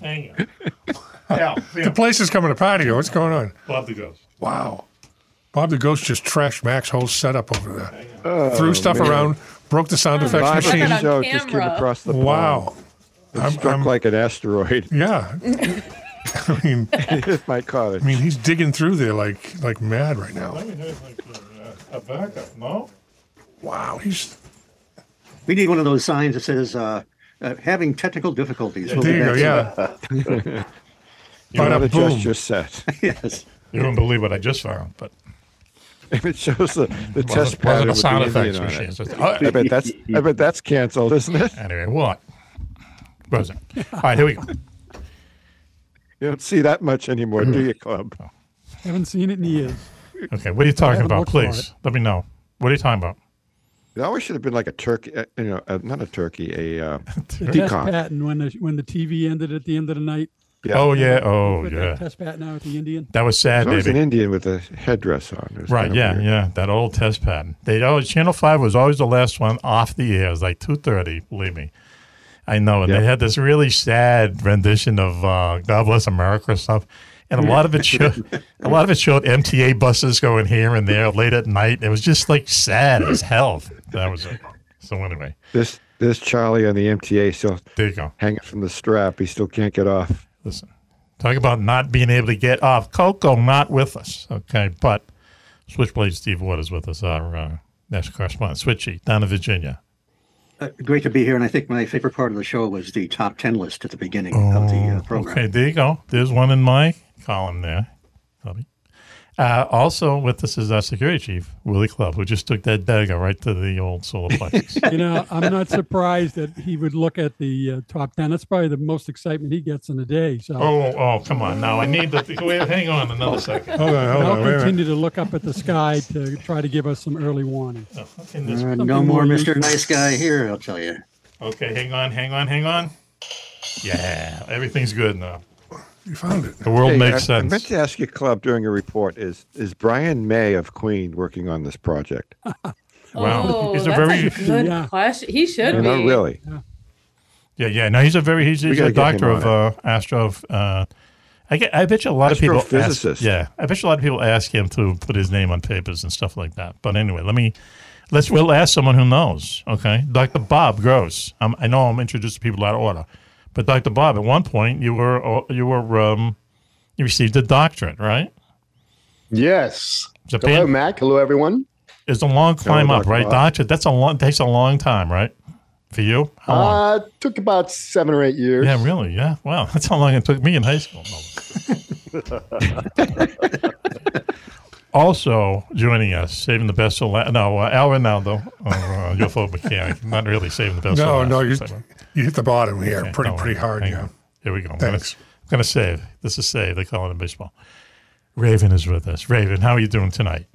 S5: Hang on. Yeah.
S9: the place is coming to patio. What's going on?
S5: Bob the Ghost.
S9: Wow. Bob the Ghost just trashed Mac's whole setup over there.
S6: Oh,
S9: Threw stuff
S6: man.
S9: around, broke the sound
S6: Oh,
S9: effects
S6: Bob the
S9: machine.
S6: Ghost On just came camera. across the pond.
S9: Wow.
S6: It struck like an asteroid.
S9: Yeah. I mean,
S6: my cottage.
S9: I mean, he's digging through there like like mad right now.
S5: A backup? No.
S9: Wow, he's
S7: We need one of those signs that says uh, uh, "having technical difficulties." We'll
S9: There
S7: be
S9: you
S7: back
S9: go,
S7: soon.
S9: yeah.
S5: You wanna adjust your
S6: set.
S7: yes.
S5: You wouldn't believe what I just found, but
S6: it shows the, the
S5: Wasn't- wasn't
S6: test pattern
S5: a
S6: with
S5: sound
S6: the Indian
S5: effects
S6: on
S5: machine,
S6: it.
S5: so it's- uh,
S6: I bet that's I bet that's canceled, isn't it?
S5: Anyway, what? Rosa. All right, here we go.
S6: You don't see that much anymore, do you, Club?
S5: Oh.
S8: Haven't seen it in years.
S5: Okay, what are you talking
S8: Haven't
S5: about?
S8: looked for
S5: Please let me know. What are you talking about?
S6: It always should have been like a turkey, uh, you know, uh, not a turkey, a uh,
S8: The test
S6: decock.
S8: pattern when the when the TV ended at the end of the night.
S6: Yeah. Oh, yeah.
S5: Oh,
S8: Put that
S5: yeah.
S8: Test pattern out at the Indian.
S5: That was sad,
S6: There's always
S5: baby.
S6: an Indian with a headdress on. It was
S5: Right,
S6: kinda
S5: yeah,
S6: weird.
S5: yeah. That old test pattern. They always Channel Five was always the last one off the air. It was like two thirty. Believe me, I know. And
S6: Yeah.
S5: they had this really sad rendition of uh, "God Bless America" stuff, and a lot of it showed a lot of it showed MTA buses going here and there late at night. It was just like sad as hell. That was it. So anyway,
S6: This this Charlie on the MTA still
S5: there you go.
S6: hanging from the strap. He still can't get off.
S5: Listen, talk about not being able to get off. Coco not with us. Okay, but Switchblade Steve Waters with us, our uh, national correspondent, Switchy down in Virginia.
S7: Uh, great to be here, and I think my favorite part of the show was the top ten list at the
S9: Oh,
S7: beginning of the uh, program.
S5: Okay, there you go. There's one in my column there, Tubby. Uh, also with us is our security chief, Willie Club, who just took that dagger right to the old solar plexus.
S8: you know, I'm not surprised that he would look at the uh, top ten. That's probably the most excitement he gets in a day. So,
S5: oh, oh, come on! Now I need the. Wait, hang on another second.
S9: Hold on, hold
S8: And I'll
S9: on, wait a minute.
S8: continue to look up at the sky to try to give us some early warning.
S5: this-
S7: Uh, no more Mr.
S8: useful.
S7: Nice Guy here, I'll tell you.
S5: Okay, hang on, hang on, hang on. Yeah, everything's good now.
S9: You found it.
S5: The world
S6: Hey,
S5: makes
S6: I,
S5: sense.
S6: I meant to ask your club during a report is is Brian May of Queen working on this project?
S10: Oh,
S5: He's a
S10: that's
S5: very-
S10: a good
S5: Yeah.
S10: question. He should
S6: No,
S10: be.
S6: not really.
S5: Yeah, yeah. No, he's a very he's,
S6: We
S5: he's
S6: gotta
S5: a
S6: get him
S5: doctor of
S6: on
S5: uh, astro. Uh, I get. I bet you a lot of people.
S6: Astrophysicist.
S5: Ask, yeah, I bet you a lot of people ask him to put his name on papers and stuff like that. But anyway, let me. Let's. We'll ask someone who knows. Okay, Doctor Bob Gross. i I know I'm introducing people out of order, but Doctor Bob, at one point you were uh, you were um, you received a doctorate, right?
S11: Yes.
S5: Japan-
S11: Hello, Mac. Hello, everyone.
S5: It's a long climb up,
S11: Dr.
S5: right?
S11: Bob.
S5: Doctorate. That's a long. Takes a long time, right? For you, how long?
S11: Uh, took about seven or eight Uh, years.
S5: Yeah, really. Yeah. Wow. That's how long it took me in high school. also joining us, saving the best till last. No, uh, Al Ronaldo, uh, uh, UFO mechanic. Not really saving the best. till
S9: No,
S5: last.
S9: no, you, you hit the bottom here
S5: Okay,
S9: pretty
S5: no,
S9: pretty hard.
S5: Oh, hang
S9: Yeah.
S5: on. Here we go. I'm
S9: Thanks.
S5: Gonna, I'm gonna save. This is save. They call it in baseball. Raven is with us. Raven, how are you doing tonight?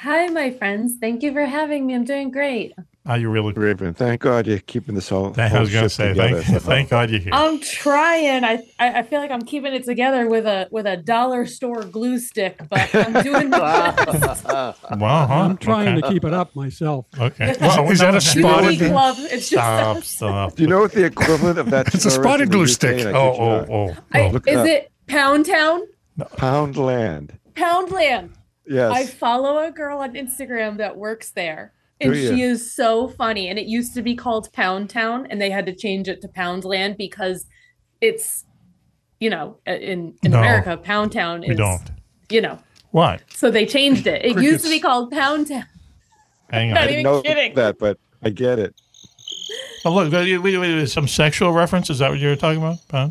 S10: Hi, my friends. Thank you for having me. I'm doing great.
S5: Are you really
S6: Raven? Thank God you're keeping this whole.
S5: I was gonna say, thank- thank God you're here.
S10: I'm trying. I, I I feel like I'm keeping it together with a with a dollar store glue stick, but I'm doing my best.
S5: Wow, huh?
S8: I'm trying
S5: Okay. Oh,
S8: to keep it up myself.
S5: Okay.
S10: Well,
S5: is that a
S10: You know, we club. It's just
S5: Stop, stop.
S6: Do you know what the equivalent of that?
S9: It's a
S6: store is
S9: spotted
S6: in the
S9: glue
S6: UK?
S9: stick.
S6: I kid
S9: Oh,
S6: you
S9: oh,
S6: not.
S9: oh,
S10: Is it Pound Town?
S6: Pound Land?
S10: Poundland.
S6: Yes.
S10: I follow a girl on Instagram that works there.
S6: Do
S10: And she
S6: ya?
S10: is so funny. And it used to be called Pound Town, and they had to change it to Poundland because it's, you know, uh, in, in
S5: No,
S10: America, Pound Town
S5: we
S10: is,
S5: don't.
S10: you know,
S5: What?
S10: so they changed it. It used to be called Pound Town.
S5: Hang on.
S10: Not
S6: I
S10: even
S6: didn't know
S10: kidding.
S6: that, but I get it.
S5: Oh, look, wait, wait, wait, wait, some sexual reference? Is that what you were talking about? Huh?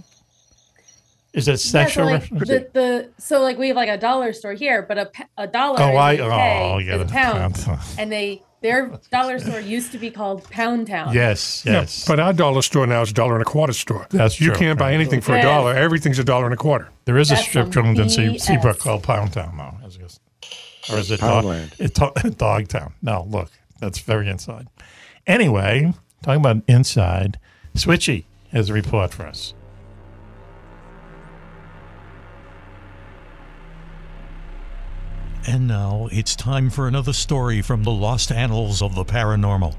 S5: Is that
S10: Yeah, so
S5: sexual
S10: like
S5: reference?
S10: the, the so like we have like a dollar store here, but a, p- a dollar
S5: Oh,
S10: in the
S5: I-
S10: UK
S5: oh, yeah,
S10: is a
S5: the
S10: pound,
S5: pound.
S10: and they their dollar store used to be called Pound Town.
S5: Yes,
S9: yes. but our dollar store now is a dollar and a quarter store.
S5: That's
S9: you
S5: true.
S9: can't buy anything for a
S10: Yeah.
S9: dollar. Everything's a dollar and a quarter.
S5: there is a
S10: That's
S5: strip
S10: some
S5: joint in Sea-
S10: BS.
S5: Seabrook called Pound Town now. as it is. Or is it dog,
S6: Poundland.
S5: it to- Dogtown? No, look, that's very inside. Anyway, talking about inside, Switchy has a report for us.
S4: And now it's time for another story from the lost annals of the paranormal.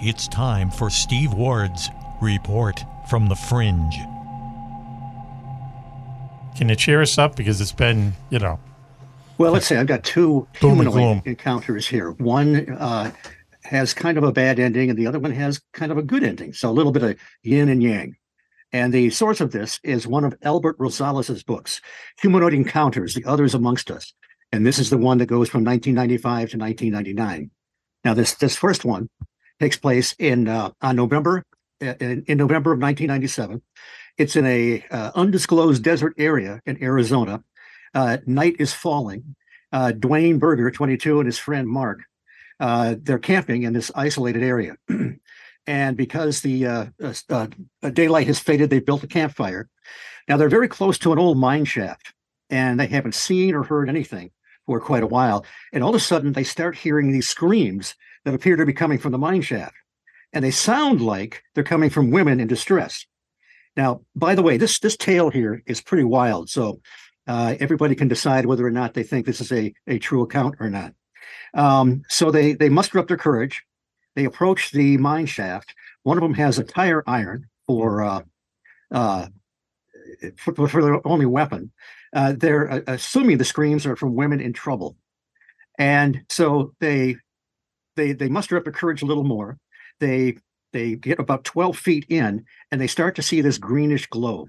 S4: It's time for Steve Ward's report from the fringe.
S5: Can you cheer us up? Because it's been, you know,
S7: Well, let's say I've got two
S5: Boom and
S7: humanoid
S5: gloom.
S7: encounters here. One uh, has kind of a bad ending, and the other one has kind of a good ending. So a little bit of yin and yang. And the source of this is one of Albert Rosales' books, Humanoid Encounters, The Others Amongst Us. And this is the one that goes from 1995 to 1999. Now, this this first one takes place in uh, on November uh, in, in November of 1997. It's in a uh, undisclosed desert area in Arizona. Uh, night is falling. Uh, Dwayne Berger, 22, and his friend Mark, uh, they're camping in this isolated area. and because the uh, uh, uh, daylight has faded, they've built a campfire. Now they're very close to an old mine shaft, and they haven't seen or heard anything for quite a while. And all of a sudden, they start hearing these screams that appear to be coming from the mine shaft, and they sound like they're coming from women in distress. Now, by the way, this this tale here is pretty wild, so uh, everybody can decide whether or not they think this is a a true account or not. Um, so they they muster up their courage. They approach the mine shaft. One of them has a tire iron for uh, uh, for, for- for their only weapon. Uh, they're uh, assuming the screams are from women in trouble, and so they they they muster up their courage a little more. They they get about twelve feet in, and they start to see this greenish glow.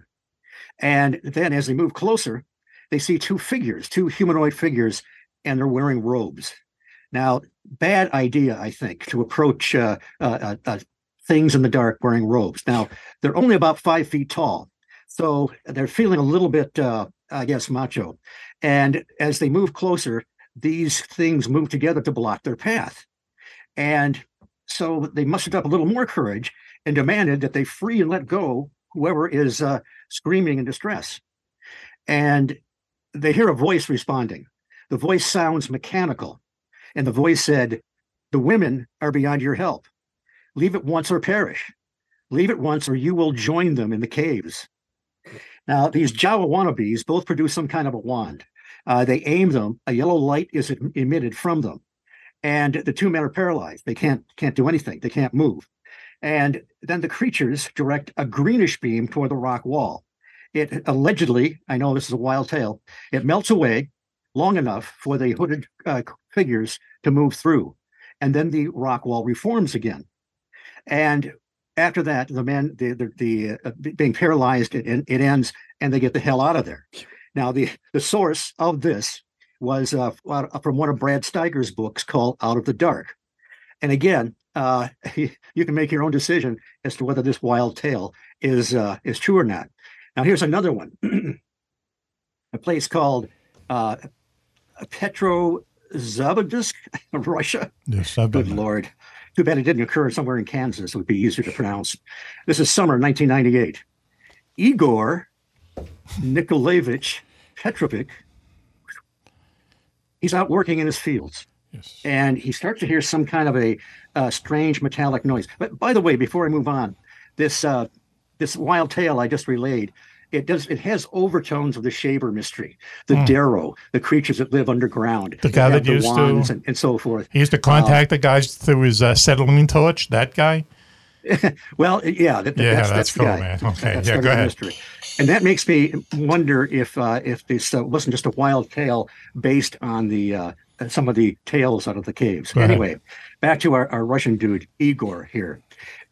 S7: And then, as they move closer, they see two figures, two humanoid figures, and they're wearing robes. Now, bad idea, I think, to approach uh, uh, uh, uh, things in the dark wearing robes. Now, they're only about five feet tall, so they're feeling a little bit uh, I guess, macho. And as they move closer, these things move together to block their path. And so they mustered up a little more courage and demanded that they free and let go whoever is uh, screaming in distress. And they hear a voice responding. The voice sounds mechanical. And the voice said, The women are beyond your help. Leave at once or perish. Leave at once or you will join them in the caves. Now, these Jawa wannabes both produce some kind of a wand. Uh, they aim them, a yellow light is em- emitted from them. And the two men are paralyzed. They can't can't do anything. They can't move. And then the creatures direct a greenish beam toward the rock wall. It allegedly, I know this is a wild tale, it melts away long enough for the hooded uh, figures to move through. And then the rock wall reforms again. And after that, the man, the, the, the uh, being paralyzed, it, it ends and they get the hell out of there. Now, the, the source of this was uh, from one of Brad Steiger's books called Out of the Dark. And again, uh, you can make your own decision as to whether this wild tale is uh, is true or not. Now, here's another one: a place called uh, Petrozavodsk, Russia.
S5: Yes, I've
S7: Good lord! Too bad it didn't occur somewhere in Kansas. It would be easier to pronounce. This is summer 1998. Igor Nikolaevich Petrovic. He's out working in his fields. Yes. And he starts to hear some kind of a uh, strange metallic noise. But by the way, before I move on, this uh, this wild tale I just relayed, it does it has overtones of the Shaver mystery, the
S5: Hmm.
S7: Darrow, the creatures that live underground,
S5: The guy
S7: they
S5: that
S7: have the
S5: used to-
S7: wands and, and so forth.
S5: He used to
S7: Uh,
S5: contact the guys through his uh, settling torch. That guy.
S7: well, yeah, that, that-
S5: Yeah,
S7: that's,
S5: that's
S7: the
S5: cool,
S7: guy.
S5: man. Okay,
S7: That's
S5: yeah,
S7: part
S5: go
S7: of the
S5: ahead.
S7: mystery. And that makes me wonder if uh, if this uh, wasn't just a wild tale based on the uh, some of the tales out of the caves.
S5: Go ahead.
S7: anyway, back to our, our Russian dude Igor here.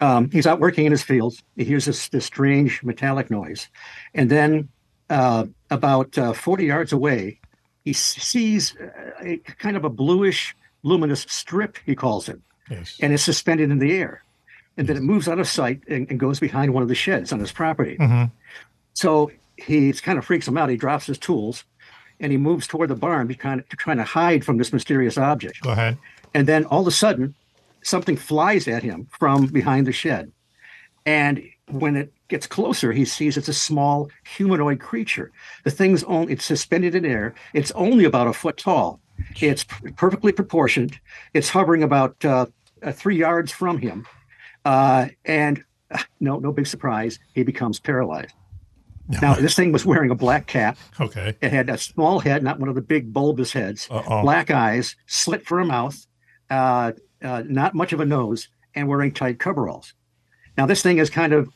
S7: Um, he's out working in his fields. He hears this, this strange metallic noise, and then uh, about uh, forty yards away, he s- sees uh, a kind of a bluish luminous strip. He calls it
S5: Yes.
S7: and it's suspended in the air. And then it moves out of sight and, and goes behind one of the sheds on his property.
S5: Mhm.
S7: So he kind of freaks him out. He drops his tools and he moves toward the barn to kind of, to trying to hide from this mysterious object.
S5: Go ahead.
S7: And then all of a sudden, something flies at him from behind the shed. And when it gets closer, he sees it's a small humanoid creature. The thing's only it's suspended in air. It's only about a foot tall. It's p- perfectly proportioned. It's hovering about uh, uh, three yards from him, uh, and uh, no, no big surprise, he becomes paralyzed. Now, this thing was wearing a black cap.
S5: Okay.
S7: It had a small head, not one of the big bulbous heads.
S5: Uh-oh.
S7: Black eyes, slit for a mouth, uh, uh, not much of a nose, and wearing tight coveralls. Now, this thing is kind of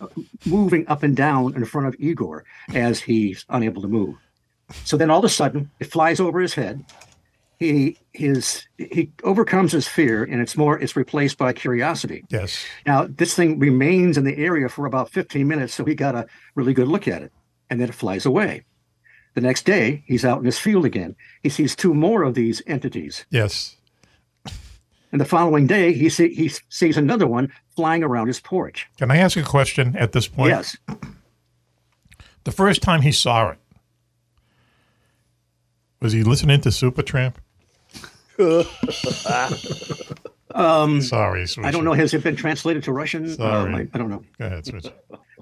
S7: moving up and down in front of Igor as he's unable to move. So then all of a sudden, it flies over his head. He his he overcomes his fear, and it's more it's replaced by curiosity.
S5: Yes.
S7: Now this thing remains in the area for about 15 minutes, so he got a really good look at it, and then it flies away. The next day, he's out in his field again. He sees two more of these entities,
S5: Yes.
S7: and the following day, he see, he sees another one flying around his porch.
S5: Can I ask a question at this point?
S7: Yes.
S5: The first time he saw it, was he listening to Supertramp?
S7: um,
S5: Sorry,
S7: I
S5: Switzer.
S7: don't know. Has it been translated to Russian? Um,
S5: Sorry.
S7: I, I don't know.
S5: Go ahead, Switzer.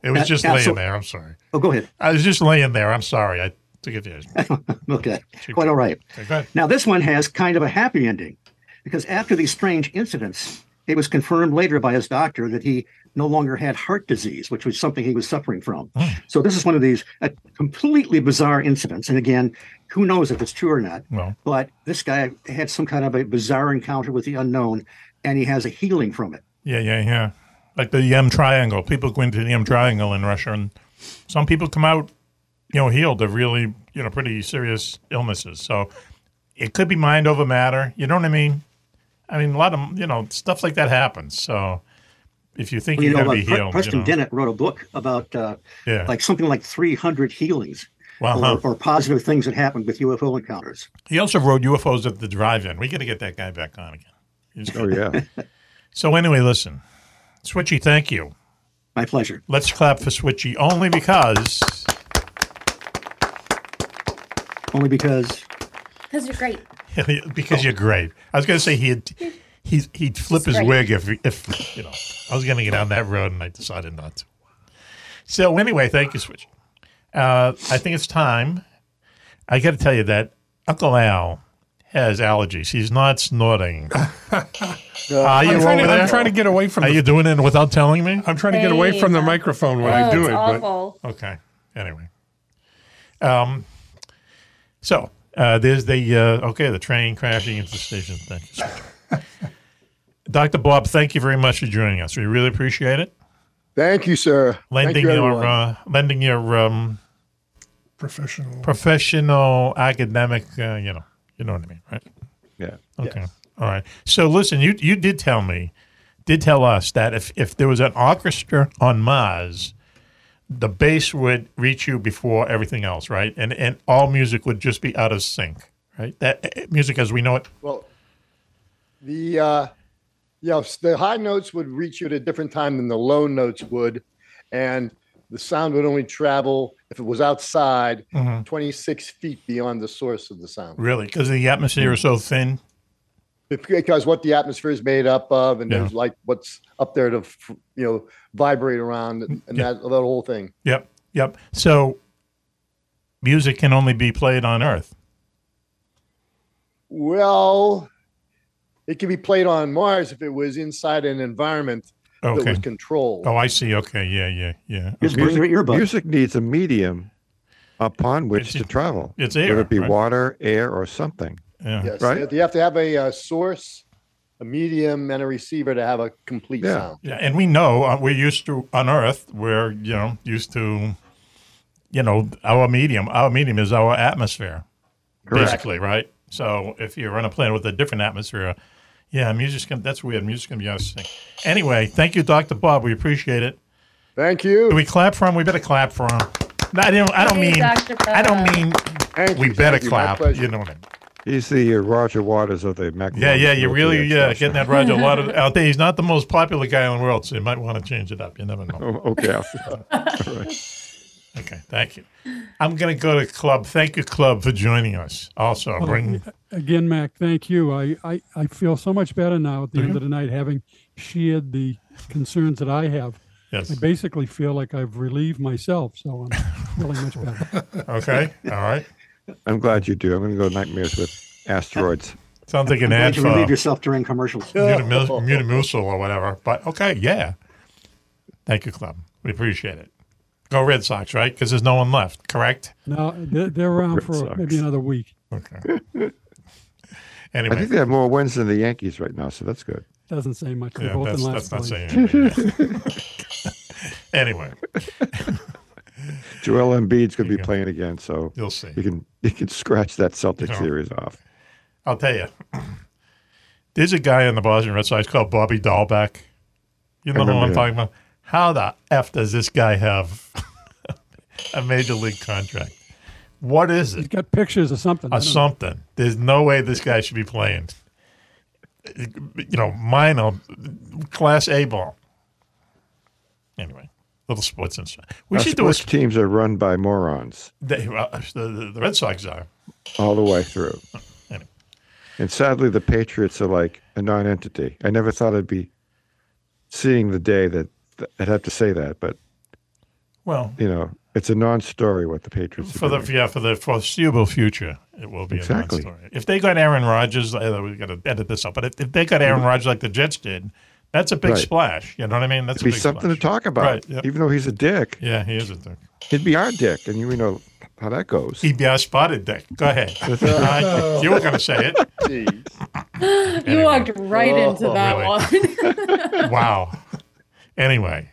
S5: It was
S7: Uh,
S5: just
S7: uh,
S5: laying
S7: so-
S5: there. I'm sorry.
S7: Oh, go ahead.
S5: I was just laying there. I'm sorry. I took it.
S7: okay. Quite all right.
S5: Okay, go ahead.
S7: Now, this one has kind of a happy ending because after these strange incidents, it was confirmed later by his doctor that he no longer had heart disease, which was something he was suffering from.
S5: Hmm.
S7: So, this is one of these uh, completely bizarre incidents. And again, who knows if it's true or not?
S5: Well,
S7: But this guy had some kind of a bizarre encounter with the unknown and he has a healing from it.
S5: yeah, yeah, yeah. Like the M Triangle. People go into the M Triangle in Russia, and some people come out, you know, healed of really, you know, pretty serious illnesses. So it could be mind over matter. You know what I mean? I mean, a lot of, you know, stuff like that happens. So if you think
S7: Well,
S5: you're
S7: uh,
S5: going to be
S7: Pre-
S5: healed,
S7: Preston
S5: you know.
S7: Dennett wrote a book about uh,
S5: Yeah.
S7: like something like 300 healings
S5: Wow.
S7: or, or positive things that happened with UFO encounters.
S5: He also rode UFOs at the drive-in. We got to get that guy back on again. He's-
S6: Oh, yeah.
S5: so anyway, listen, Switchy, thank you.
S7: My pleasure.
S5: Let's clap for Switchy only because
S7: only because
S10: Because you're great.
S5: because you're great. I was going to say he'd he'd, he'd flip his
S10: Great.
S5: wig if if you know. I was going to get down that road, and I decided not to. So anyway, thank you, Switch. Uh, I think it's time. I got to tell you that Uncle Al has allergies. He's not snorting. Are you
S9: I'm, trying to,
S5: over there?
S9: I'm trying to get away from.
S5: Are
S9: the,
S5: you doing it without telling me?
S9: I'm trying to get away from the microphone when I do it.
S5: okay. Anyway, um, so uh, there's the uh, okay, the train crashing into the station. Thank you, sir. Dr. Bob. Thank you very much for joining us. We really appreciate it.
S11: Thank you, sir.
S5: Lending
S11: Thank you,
S5: your
S11: everyone.
S5: uh, lending your um,
S9: Professional.
S5: professional academic, uh, you know, you know what I mean, right?
S6: Yeah.
S5: Okay. All right. So listen, you you did tell me, did tell us that if if there was an orchestra on Mars, the bass would reach you before everything else, right? And and all music would just be out of sync, right? That eh, music as we know it.
S11: Well, the uh, yes, the high notes would reach you at a different time than the low notes would, and the sound would only travel if it was outside
S5: Mhm.
S11: 26 feet beyond the source of the sound.
S5: Really, because the atmosphere is so thin.
S11: because what the atmosphere is made up of, and
S5: Yeah.
S11: there's like what's up there to f- you know vibrate around, and, and that that whole thing.
S5: Yep. Yep. So music can only be played on Earth.
S11: Well, it could be played on Mars if it was inside an environment that
S5: Okay.
S11: was controlled.
S5: Oh, I see. Okay. Yeah. Yeah. Yeah.
S6: Music-
S5: Okay.
S6: Music needs a medium upon which to travel.
S5: it's
S6: Whether
S5: air,
S6: it be
S5: right?
S6: water, air, or something.
S5: Yeah.
S11: Yes,
S6: Right?
S11: you have to have a, uh source, a medium, and a receiver to have a complete sound.
S5: Yeah, and we know uh, we're used to on Earth. We're you know used to, you know, our medium. Our medium is our atmosphere,
S6: Correct.
S5: basically, right? So if you're on a planet with a different atmosphere, yeah, music's gonna, that's weird. Music's gonna be interesting. Anyway, thank you, Doctor Bob. We appreciate it.
S11: Thank you.
S5: Do we clap for him? We better clap for him. No, I don't. I don't
S10: Hey,
S5: mean.
S10: Dr.
S5: I don't
S10: Bob.
S5: mean. we
S6: you,
S5: better
S6: thank you. My
S5: clap.
S6: pleasure.
S5: You know what I mean.
S6: He's the uh, Roger Waters of the Mac.
S5: Yeah, yeah, you really, yeah, getting that Roger a lot of out there. He's not the most popular guy in the world, so you might want to change it up. You never know.
S6: Oh, okay.
S5: Okay, thank you. I'm going to go to Club. Thank you, Club, for joining us. Also,
S8: Well,
S5: bring
S8: Again, Mac, thank you. I, I, I feel so much better now at the
S5: Do
S8: end
S5: you?
S8: of the night having shared the concerns that I have.
S5: Yes.
S8: I basically feel like I've relieved myself, so I'm feeling much better.
S5: Okay, all right.
S6: I'm glad you do. I'm going to go nightmares with asteroids.
S5: Sounds like
S8: I'm
S5: an
S8: glad
S5: ad
S8: you
S5: for
S8: relieved yourself during commercials.
S7: Oh,
S5: Mutamus- Mutamucil or whatever. But okay, yeah. Thank you, Club. We appreciate it. Go Red Sox, right? Because there's no one left, correct?
S8: Now, they're, they're around
S6: Red
S8: for
S6: Sox.
S8: maybe another week.
S5: Okay.
S6: I
S5: Anyway,
S6: think they have more wins than the Yankees right now, so that's good.
S8: Doesn't say much. They're
S5: Yeah,
S8: both in
S5: that's- that's
S8: last
S5: not
S8: place.
S5: saying anyway.
S6: Joel Embiid's going to be playing again, so
S5: You'll see.
S6: You can you can scratch that Celtic
S5: You know.
S6: series off.
S5: I'll tell you. There's a guy in the Boston Red Sox called Bobby Dahlbeck. You know
S6: I
S5: who I'm
S6: remember him.
S5: talking about? How the F does this guy have a major league contract? What is it? He's
S8: got pictures or something. I
S5: Or
S8: don't know.
S5: something. There's no way this guy should be playing. You know, minor, class A ball. Anyway, little sports insight. We
S6: Our
S5: should do a.
S6: sports teams are run by morons
S5: They, well, the, the Red Sox are.
S6: all the way through.
S5: anyway.
S6: And sadly, the Patriots are like a non-entity. I never thought I'd be seeing the day that that I'd have to say that, but
S5: Well,
S6: you know, it's a non-story what the Patriots
S5: for
S6: are
S5: the
S6: doing.
S5: yeah for the foreseeable future, it will be
S6: Exactly.
S5: a non-story. If they got Aaron Rodgers, uh, we got to edit this up. But if, if they got Aaron
S6: Mhm.
S5: Rodgers like the Jets did, that's a big
S6: Right.
S5: splash. You know what I mean? That's
S6: It'd be
S5: a big
S6: something
S5: splash.
S6: to talk about,
S5: Right, yep.
S6: even though he's a dick.
S5: Yeah, he is a dick.
S6: He'd be our dick, and you we know how that goes.
S5: He'd be our spotted dick. Go ahead. Uh, you were going to say
S11: it.
S10: You walked right into
S5: Oh,
S10: that
S5: really?
S10: one.
S5: wow. Anyway,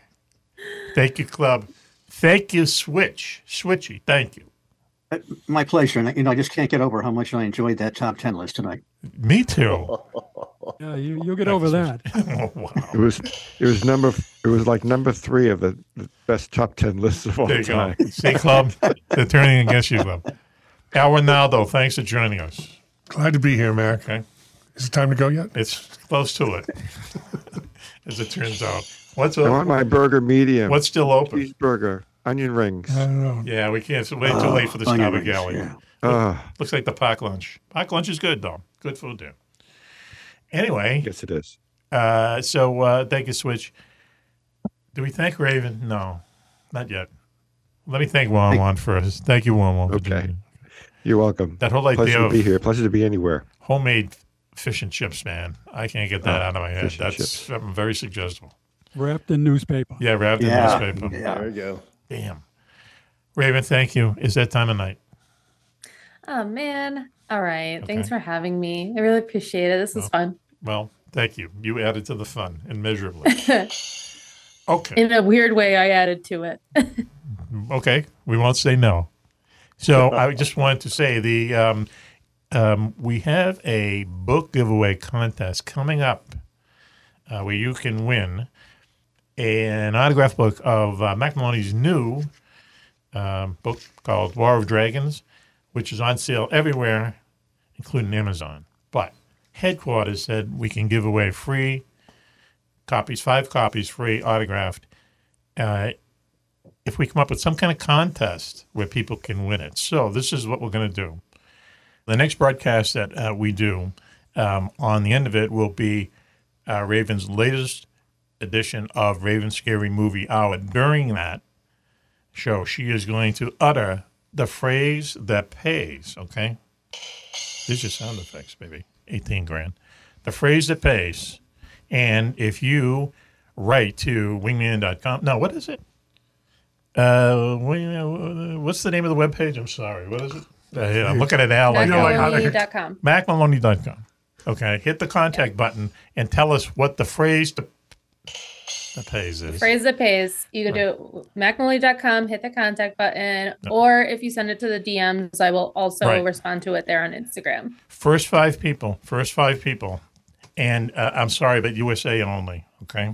S5: thank you, club. Thank you, Switch. Switchy, thank you.
S7: My pleasure. And, you know, I just can't get over how much I enjoyed that top 10 list tonight. Oh.
S5: Me too.
S8: Yeah, you, you'll get over that.
S6: It was it was number it was like number three of the, the best top ten lists of all
S5: There you
S6: time.
S5: go. See, club, they're turning against you, club. Al Rinaldo, thanks for joining us.
S9: Glad to be here, Mac.
S5: Okay.
S9: Is it time to go yet?
S5: It's close to it, as it turns out. What's
S6: I want
S5: up?
S6: my burger medium.
S5: What's still open?
S6: Cheeseburger. onion rings.
S5: I don't know. Yeah, we can't wait too
S6: Oh,
S5: late for the
S6: onion
S5: Starbuck
S6: rings,
S5: Alley.
S6: yeah.
S5: Look-
S6: Ah.
S5: looks like the pack lunch. Pack lunch is good though. Good food there. Anyway,
S6: yes, it is.
S5: Uh, so uh, thank you, Switch. Do we thank Raven? No, not yet. Let me thank Juan Juan first. Thank you, Juan Juan. Okay.
S6: You're welcome.
S5: That whole idea
S6: Pleasure
S5: of-
S6: to be here. Pleasure to be anywhere.
S5: Homemade fish and chips, man. I can't get that
S6: Oh,
S5: out of my head.
S6: fish and
S5: That's
S6: chips.
S5: something very suggestible.
S8: Wrapped in newspaper.
S5: Yeah, wrapped
S8: Yeah.
S5: in newspaper.
S8: Yeah.
S11: There you go.
S5: Damn. Raven, thank you. Is that time of night?
S10: Oh man. All right.
S5: Okay.
S10: Thanks for having me. I really appreciate it. This was fun.
S5: Well, thank you. You added to the fun immeasurably. okay.
S10: In a weird way, I added to it.
S5: okay, we won't say no. So I just wanted to say the um, um, we have a book giveaway contest coming up uh, where you can win an autograph book of uh, Mac Maloney's new um, book called War of Dragons, which is on sale everywhere, including Amazon. But headquarters said we can give away free copies, five copies free autographed. Uh, if we come up with some kind of contest where people can win it. So this is what we're going to do. The next broadcast that uh, we do um, on the end of it will be uh, Raven's latest edition of Raven's Scary Movie Hour. During that show, she is going to utter the phrase that pays. Okay, these are sound effects, baby. Eighteen grand. The phrase that pays, and if you write to wingman.com, no, what is it? Uh, we- uh, what's the name of the webpage? I'm sorry. What is it? Uh, yeah, I'm looking at Al. like-
S10: MacMaloney.com.
S5: MacMaloney.com. Okay. Hit the contact button and tell us what the phrase to, that pays is.
S10: Phrase that pays. You can do it MacMaloney.com, hit the contact button, or if you send it to the DMs, I will also
S5: Right.
S10: respond to it there on Instagram.
S5: First five people. First five people. And uh, I'm sorry, but USA only. Okay.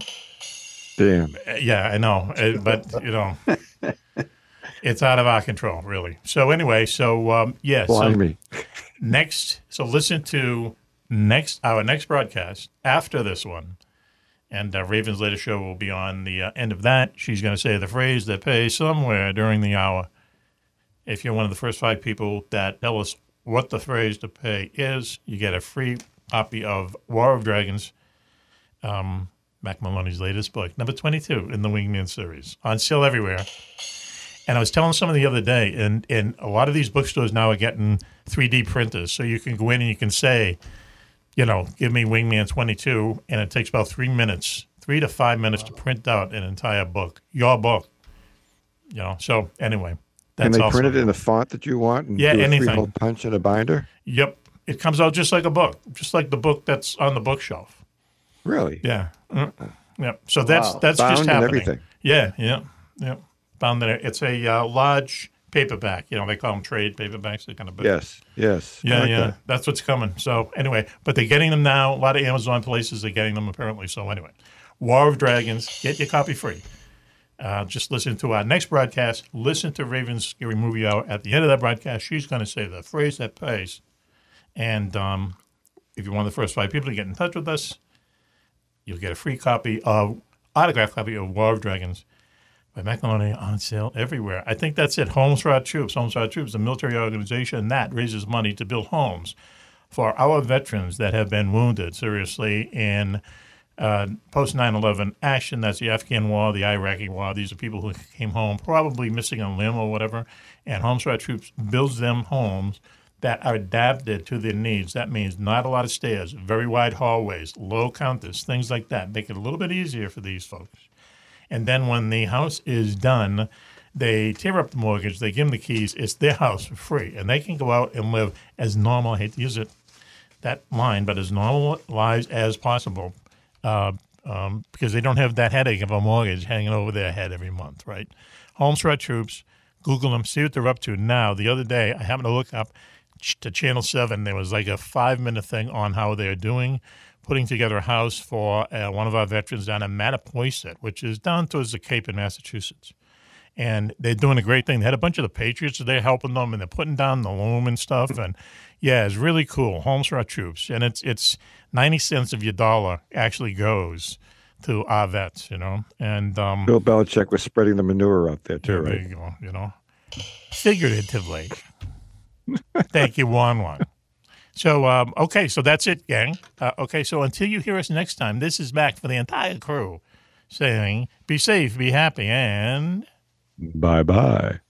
S6: Damn.
S5: Uh, Yeah, I know, Uh, but you know, it's out of our control, really. So anyway, so um, yeah, so
S6: Blimey.
S5: next, so listen to next our next broadcast after this one, and uh, Raven's latest show will be on the uh, end of that. She's going to say the phrase that pays somewhere during the hour. If you're one of the first five people that tell us what the phrase to pay is, you get a free copy of War of Dragons, um, Mac Maloney's latest book, number 22 in the Wingman series, on sale everywhere. And I was telling someone the other day, and, and a lot of these bookstores now are getting 3D printers. So you can go in and you can say, you know, give me Wingman 22, and it takes about three minutes, three to five minutes to print out an entire book, your book. You know, so anyway, that's
S6: Can they
S5: also-
S6: print it in the font that you want? And
S5: Yeah,
S6: do a
S5: anything.
S6: Three-hole punch and a binder.
S5: Yep. It comes out just like a book, just like the book that's on the bookshelf.
S6: Really?
S5: Yeah. Mm. Yep. So that's
S6: Wow.
S5: that's
S6: Bound
S5: just
S6: and
S5: happening.
S6: everything.
S5: Yeah. Yeah. Yep. Bound in it. It's a uh, large paperback. You know, they call them trade paperbacks. They're kind of big.
S6: Yes. Yes. I
S5: Yeah,
S6: like
S5: yeah,
S6: that.
S5: that's what's coming. So anyway, but they're getting them now. A lot of Amazon places are getting them apparently. So anyway, War of Dragons, get your copy free. Uh, just listen to our next broadcast. Listen to Raven's Scary Movie Hour. At the end of that broadcast, she's going to say the phrase that pays. And um, if you're one of the first five people to get in touch with us, you'll get a free copy of autographed copy of War of Dragons by Mac Maloney on sale everywhere. I think that's it. Homes for Our Troops. Homes for Our Troops, is a military organization that raises money to build homes for our veterans that have been wounded seriously in uh, post 9 11 action. That's the Afghan war, the Iraqi war. These are people who came home probably missing a limb or whatever. And Homes for Our Troops builds them homes that are adapted to their needs. That means not a lot of stairs, very wide hallways, low counters, things like that. Make it a little bit easier for these folks. And then when the house is done, they tear up the mortgage, they give them the keys, it's their house for free. And they can go out and live as normal, I hate to use it, that line, but as normal lives as possible uh, um, because they don't have that headache of a mortgage hanging over their head every month, right? Homes for our troops, Google them, see what they're up to. Now, the other day, I happened to look up ch- to Channel 7, there was like a five minute thing on how they're doing putting together a house for uh, one of our veterans down in Mattapoisett, which is down towards the Cape in Massachusetts. And they're doing a great thing. They had a bunch of the Patriots, so they're helping them and they're putting down the loom and stuff. And yeah, it's really cool. Homes for our troops. And it's it's 90 cents of your dollar actually goes to our vets, you know. And um,
S6: Bill Belichick was spreading the manure out there too,
S5: there
S6: right?
S5: you go, you know, figuratively. Thank you, Juan Juan. So, um, okay, so that's it, gang. Uh, okay, so until you hear us next time, this is Mac for the entire crew saying be safe, be happy, and.
S6: Bye bye.